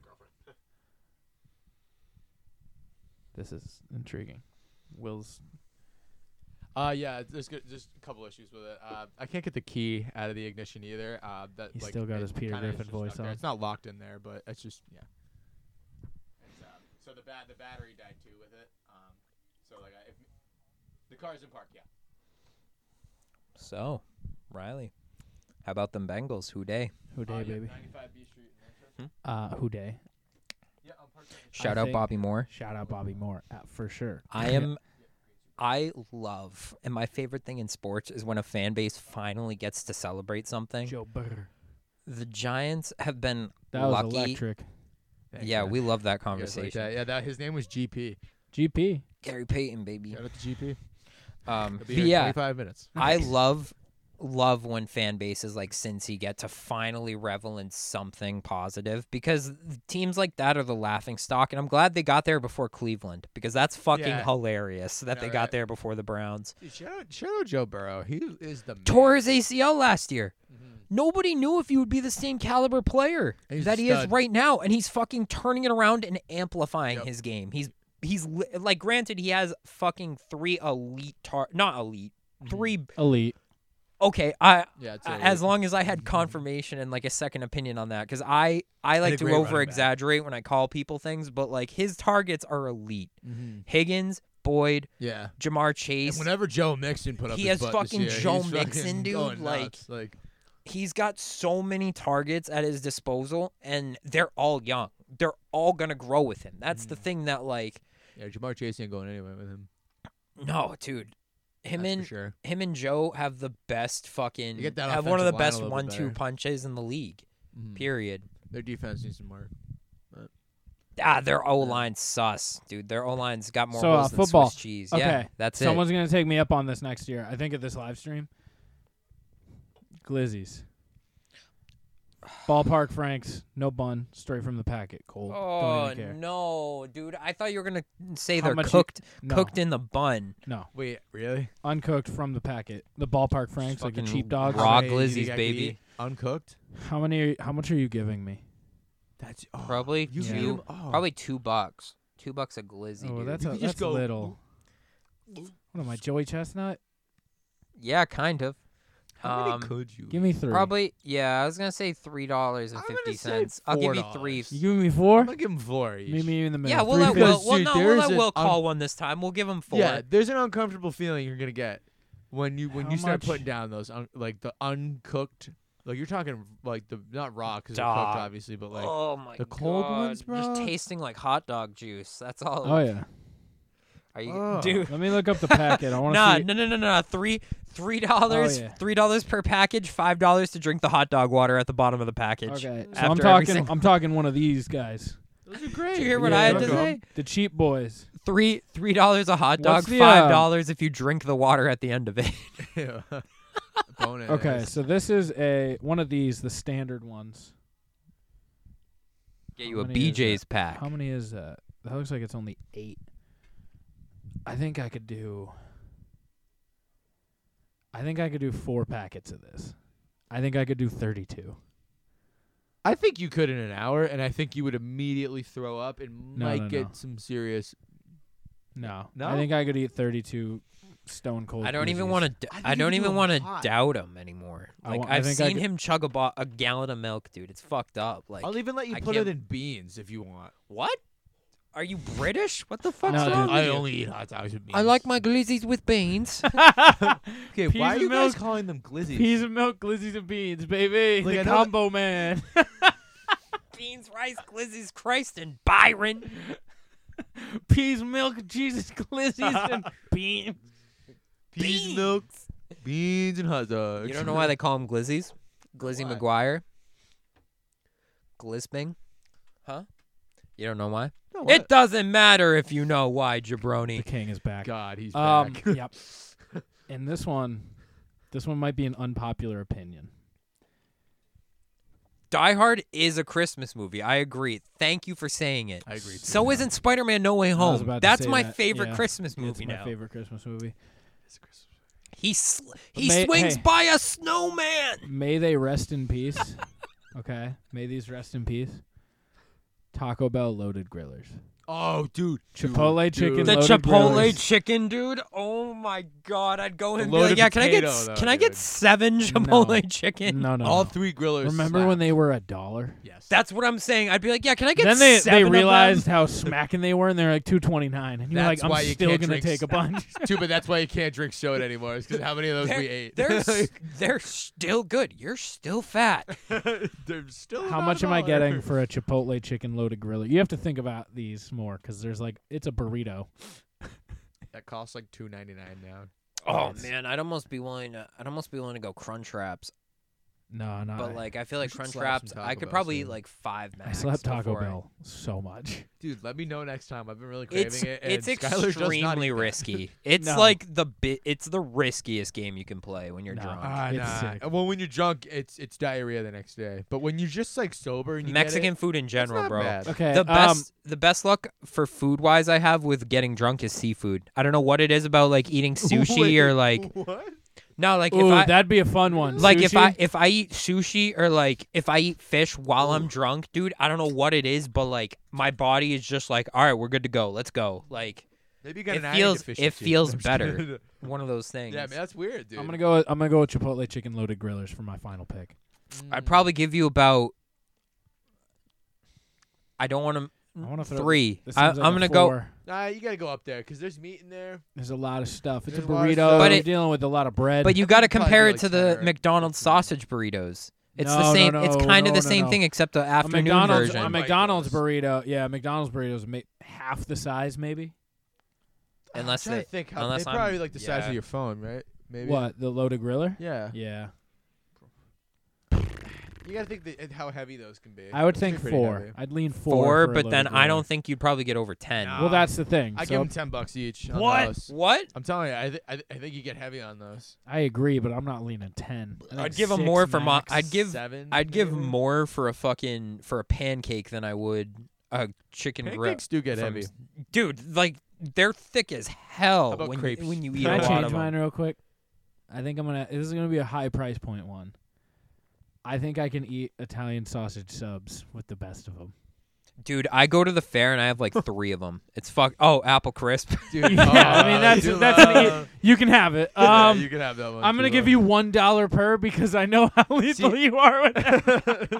Speaker 1: This is intriguing. Will's
Speaker 2: Uh, yeah, there's good, just a couple issues with it. Uh, I can't get the key out of the ignition either. Uh, that
Speaker 1: He's
Speaker 2: like,
Speaker 1: still got
Speaker 2: it
Speaker 1: his Peter
Speaker 2: kinda is
Speaker 1: Griffin
Speaker 2: just
Speaker 1: voice
Speaker 2: stuck there.
Speaker 1: on.
Speaker 2: It's not locked in there, but it's just yeah. It's, uh, so the bat the battery died too with it. Um, so like I, if, the car's in park, yeah.
Speaker 3: So, Riley, how about them Bengals? Who day?
Speaker 1: who day,
Speaker 2: Uh, yeah,
Speaker 1: baby.
Speaker 2: 95 B Street. in Manchester.
Speaker 1: Uh, who day?
Speaker 2: Yeah, I'm parked. there.
Speaker 3: Shout
Speaker 1: I
Speaker 3: out
Speaker 1: think-
Speaker 3: Bobby Moore.
Speaker 1: Shout out Bobby Moore uh, for sure.
Speaker 3: I am. I love, and my favorite thing in sports is when a fan base finally gets to celebrate something.
Speaker 1: Joe Burr.
Speaker 3: The Giants have been
Speaker 1: That was
Speaker 3: lucky.
Speaker 1: electric.
Speaker 3: Yeah, we love that
Speaker 2: You guys
Speaker 3: conversation.
Speaker 2: like that. Yeah, that his name was GP.
Speaker 1: GP.
Speaker 3: Gary Payton, baby.
Speaker 2: Shout out to GP.
Speaker 3: Um,
Speaker 2: He'll
Speaker 3: but
Speaker 2: be here in
Speaker 3: yeah,
Speaker 2: 25 minutes.
Speaker 3: I love love when fan bases like Cincy get to finally revel in something positive because teams like that are the laughing stock, and I'm glad they got there before Cleveland because that's fucking
Speaker 2: Yeah.
Speaker 3: hilarious that
Speaker 2: know,
Speaker 3: they got
Speaker 2: right?
Speaker 3: there before the Browns.
Speaker 2: Dude, shout out, shout out Joe Burrow. He is the man. Mm-hmm.
Speaker 3: Tore his ACL last year. Nobody knew if he would be the same caliber player
Speaker 2: He's a
Speaker 3: that he is
Speaker 2: stud.
Speaker 3: right now, and he's fucking turning it around and amplifying
Speaker 2: Yep.
Speaker 3: his game. He's he's li- like, granted, he has fucking three elite tar, not elite, three.
Speaker 2: Mm-hmm.
Speaker 1: Elite.
Speaker 3: Okay, I
Speaker 2: Yeah, it's
Speaker 1: uh,
Speaker 3: a-
Speaker 2: a-
Speaker 3: as long as I had confirmation and like a second opinion on that, because I I like
Speaker 2: a
Speaker 3: to
Speaker 2: great running back.
Speaker 3: over exaggerate when I call people things, but like his targets are elite.
Speaker 2: Mhm.
Speaker 3: Higgins, Boyd,
Speaker 2: Yeah.
Speaker 3: Jamar
Speaker 2: And
Speaker 3: Chase.
Speaker 2: whenever Joe Mixon put up,
Speaker 3: he
Speaker 2: his
Speaker 3: has
Speaker 2: butt
Speaker 3: fucking
Speaker 2: this year,
Speaker 3: Joe
Speaker 2: he's fucking
Speaker 3: Mixon, dude,
Speaker 2: going
Speaker 3: like-
Speaker 2: nuts. like
Speaker 3: he's got so many targets at his disposal, and they're all young. They're all gonna grow with him. That's
Speaker 2: Mm.
Speaker 3: the thing that like,
Speaker 2: yeah, Jamar Chase ain't going anywhere with him.
Speaker 3: no, dude,
Speaker 2: That's
Speaker 3: him
Speaker 2: for
Speaker 3: and
Speaker 2: sure.
Speaker 3: him and Joe have the best fucking
Speaker 2: get that
Speaker 3: have one of
Speaker 2: offensive line
Speaker 3: the
Speaker 2: a
Speaker 3: best
Speaker 2: little bit
Speaker 3: one two
Speaker 2: better.
Speaker 3: punches in the league.
Speaker 2: Mhm.
Speaker 3: Period.
Speaker 2: Their defense needs some work.
Speaker 3: Ah, their O line sus, dude. Their O line's got more
Speaker 1: So, uh,
Speaker 3: holes than
Speaker 1: football.
Speaker 3: Swiss cheese.
Speaker 1: Okay,
Speaker 3: Yeah, that's
Speaker 1: Someone's gonna take me up on this next year. I think at this live stream. Glizzies. Ballpark Franks, no bun, straight from the packet. Cold.
Speaker 3: it.
Speaker 1: Don't
Speaker 3: Oh
Speaker 1: even care.
Speaker 3: no, dude! I thought you were gonna say
Speaker 1: How
Speaker 3: they're
Speaker 1: much you-
Speaker 3: cooked,
Speaker 1: No,
Speaker 3: cooked in the bun.
Speaker 1: no,
Speaker 2: Wait, really?
Speaker 1: uncooked from the packet. The Ballpark Franks, like the
Speaker 3: fucking
Speaker 1: cheap dogs.
Speaker 3: raw
Speaker 2: Hey, you
Speaker 3: glizzies,
Speaker 2: think I could
Speaker 3: baby.
Speaker 2: eat Uncooked?
Speaker 1: How many? How much are you giving me?
Speaker 2: That's oh,
Speaker 3: Probably
Speaker 2: you
Speaker 1: two-
Speaker 2: feed him- oh.
Speaker 3: Probably two bucks. Two bucks a glizzy,
Speaker 1: Oh,
Speaker 3: dude.
Speaker 1: that's
Speaker 2: You
Speaker 1: a,
Speaker 2: could
Speaker 1: that's
Speaker 2: just go-
Speaker 1: little. What am I, Joey Chestnut?
Speaker 3: Yeah, kind of.
Speaker 2: How many
Speaker 3: um,
Speaker 2: could you?
Speaker 1: Give me three.
Speaker 3: Probably. Yeah, I was gonna say three dollars and
Speaker 2: I'm gonna
Speaker 3: fifty
Speaker 2: say
Speaker 3: cents. I'll give you three.
Speaker 2: $4.
Speaker 1: You giving me
Speaker 2: I'm
Speaker 1: four?
Speaker 2: gonna give him four. each.
Speaker 1: Meet me in the middle.
Speaker 3: Yeah, we'll
Speaker 1: Three
Speaker 3: let
Speaker 1: fifty.
Speaker 3: Will.
Speaker 2: Because,
Speaker 3: Well,
Speaker 2: dude,
Speaker 3: no, we'll
Speaker 2: there's
Speaker 3: let
Speaker 2: an
Speaker 3: Will
Speaker 2: un-
Speaker 3: call one this time. We'll give him four.
Speaker 2: Yeah, there's an uncomfortable feeling you're gonna get when you when
Speaker 1: How
Speaker 2: you start
Speaker 1: much-
Speaker 2: putting down those un- like the uncooked. Like you're talking like the not raw because they're
Speaker 3: Dog.
Speaker 2: cooked obviously, but like
Speaker 3: oh my
Speaker 2: the cold
Speaker 3: God.
Speaker 2: ones,
Speaker 3: Just
Speaker 2: bro?
Speaker 3: tasting like hot dog juice. That's all.
Speaker 1: Oh yeah.
Speaker 3: Are you,
Speaker 2: Oh.
Speaker 3: dude?
Speaker 1: Let me look up the packet. I want to
Speaker 3: Nah,
Speaker 1: see. Oh,
Speaker 3: no, no, no, no. Three, three dollars,
Speaker 1: yeah.
Speaker 3: three dollars per package. Five dollars to drink the hot dog water at the bottom of the package.
Speaker 1: Okay, so
Speaker 3: After
Speaker 1: I'm
Speaker 3: every
Speaker 1: talking.
Speaker 3: single-
Speaker 1: I'm talking one of these guys.
Speaker 2: those are great.
Speaker 3: Did you hear what
Speaker 1: Yeah,
Speaker 3: I had
Speaker 1: okay.
Speaker 3: to say?
Speaker 1: The cheap boys.
Speaker 3: Three, three dollars a hot dog.
Speaker 1: What's the,
Speaker 3: five
Speaker 1: uh,
Speaker 3: dollars if you drink the water at the end of it.
Speaker 2: Yeah. Bonus.
Speaker 1: Okay, so this is a one of these, the standard ones.
Speaker 3: Get
Speaker 1: How
Speaker 3: you a
Speaker 1: many is that?
Speaker 3: BJ's pack.
Speaker 1: How many is that? That looks like it's only eight. I think I could do. I think I could do four packets of this. I think I could do 32.
Speaker 2: I think you could in an hour, and I think you would immediately throw up and
Speaker 1: No,
Speaker 2: might
Speaker 1: no,
Speaker 2: get
Speaker 1: no.
Speaker 2: some serious.
Speaker 1: No, I
Speaker 2: No?
Speaker 1: think I could eat 32 stone cold.
Speaker 3: I don't even
Speaker 1: Yeezys.
Speaker 3: want to.
Speaker 2: I think
Speaker 3: I
Speaker 2: you
Speaker 3: don't
Speaker 2: could do
Speaker 3: even
Speaker 2: 'em
Speaker 3: want to
Speaker 2: hot.
Speaker 3: doubt him anymore.
Speaker 1: I
Speaker 3: Like
Speaker 1: wa- I
Speaker 3: I've
Speaker 1: think I
Speaker 3: seen
Speaker 1: could-
Speaker 3: him chug a, bo- a gallon of milk, dude. It's fucked up. Like
Speaker 2: I'll even let you
Speaker 3: I
Speaker 2: put
Speaker 3: can't-
Speaker 2: it in beans if you want.
Speaker 3: what? Are you British? What the fuck's
Speaker 1: No, dude.
Speaker 3: wrong with
Speaker 2: I
Speaker 3: you?
Speaker 2: only eat hot dogs with beans.
Speaker 3: I like my glizzies with beans.
Speaker 2: Okay,
Speaker 1: Peas
Speaker 2: why are
Speaker 1: and
Speaker 2: you guys
Speaker 1: milk.
Speaker 2: calling them glizzies?
Speaker 1: Peas and milk, glizzies and beans, baby.
Speaker 2: Like,
Speaker 1: the
Speaker 2: I know that-
Speaker 1: combo man.
Speaker 3: beans, rice, glizzies, Christ, and Byron.
Speaker 1: Peas, milk, Jesus, glizzies and beans.
Speaker 2: Peas and milk, beans and hot dogs.
Speaker 3: You don't know why they call him glizzies? Glizzy
Speaker 2: Why?
Speaker 3: McGuire. Glisping. Huh? You don't know why?
Speaker 2: No,
Speaker 3: It doesn't matter if you know why,
Speaker 1: The
Speaker 3: jabroni.
Speaker 1: king is back.
Speaker 2: God, he's
Speaker 1: Um,
Speaker 2: back.
Speaker 1: yep. And this one, this one might be an unpopular opinion.
Speaker 3: Die Hard is a Christmas movie. I agree. Thank you for saying it.
Speaker 2: I agree. Too.
Speaker 3: So isn't Spider-Man No Way Home?
Speaker 1: about to
Speaker 3: That's
Speaker 1: say
Speaker 3: my
Speaker 1: that,
Speaker 3: favorite
Speaker 1: yeah.
Speaker 3: Christmas
Speaker 1: It's
Speaker 3: movie
Speaker 1: my
Speaker 3: now.
Speaker 1: favorite Christmas movie.
Speaker 3: He sl- he
Speaker 1: May-
Speaker 3: swings
Speaker 1: hey.
Speaker 3: by a snowman.
Speaker 1: May they rest in peace. Okay. May these rest in peace. Taco Bell loaded grillers.
Speaker 2: Oh, dude.
Speaker 1: Chipotle
Speaker 2: dude,
Speaker 1: chicken
Speaker 2: dude.
Speaker 3: The
Speaker 1: loaded
Speaker 3: Chipotle
Speaker 1: grillers.
Speaker 3: chicken, dude. Oh my god, I'd go in
Speaker 2: The
Speaker 3: and be like,
Speaker 2: loaded
Speaker 3: yeah, can I get
Speaker 2: potato,
Speaker 3: s-
Speaker 2: though,
Speaker 3: can I get
Speaker 2: dude.
Speaker 3: seven Chipotle chicken?
Speaker 1: No, no.
Speaker 2: All
Speaker 1: no.
Speaker 2: three grillers.
Speaker 1: Remember when they were a dollar?
Speaker 2: Yes.
Speaker 3: That's what I'm saying. I'd be like, yeah, can I get
Speaker 1: Then they
Speaker 3: seven
Speaker 1: they
Speaker 3: of them?"
Speaker 1: realized how smacking they were, and they're like two twenty nine, and you're
Speaker 2: That's
Speaker 1: like, I'm
Speaker 2: why you
Speaker 1: still
Speaker 2: can't
Speaker 1: gonna
Speaker 2: drink
Speaker 1: take a bunch.
Speaker 2: Too, but that's why you can't drink soda anymore. Is because how many of those
Speaker 3: they're,
Speaker 2: we ate?
Speaker 3: they're s- they're still good. You're still fat.
Speaker 2: They're still.
Speaker 1: how
Speaker 2: about
Speaker 1: much
Speaker 2: a
Speaker 1: am I
Speaker 2: dollar.
Speaker 1: getting for a Chipotle chicken loaded griller? You have to think about these more because there's like it's a burrito.
Speaker 2: That costs like two ninety nine now.
Speaker 3: Oh man, I'd almost be willing. To, I'd almost be willing to go Crunch Wraps,
Speaker 1: No, not.
Speaker 3: but like I feel like
Speaker 2: should
Speaker 3: Crunch
Speaker 2: slap
Speaker 3: Wraps,
Speaker 2: some
Speaker 3: I
Speaker 2: Taco
Speaker 3: could
Speaker 2: Bell
Speaker 3: probably
Speaker 2: soon.
Speaker 3: eat like five
Speaker 1: I
Speaker 3: max.
Speaker 1: slept Taco
Speaker 3: before I-
Speaker 1: Bell so much.
Speaker 2: Dude, let me know next time. I've been really craving
Speaker 3: It's
Speaker 2: it. And
Speaker 3: it's
Speaker 2: Skylar does not eat
Speaker 3: extremely
Speaker 2: that.
Speaker 3: risky. It's
Speaker 1: No.
Speaker 3: like the bit. It's the riskiest game you can play when you're
Speaker 1: No.
Speaker 3: drunk.
Speaker 2: Ah,
Speaker 1: It's
Speaker 2: nah.
Speaker 1: sick.
Speaker 2: Well, when you're drunk, it's it's diarrhea the next day. But when you're just like sober and you get it,
Speaker 3: Mexican food in
Speaker 2: it's
Speaker 3: general,
Speaker 2: not
Speaker 3: bro.
Speaker 2: bad.
Speaker 1: Okay,
Speaker 3: The
Speaker 1: um,
Speaker 3: best the best luck for food wise I have with getting drunk is seafood. I don't know what it is about like eating sushi
Speaker 2: Wait,
Speaker 3: or like
Speaker 2: what?
Speaker 3: no like
Speaker 1: Ooh,
Speaker 3: if I
Speaker 1: that'd be a fun one.
Speaker 3: like if I
Speaker 1: Sushi?
Speaker 3: if I eat sushi or like if I eat fish while I'm drunk, dude, I don't know what it is, but like my body is just like, all right, we're good to go, let's go. Like
Speaker 2: Maybe you got
Speaker 3: It
Speaker 2: an iron
Speaker 3: feels- it
Speaker 2: deficiency.
Speaker 3: feels
Speaker 2: I'm just kidding.
Speaker 3: better. one of those things.
Speaker 2: yeah, man, that's weird, dude.
Speaker 1: I'm gonna go. With, I'm gonna go with Chipotle chicken loaded grillers for my final pick.
Speaker 3: I'd probably give you about. I don't want
Speaker 1: I
Speaker 3: to
Speaker 1: want to throw
Speaker 3: three.
Speaker 1: This
Speaker 3: I,
Speaker 1: seems like
Speaker 3: I'm
Speaker 1: a
Speaker 3: gonna go.
Speaker 1: four.
Speaker 2: Nah, you gotta go up there because there's meat in there.
Speaker 1: There's a lot of stuff. It's
Speaker 2: There's
Speaker 1: a
Speaker 2: a lot of
Speaker 1: burrito.
Speaker 2: stuff.
Speaker 1: But
Speaker 3: But
Speaker 1: are
Speaker 3: it-
Speaker 1: dealing with a lot of bread.
Speaker 3: But you got to
Speaker 2: Probably
Speaker 3: compare
Speaker 2: like
Speaker 3: it to
Speaker 2: 10
Speaker 3: the
Speaker 2: or
Speaker 3: McDonald's
Speaker 2: 15.
Speaker 3: sausage burritos. It's the
Speaker 1: No, no,
Speaker 3: same. it's
Speaker 1: no,
Speaker 3: kind of
Speaker 1: no,
Speaker 3: the
Speaker 1: no,
Speaker 3: same
Speaker 1: no.
Speaker 3: thing except the
Speaker 1: a
Speaker 3: afternoon
Speaker 1: McDonald's,
Speaker 3: version.
Speaker 1: A
Speaker 2: I'm-
Speaker 1: McDonald's burrito. Yeah, a McDonald's burrito is ma- half the size, maybe.
Speaker 3: Unless
Speaker 2: Ah, I'm trying
Speaker 3: they-
Speaker 2: to think how
Speaker 3: unless
Speaker 2: they probably
Speaker 3: I'm-
Speaker 2: like the size
Speaker 3: yeah.
Speaker 2: of your phone, right? Maybe
Speaker 1: What the loaded griller?
Speaker 2: Yeah,
Speaker 1: Yeah,
Speaker 2: you gotta think the, how heavy those can be.
Speaker 1: I would
Speaker 2: Those
Speaker 1: think
Speaker 2: are pretty
Speaker 1: four.
Speaker 2: heavy.
Speaker 1: I'd lean four.
Speaker 3: four,
Speaker 1: for a
Speaker 3: but then
Speaker 1: loaded
Speaker 3: I
Speaker 1: griller.
Speaker 3: don't think you'd probably get over ten.
Speaker 2: Nah.
Speaker 1: Well, that's the thing.
Speaker 2: I
Speaker 1: so
Speaker 2: give them ten bucks each. on
Speaker 3: What?
Speaker 2: those.
Speaker 3: What?
Speaker 2: I'm telling you, I, th- I, th- I think you get heavy on those.
Speaker 1: I agree, but I'm not leaning ten. I think
Speaker 3: I'd give 'em
Speaker 1: six
Speaker 3: more for my-
Speaker 1: max.
Speaker 3: I'd give-
Speaker 2: seven.
Speaker 3: I'd give
Speaker 2: maybe?
Speaker 3: more for a fucking for a pancake than I would a chicken grip.
Speaker 2: Pancakes do get
Speaker 3: from
Speaker 2: heavy.
Speaker 3: s- Dude, like they're thick as hell
Speaker 2: about
Speaker 3: when
Speaker 2: crepes?
Speaker 3: you, when you
Speaker 2: Can
Speaker 3: eat
Speaker 1: Can
Speaker 3: a
Speaker 1: I
Speaker 3: lot
Speaker 1: change
Speaker 3: of 'em.
Speaker 1: mine real quick? I think I'm gonna. This is gonna be a high price point one. I think I can eat Italian sausage subs with the best of them.
Speaker 3: Dude, I go to the fair and I have like three of them. It's fuck. Oh, apple crisp.
Speaker 1: Yeah,
Speaker 2: Dude,
Speaker 1: I mean,
Speaker 2: oh,
Speaker 1: that's-
Speaker 2: dude,
Speaker 1: that's an e-
Speaker 2: uh,
Speaker 1: You can have it.
Speaker 2: yeah,
Speaker 1: Um,
Speaker 2: you can have that one.
Speaker 1: I'm gonna
Speaker 2: too,
Speaker 1: give
Speaker 2: uh,
Speaker 1: you one dollar per because I know how lethal you are with that.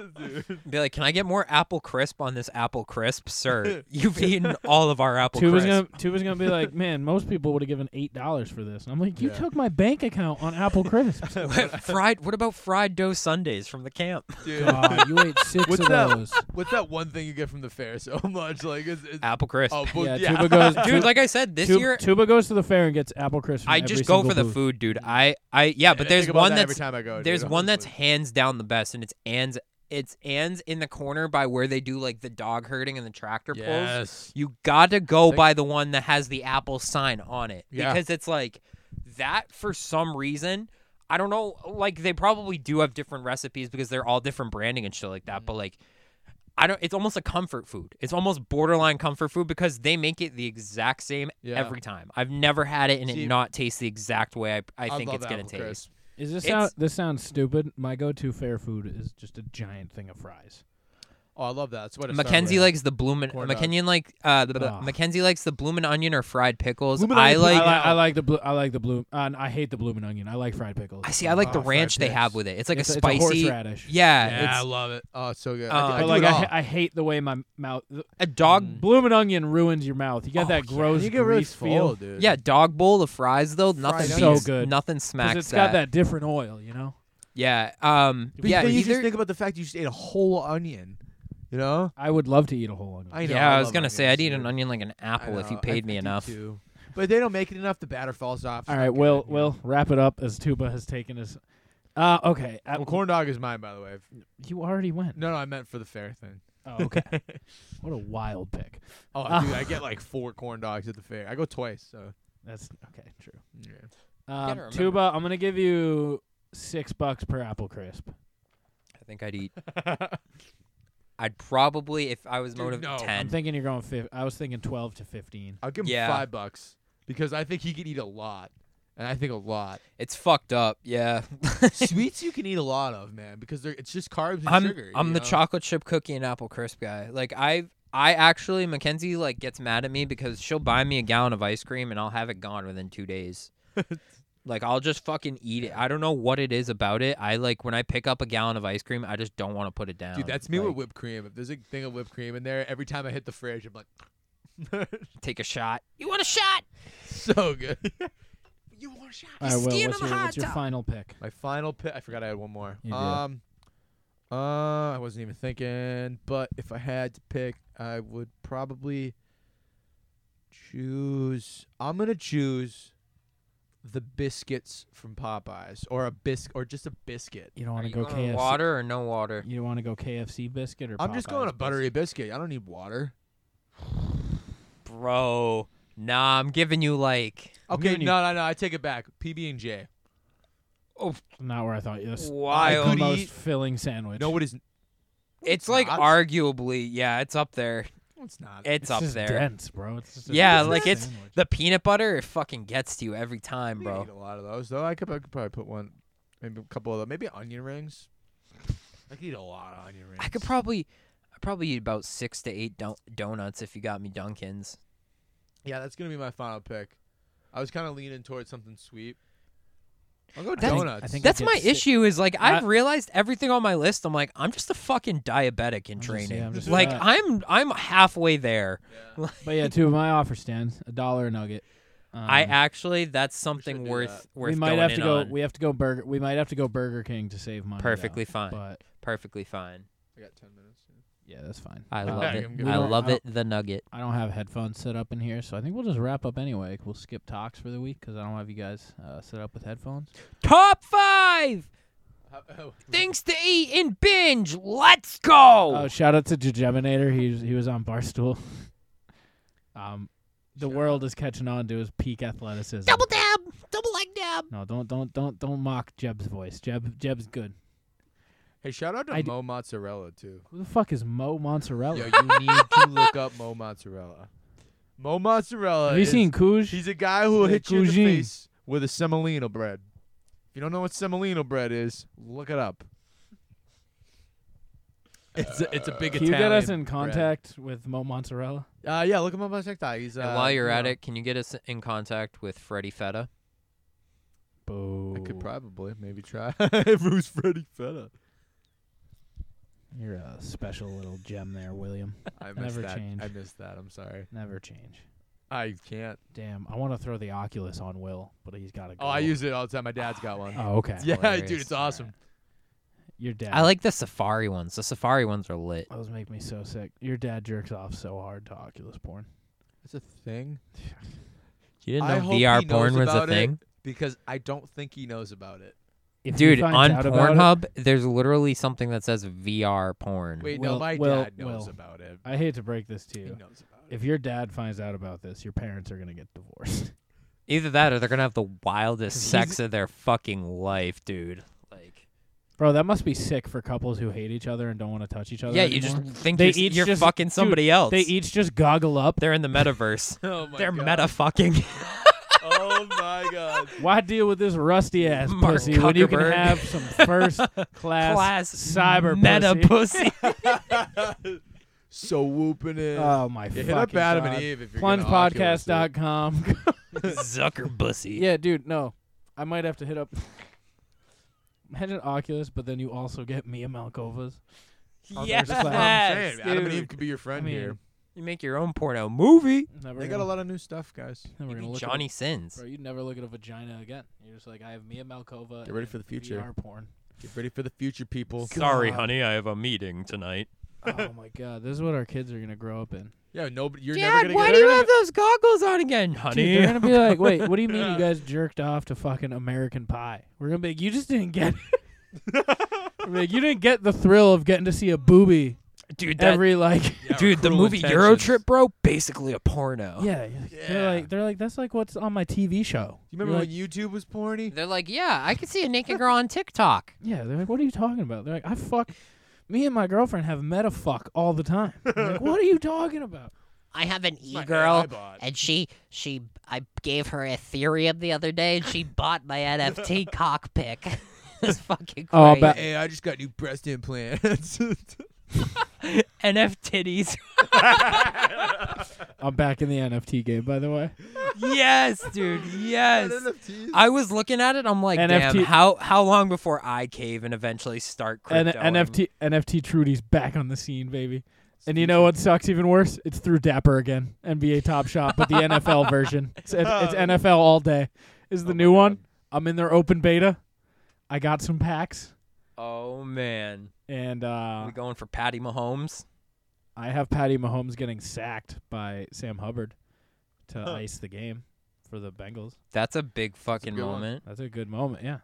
Speaker 3: Be like, can I get more apple crisp on this apple crisp, sir? You've eaten all of our apple
Speaker 1: Two was
Speaker 3: crisp.
Speaker 1: gonna two was gonna be like, man, most people would have given eight dollars for this. And I'm like, you
Speaker 2: Yeah.
Speaker 1: took my bank account on Apple Crisps.
Speaker 3: What- fried. What about fried dough sundaes from the camp?
Speaker 2: Dude,
Speaker 1: God, you ate six
Speaker 2: What's
Speaker 1: of
Speaker 2: that?
Speaker 1: those.
Speaker 2: what's that one thing you get from the fair so much? Like, it's, it's,
Speaker 3: Apple crisp.
Speaker 2: oh, but,
Speaker 1: Yeah,
Speaker 2: yeah.
Speaker 1: Tuba goes. Tu-
Speaker 3: Dude, like I said, this
Speaker 1: Tu-
Speaker 3: year
Speaker 1: Tuba goes to the fair and gets Apple Crisps. from
Speaker 3: I
Speaker 1: every
Speaker 3: just go
Speaker 1: single
Speaker 3: for the
Speaker 1: booth.
Speaker 3: food, dude. I I yeah,
Speaker 2: I
Speaker 3: but
Speaker 2: think
Speaker 3: there's
Speaker 2: about
Speaker 3: one
Speaker 2: that
Speaker 3: that's
Speaker 2: every time I go. dude,
Speaker 3: there's one that's
Speaker 2: honestly.
Speaker 3: hands down the best, and it's Ann's. It's Ann's in the corner by where they do like the dog herding and the tractor pulls.
Speaker 2: yes.
Speaker 3: You gotta go
Speaker 2: Think-
Speaker 3: by the one that has the apple sign on it
Speaker 2: Yeah.
Speaker 3: because it's like that for some reason. I don't know. Like they probably do have different recipes because they're all different branding and shit like that.
Speaker 2: Mm-hmm.
Speaker 3: But like, I don't. It's almost a comfort food. It's almost borderline comfort food because they make it the exact same
Speaker 2: Yeah.
Speaker 3: every time. I've never had it and
Speaker 2: See-
Speaker 3: it not taste the exact way I, I,
Speaker 2: I
Speaker 3: think
Speaker 2: love
Speaker 3: it's gonna
Speaker 2: apple
Speaker 3: taste.
Speaker 2: crisp.
Speaker 1: Is this
Speaker 3: It's-
Speaker 1: sound? This sounds stupid. My go-to fair food is just a giant thing of fries.
Speaker 2: Oh, I love that. That's what it started
Speaker 3: Mackenzie
Speaker 2: with.
Speaker 3: likes the bloomin'
Speaker 2: Corn dog.
Speaker 3: Mackenzie like uh the,
Speaker 1: Ah.
Speaker 3: Mackenzie likes the bloomin' onion or fried pickles.
Speaker 2: Bloomin'
Speaker 3: I
Speaker 2: onion,
Speaker 1: I,
Speaker 3: like
Speaker 1: li- I like the blue. I like the blue. Uh, I hate the bloomin' onion. I like fried pickles.
Speaker 3: I see I like the
Speaker 2: Ah, fried
Speaker 3: ranch they have
Speaker 2: pickles.
Speaker 3: with it. It's like
Speaker 1: it's,
Speaker 3: a
Speaker 1: it's
Speaker 3: spicy
Speaker 1: horseradish.
Speaker 3: Yeah,
Speaker 2: Yeah, I
Speaker 3: it's
Speaker 2: love it. Oh, it's so good.
Speaker 3: Uh,
Speaker 2: I,
Speaker 1: but
Speaker 2: do- I
Speaker 1: like
Speaker 2: do it all.
Speaker 1: I, I hate the way my mouth.
Speaker 3: a dog
Speaker 1: Bloomin' onion ruins your mouth. You get
Speaker 3: Oh,
Speaker 1: that
Speaker 3: yeah.
Speaker 1: gross
Speaker 2: you get really
Speaker 1: grease
Speaker 2: full,
Speaker 1: feel.
Speaker 2: dude.
Speaker 3: yeah, dog bowl of fries though. Nothing
Speaker 2: Fried
Speaker 1: onion.
Speaker 3: beats,
Speaker 1: So good.
Speaker 3: Nothing
Speaker 1: Because
Speaker 3: smacks
Speaker 1: it's got that different oil, you know.
Speaker 3: Yeah. Um
Speaker 2: But
Speaker 3: yeah,
Speaker 2: then you just
Speaker 3: either-
Speaker 2: think about the fact you just ate a whole onion. You know?
Speaker 1: I would love to eat a whole onion.
Speaker 2: I know.
Speaker 3: yeah, I, was
Speaker 2: love
Speaker 3: gonna say I'd
Speaker 2: onions,
Speaker 3: eat an
Speaker 2: dude.
Speaker 3: onion like an apple
Speaker 2: I
Speaker 3: if you
Speaker 2: know, I-
Speaker 3: paid
Speaker 2: I
Speaker 3: me
Speaker 2: do
Speaker 3: enough.
Speaker 2: too. But they don't make it enough. The batter falls off.
Speaker 1: All right,
Speaker 2: Will.
Speaker 1: we'll we'll wrap it up as Tuba has taken us. Uh, okay, uh,
Speaker 2: Well, corn dog is mine, by the way.
Speaker 1: you already went.
Speaker 2: No, no, I meant for the fair thing.
Speaker 1: Oh, okay. what a wild pick.
Speaker 2: Oh,
Speaker 1: Ah.
Speaker 2: dude, I get like four corn dogs at the fair. I go twice, so
Speaker 1: That's okay. True.
Speaker 2: yeah.
Speaker 1: Um,
Speaker 3: remember.
Speaker 1: Tuba, I'm gonna give you six bucks per apple crisp.
Speaker 3: I think I'd eat I'd probably if I was
Speaker 2: Dude,
Speaker 3: motivated
Speaker 2: no, I'm
Speaker 1: I'm
Speaker 3: ten.
Speaker 1: thinking you're going. Fi- I was thinking twelve to fifteen.
Speaker 2: I'll give him
Speaker 3: Yeah.
Speaker 2: five bucks because I think he could eat a lot. and I think a lot.
Speaker 3: It's fucked up. Yeah.
Speaker 2: Sweets you can eat a lot of, man, because they're it's just carbs and
Speaker 3: I'm
Speaker 2: sugar.
Speaker 3: I'm
Speaker 2: you
Speaker 3: the
Speaker 2: know?
Speaker 3: chocolate chip cookie and apple crisp guy. Like I I actually Mackenzie like gets mad at me because she'll buy me a gallon of ice cream and I'll have it gone within 2 days. like I'll just fucking eat it. I don't know what it is about it. I like when I pick up a gallon of ice cream, I just don't want to put it down.
Speaker 2: Dude, that's me
Speaker 3: Like,
Speaker 2: with whipped cream. If there's a thing of whipped cream in there, every time I hit the fridge, I'm like,
Speaker 3: Take a shot. You want a shot?
Speaker 2: so good. you want a shot?
Speaker 1: All right, Will,
Speaker 3: skiing
Speaker 1: what's your,
Speaker 3: on the hot
Speaker 1: what's your
Speaker 3: tub.
Speaker 1: final pick?
Speaker 2: My final pick. I forgot I had one more.
Speaker 1: You did.
Speaker 2: Um, uh, I wasn't even thinking, but if I had to pick, I would probably choose. I'm gonna choose the biscuits from Popeyes, or a bisc, or just a biscuit.
Speaker 1: You don't want
Speaker 3: Are
Speaker 1: to
Speaker 3: you
Speaker 1: go
Speaker 3: going
Speaker 1: KFC.
Speaker 3: water or no water?
Speaker 1: You don't want to go KFC biscuit or?
Speaker 2: I'm just going a
Speaker 1: Popeye's
Speaker 2: buttery biscuit. I don't need water.
Speaker 3: Bro, nah, I'm giving you like
Speaker 1: I'm
Speaker 2: Okay,
Speaker 1: giving you-
Speaker 2: no, no, no. I take it back. PB and J.
Speaker 1: biscuit. Not where I thought you. This
Speaker 3: wild.
Speaker 1: the
Speaker 2: could
Speaker 1: most
Speaker 2: eat-
Speaker 1: filling sandwich.
Speaker 2: No, it is.
Speaker 3: It's like
Speaker 2: not.
Speaker 3: arguably, yeah, it's up there.
Speaker 2: no, It's not.
Speaker 3: It's,
Speaker 1: it's
Speaker 3: up
Speaker 1: just
Speaker 3: there.
Speaker 1: dense, bro. It's just a
Speaker 3: Yeah,
Speaker 1: dense
Speaker 3: like, it's-
Speaker 1: sandwich.
Speaker 3: The peanut butter, it fucking gets to you every time,
Speaker 2: I
Speaker 3: bro.
Speaker 2: eat a lot of those though. I could, I could probably put one, maybe a couple of them. Maybe onion rings. I could eat a lot of onion rings.
Speaker 3: I could probably, I probably eat about six to eight don- donuts if you got me Dunkins.
Speaker 2: Yeah, that's gonna be my final pick. I was kind of leaning towards something sweet. I'll go
Speaker 1: I think-
Speaker 2: donuts.
Speaker 1: I think
Speaker 3: That's
Speaker 1: it
Speaker 3: my
Speaker 1: gets si-
Speaker 3: issue. Is like I've
Speaker 1: I-
Speaker 3: realized everything on my list. I'm like I'm just a fucking diabetic in
Speaker 1: I'm just- yeah,
Speaker 3: training.
Speaker 1: I'm just
Speaker 3: like
Speaker 1: fat.
Speaker 3: I'm I'm halfway there.
Speaker 1: But yeah, two of my offer stands: a dollar a nugget. Um,
Speaker 3: I actually that's
Speaker 2: should
Speaker 3: something
Speaker 2: do
Speaker 3: worth worth
Speaker 1: we might
Speaker 3: going
Speaker 1: have to
Speaker 3: in
Speaker 1: go.
Speaker 3: on.
Speaker 1: We have to go burger. We might have to go Burger King to save money. though.
Speaker 3: Perfectly fine.
Speaker 1: But
Speaker 3: Perfectly fine.
Speaker 2: I got ten minutes.
Speaker 1: yeah, that's fine.
Speaker 3: I
Speaker 1: Uh,
Speaker 3: love
Speaker 2: Okay,
Speaker 3: it.
Speaker 2: I'm good.
Speaker 3: I
Speaker 1: We don't-
Speaker 3: love
Speaker 1: I
Speaker 3: it. The nugget.
Speaker 1: I don't have headphones set up in here, so I think we'll just wrap up anyway. We'll skip talks for the week because I don't have you guys uh, set up with headphones.
Speaker 3: Top five
Speaker 2: oh.
Speaker 3: things to eat in binge. Let's go.
Speaker 1: Oh, shout out to Geminator. He was, he was on Barstool. um, the world is catching on to his peak athleticism.
Speaker 3: double dab. Double leg dab.
Speaker 1: no, don't don't don't don't mock Jeb's voice. Jeb Jeb's good.
Speaker 2: Hey, shout out to
Speaker 1: I d- Oh.
Speaker 2: Mo Mozzarella too.
Speaker 1: Who the fuck is Mo Mozzarella?
Speaker 2: Yo, you need to look up Mo Mozzarella. Mo Mozzarella.
Speaker 1: have you
Speaker 2: is-
Speaker 1: seen Kuj?
Speaker 2: He's a guy who will hit you in the
Speaker 1: Cuisine.
Speaker 2: face with a semolina bread. If you don't know what semolina bread is, look it up. It's a, it's a big
Speaker 1: Can you get us in contact with Mo Mozzarella?
Speaker 2: Uh, yeah, look him up on TikTok. He's, uh,
Speaker 3: And while you're
Speaker 2: you
Speaker 3: at
Speaker 2: know,
Speaker 3: it, can you get us in contact with Freddie Feta?
Speaker 1: Boo.
Speaker 2: I could probably maybe try. Who's Freddy Feta?
Speaker 1: You're a special little gem there, William.
Speaker 2: I missed
Speaker 1: Never
Speaker 2: that.
Speaker 1: change.
Speaker 2: I missed that. I'm sorry.
Speaker 1: Never change.
Speaker 2: I can't.
Speaker 1: Damn, I want to throw the Oculus on Will, but he's got to go.
Speaker 2: Oh, I use it all the time. My dad's got one.
Speaker 1: Oh, okay.
Speaker 2: yeah, dude,
Speaker 3: hilarious.
Speaker 2: it's awesome.
Speaker 1: Your dad.
Speaker 3: I like the safari ones. The safari ones are lit.
Speaker 1: Those make me so sick. Your dad jerks off so hard to Oculus porn.
Speaker 2: It's a thing
Speaker 3: You didn't
Speaker 2: I
Speaker 3: know
Speaker 2: hope he
Speaker 3: VR
Speaker 2: knows
Speaker 3: porn was a
Speaker 2: about it.
Speaker 3: thing?
Speaker 2: because I don't think he knows about it.
Speaker 1: If he
Speaker 3: Dude,
Speaker 1: finds
Speaker 3: on
Speaker 1: out about it-
Speaker 3: Pornhub, there's literally something that says VR porn.
Speaker 2: Wait,
Speaker 1: Mm-hmm. Well-
Speaker 2: no, my
Speaker 1: well-
Speaker 2: dad knows
Speaker 1: well.
Speaker 2: about it.
Speaker 1: I hate to break this to
Speaker 2: He
Speaker 1: you.
Speaker 2: knows about it.
Speaker 1: If your dad finds out about this, your parents are gonna get divorced.
Speaker 3: Either that or they're going to have the wildest
Speaker 1: He's-
Speaker 3: sex of their fucking life, dude. Like,
Speaker 1: Bro, that must be sick for couples who hate each other and don't want to touch each other.
Speaker 3: yeah, you just
Speaker 1: anymore.
Speaker 3: think
Speaker 1: They
Speaker 3: you're, s-
Speaker 1: each
Speaker 3: you're
Speaker 1: just-
Speaker 3: fucking
Speaker 1: dude,
Speaker 3: somebody else.
Speaker 1: they each just goggle up.
Speaker 3: they're in the metaverse.
Speaker 2: Oh my
Speaker 3: they're
Speaker 2: god.
Speaker 3: meta fucking.
Speaker 2: oh my god.
Speaker 1: Why deal with this rusty ass
Speaker 3: Mark
Speaker 1: pussy when you can
Speaker 3: Zuckerberg.
Speaker 1: have some first class,
Speaker 3: Class
Speaker 1: cyber
Speaker 3: meta
Speaker 1: pussy?
Speaker 3: pussy.
Speaker 2: So whooping it.
Speaker 1: Oh my
Speaker 2: Yeah,
Speaker 1: fucking
Speaker 2: hit up Adam
Speaker 1: god.
Speaker 2: and Eve if you're gonna Oculus it.
Speaker 1: Plungepodcast.com.
Speaker 3: Zucker pussy.
Speaker 1: yeah, dude, no. I might have to hit up Imagine Oculus, but then you also get Mia Malkovas.
Speaker 3: Yes,
Speaker 1: That's what
Speaker 2: I'm saying. Adam and
Speaker 3: dude.
Speaker 2: Eve could be your friend
Speaker 1: I mean,
Speaker 2: here.
Speaker 3: You make your own porno movie.
Speaker 1: Never
Speaker 2: They got
Speaker 1: gonna,
Speaker 2: a lot of new stuff, guys.
Speaker 1: never
Speaker 3: You
Speaker 1: gonna
Speaker 3: be
Speaker 1: look at
Speaker 3: Johnny
Speaker 1: a-
Speaker 3: Sins.
Speaker 1: Bro, you'd never look at a vagina again. You're just like, I have Mia Malkova.
Speaker 2: Get ready
Speaker 1: and
Speaker 2: for the future.
Speaker 1: VR porn.
Speaker 2: Get ready for the future, people.
Speaker 3: Sorry,
Speaker 1: God.
Speaker 3: honey, I have a meeting tonight.
Speaker 1: oh my god, this is what our kids are gonna grow up in.
Speaker 2: Yeah, nobody. You're never
Speaker 3: Dad,
Speaker 2: gonna
Speaker 3: why
Speaker 2: get
Speaker 3: do you have those goggles on again, honey?
Speaker 1: Dude, they're gonna be like, wait, what do you mean you guys jerked off to fucking American Pie? We're gonna be like, you just didn't get. It. We're gonna be like, you didn't get the thrill of getting to see a booby
Speaker 3: dude, that,
Speaker 1: every like.
Speaker 2: Yeah,
Speaker 3: dude, the
Speaker 2: Cruel
Speaker 3: movie
Speaker 2: Intentions.
Speaker 3: Eurotrip, bro, basically a porno.
Speaker 1: Yeah,
Speaker 2: Yeah.
Speaker 1: they're like they're like that's like what's on my TV show.
Speaker 2: You remember
Speaker 1: You're
Speaker 2: when
Speaker 1: like,
Speaker 2: YouTube was porny?
Speaker 3: They're like, yeah, I could see a naked girl on TikTok.
Speaker 1: yeah, they're like, what are you talking about? They're like, I fuck. Me and my girlfriend have meta fuck all the time. I'm like, what are you talking about?
Speaker 6: I have an
Speaker 2: my
Speaker 6: e girl,
Speaker 2: iBot.
Speaker 6: and she she I gave her Ethereum the other day, and she bought my NFT cockpick. it's fucking crazy.
Speaker 1: Oh, but-
Speaker 2: Hey, I just got new breast implants.
Speaker 3: NF titties.
Speaker 1: I'm back in the NFT game, by the way.
Speaker 3: yes, dude. Yes. I was looking at it. I'm like, damn.
Speaker 1: NFT
Speaker 3: How how long before I cave and eventually start
Speaker 1: N-
Speaker 3: crypto? and-
Speaker 1: NFT NFT Trudy's back on the scene, baby. And you know what sucks even worse? It's through Dapper again, NBA Top Shop, but the NFL version. It's, it's NFL all day. Is
Speaker 2: Oh
Speaker 1: the new one? I'm in their open beta. I got some packs,
Speaker 3: Oh man,
Speaker 1: and uh,
Speaker 3: we going for Patty Mahomes?
Speaker 1: I have Patty Mahomes getting sacked by Sam Hubbard to ice the game for the Bengals.
Speaker 3: That's a big fucking
Speaker 2: good one.
Speaker 3: moment.
Speaker 1: That's a good moment. Yeah,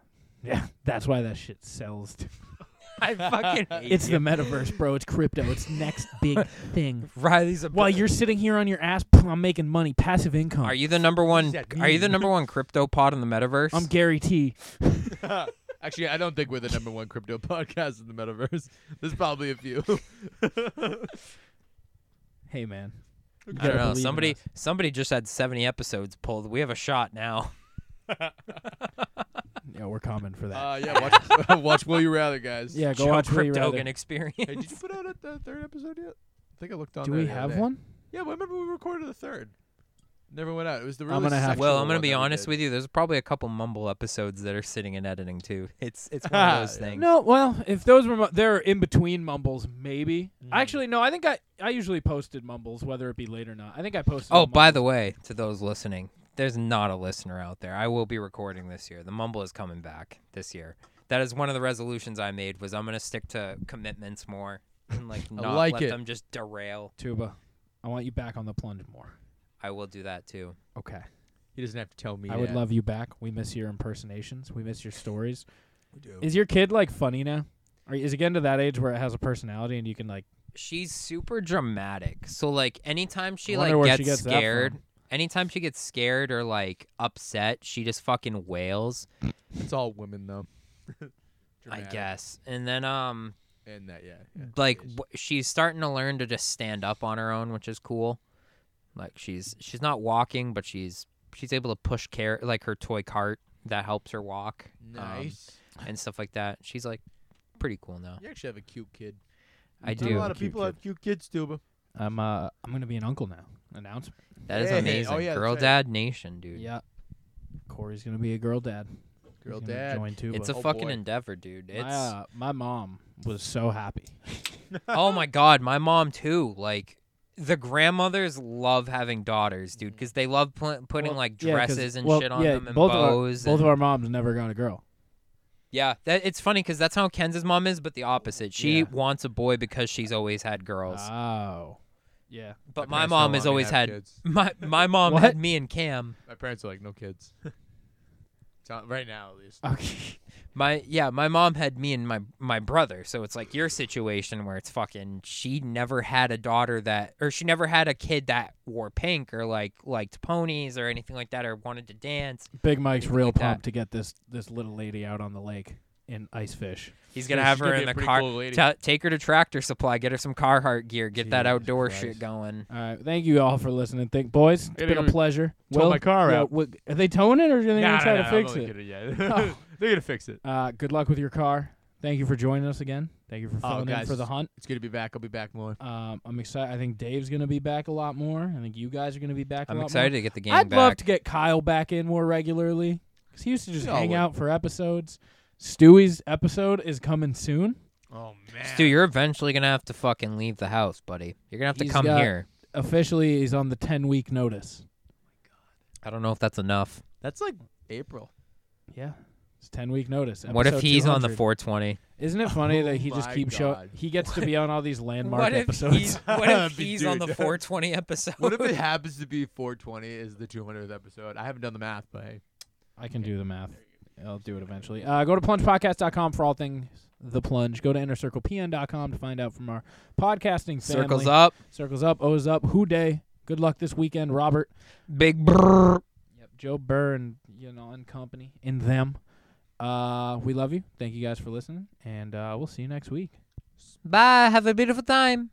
Speaker 1: yeah. That's why that shit sells. dude.
Speaker 3: I fucking hate
Speaker 1: It's
Speaker 3: you.
Speaker 1: the metaverse, bro. It's crypto. It's next big thing.
Speaker 3: Riley's a.
Speaker 1: While you're sitting here on your ass, pff, I'm making money, passive income.
Speaker 3: are you the number one?
Speaker 2: that
Speaker 3: Are you the
Speaker 2: mean?
Speaker 3: number one crypto pod in the metaverse?
Speaker 1: I'm Gary T.
Speaker 2: Actually, I don't think we're the number one crypto podcast in the metaverse. There's probably a few.
Speaker 1: Hey man, You
Speaker 3: I
Speaker 1: gotta
Speaker 3: don't know.
Speaker 1: believe in
Speaker 3: Somebody
Speaker 1: us.
Speaker 3: somebody just had 70 episodes pulled. We have a shot now.
Speaker 1: Yeah, we're coming for that.
Speaker 2: uh, yeah, watch, watch Will You Rather, guys.
Speaker 1: yeah, go
Speaker 3: Joe
Speaker 1: watch Will You
Speaker 3: Cryptogan
Speaker 1: Rather.
Speaker 3: experience.
Speaker 2: Hey, did you put out a th- third episode yet? I think I looked on
Speaker 1: Do
Speaker 2: there
Speaker 1: we
Speaker 2: the other
Speaker 1: have
Speaker 2: day.
Speaker 1: one?
Speaker 2: Yeah, well, I remember we recorded the third. Never went out. It was the really
Speaker 1: I'm gonna have to-
Speaker 3: Well, I'm gonna be honest with you. There's probably a couple mumble episodes that are sitting in editing too. It's it's one of those
Speaker 2: Yeah.
Speaker 3: things.
Speaker 1: Uh, No, well, if those were mu- they're in between mumbles, maybe. Actually, no. I think I I usually posted mumbles, whether it be late or not. I think I posted.
Speaker 3: Oh,
Speaker 1: all
Speaker 3: by the
Speaker 1: mumbles.
Speaker 3: way, to those listening, there's not a listener out there. I will be recording this year. The mumble is coming back this year. That is one of the resolutions I made was I'm gonna stick to commitments more and like not
Speaker 2: like
Speaker 3: let
Speaker 2: it.
Speaker 3: them just derail.
Speaker 1: Tuba, I want you back on the plunge more.
Speaker 3: I will do that too.
Speaker 1: Okay,
Speaker 2: He doesn't have to tell me.
Speaker 1: I would
Speaker 2: that.
Speaker 1: love you back. We miss your impersonations. We miss your stories.
Speaker 2: We do.
Speaker 1: Is your kid like funny now? Or is it getting to that age where it has a personality and you can like?
Speaker 3: She's super dramatic. So like anytime she
Speaker 1: wonder
Speaker 3: like
Speaker 1: where
Speaker 3: gets,
Speaker 1: she gets that from.
Speaker 3: scared, anytime she gets scared or like upset, she just fucking wails.
Speaker 2: It's all women though. Dramatic.
Speaker 3: I guess. And then um
Speaker 2: And that, yeah. yeah.
Speaker 3: like
Speaker 2: It is.
Speaker 3: w- she's starting to learn to just stand up on her own, which is cool. Like she's she's not walking, but she's she's able to push care like her toy cart that helps her walk. um,
Speaker 2: nice.
Speaker 3: and stuff like that. She's like pretty cool now.
Speaker 2: you actually have a cute kid.
Speaker 3: I
Speaker 2: Not A
Speaker 3: do.
Speaker 2: lot of
Speaker 1: Cute
Speaker 2: people
Speaker 1: kid.
Speaker 2: have cute kids, Tuba.
Speaker 1: I'm uh I'm gonna be an uncle now. Announcement.
Speaker 3: That is
Speaker 2: Hey, oh,
Speaker 3: amazing.
Speaker 2: yeah, that's
Speaker 3: Girl
Speaker 2: right.
Speaker 3: dad nation, dude.
Speaker 1: Yeah. Corey's gonna be a girl dad. He's
Speaker 2: Girl
Speaker 1: gonna
Speaker 2: dad.
Speaker 1: Join Tuba.
Speaker 3: It's a
Speaker 2: Oh,
Speaker 3: fucking
Speaker 2: boy.
Speaker 3: endeavor, dude. It's
Speaker 1: my, uh, my mom was so happy.
Speaker 3: oh my god, my mom too. Like the grandmothers love having daughters, dude, because they love pl- putting
Speaker 1: Well,
Speaker 3: like
Speaker 1: yeah, 'cause-
Speaker 3: dresses and
Speaker 1: well,
Speaker 3: shit on
Speaker 1: yeah,
Speaker 3: them and
Speaker 1: both
Speaker 3: bows.
Speaker 1: Of our, both
Speaker 3: and-
Speaker 1: of our moms never got a girl.
Speaker 3: yeah, that, it's funny because that's how Ken's mom is, but the opposite. She
Speaker 1: Yeah.
Speaker 3: wants a boy because she's always had girls.
Speaker 2: Uh,
Speaker 1: Oh. Yeah.
Speaker 3: but
Speaker 2: My
Speaker 3: my
Speaker 2: parents don't
Speaker 3: mom has
Speaker 2: want me to
Speaker 3: always
Speaker 2: have
Speaker 3: had
Speaker 2: kids.
Speaker 3: my my mom
Speaker 1: What?
Speaker 3: had me and Cam.
Speaker 2: My parents are like, no kids. So- right now, at least.
Speaker 1: Okay.
Speaker 3: My yeah, my mom had me and my my brother. So it's like your situation where it's fucking she never had a daughter that or she never had a kid that wore pink or like liked ponies or anything like that or wanted to dance.
Speaker 1: Big Mike's
Speaker 3: Anything
Speaker 1: real
Speaker 3: like that.
Speaker 1: pumped to get this this little lady out on the lake in ice fish.
Speaker 3: He's gonna
Speaker 2: Yeah,
Speaker 3: have
Speaker 2: she's
Speaker 3: her
Speaker 2: gonna be
Speaker 3: in
Speaker 2: a
Speaker 3: the
Speaker 2: pretty
Speaker 3: car.
Speaker 2: cool lady.
Speaker 3: ta- take her to Tractor Supply. Get her some Carhartt gear. Get that
Speaker 1: Jesus
Speaker 3: outdoor
Speaker 1: Christ.
Speaker 3: shit going.
Speaker 1: All right. Thank you all for listening. Thank boys. It's
Speaker 2: Gotta
Speaker 1: been a
Speaker 2: go
Speaker 1: pleasure.
Speaker 2: tow
Speaker 1: Will,
Speaker 2: my car
Speaker 1: yeah,
Speaker 2: out.
Speaker 1: Will, are they towing it or are they gonna
Speaker 2: Nah, nah,
Speaker 1: try
Speaker 2: nah,
Speaker 1: to
Speaker 2: I'm
Speaker 1: fix
Speaker 2: only
Speaker 1: it?
Speaker 2: kidding, yeah. They're gonna fix it.
Speaker 1: Uh, good luck with your car. Thank you for joining us again. Thank you for
Speaker 2: Oh,
Speaker 1: filling in
Speaker 2: guys.
Speaker 1: for the hunt.
Speaker 2: It's good to be back. I'll be back more.
Speaker 1: Um, I'm excited. I think Dave's gonna be back a lot more. I think you guys are gonna be back. a
Speaker 3: I'm
Speaker 1: lot
Speaker 3: excited
Speaker 1: More.
Speaker 3: to get the game
Speaker 1: I'd
Speaker 3: back.
Speaker 1: love to get Kyle back in more regularly because he used to just
Speaker 2: We all
Speaker 1: hang
Speaker 2: would.
Speaker 1: out for episodes. Stewie's episode is coming soon.
Speaker 2: Oh man.
Speaker 3: Stu, you're eventually gonna have to fucking leave the house, buddy. You're gonna have to
Speaker 1: He's
Speaker 3: come
Speaker 1: got-
Speaker 3: here.
Speaker 1: Officially, he's on the ten week notice.
Speaker 3: I don't know if that's enough.
Speaker 2: That's like April.
Speaker 1: Yeah, it's ten week notice.
Speaker 3: what if
Speaker 1: Episode
Speaker 3: he's on the
Speaker 1: 200.
Speaker 3: 420?
Speaker 1: Isn't it funny
Speaker 2: Oh
Speaker 1: that he just
Speaker 2: my
Speaker 1: keeps showing?
Speaker 2: God.
Speaker 1: He gets to be on all these landmark
Speaker 3: What if
Speaker 1: episodes.
Speaker 3: he's, what if
Speaker 2: Be
Speaker 3: he's on the
Speaker 2: dude.
Speaker 3: 420 episode?
Speaker 2: What if it happens to be 420 is the 200th episode? I haven't done the math, but hey.
Speaker 1: I can do the math. I'll do it eventually. Uh, go to plungepodcast.com for all things The Plunge. Go to innercirclepn.com to find out from our podcasting family.
Speaker 3: Circles up,
Speaker 1: Circles up. O's up. Who day. Good luck this weekend, Robert.
Speaker 3: big brrr.
Speaker 1: Yep. Joe Burr and, you know, and company. And them. Uh, we love you. Thank you guys for listening. And uh, we'll see you next week.
Speaker 3: Bye. Have a beautiful time.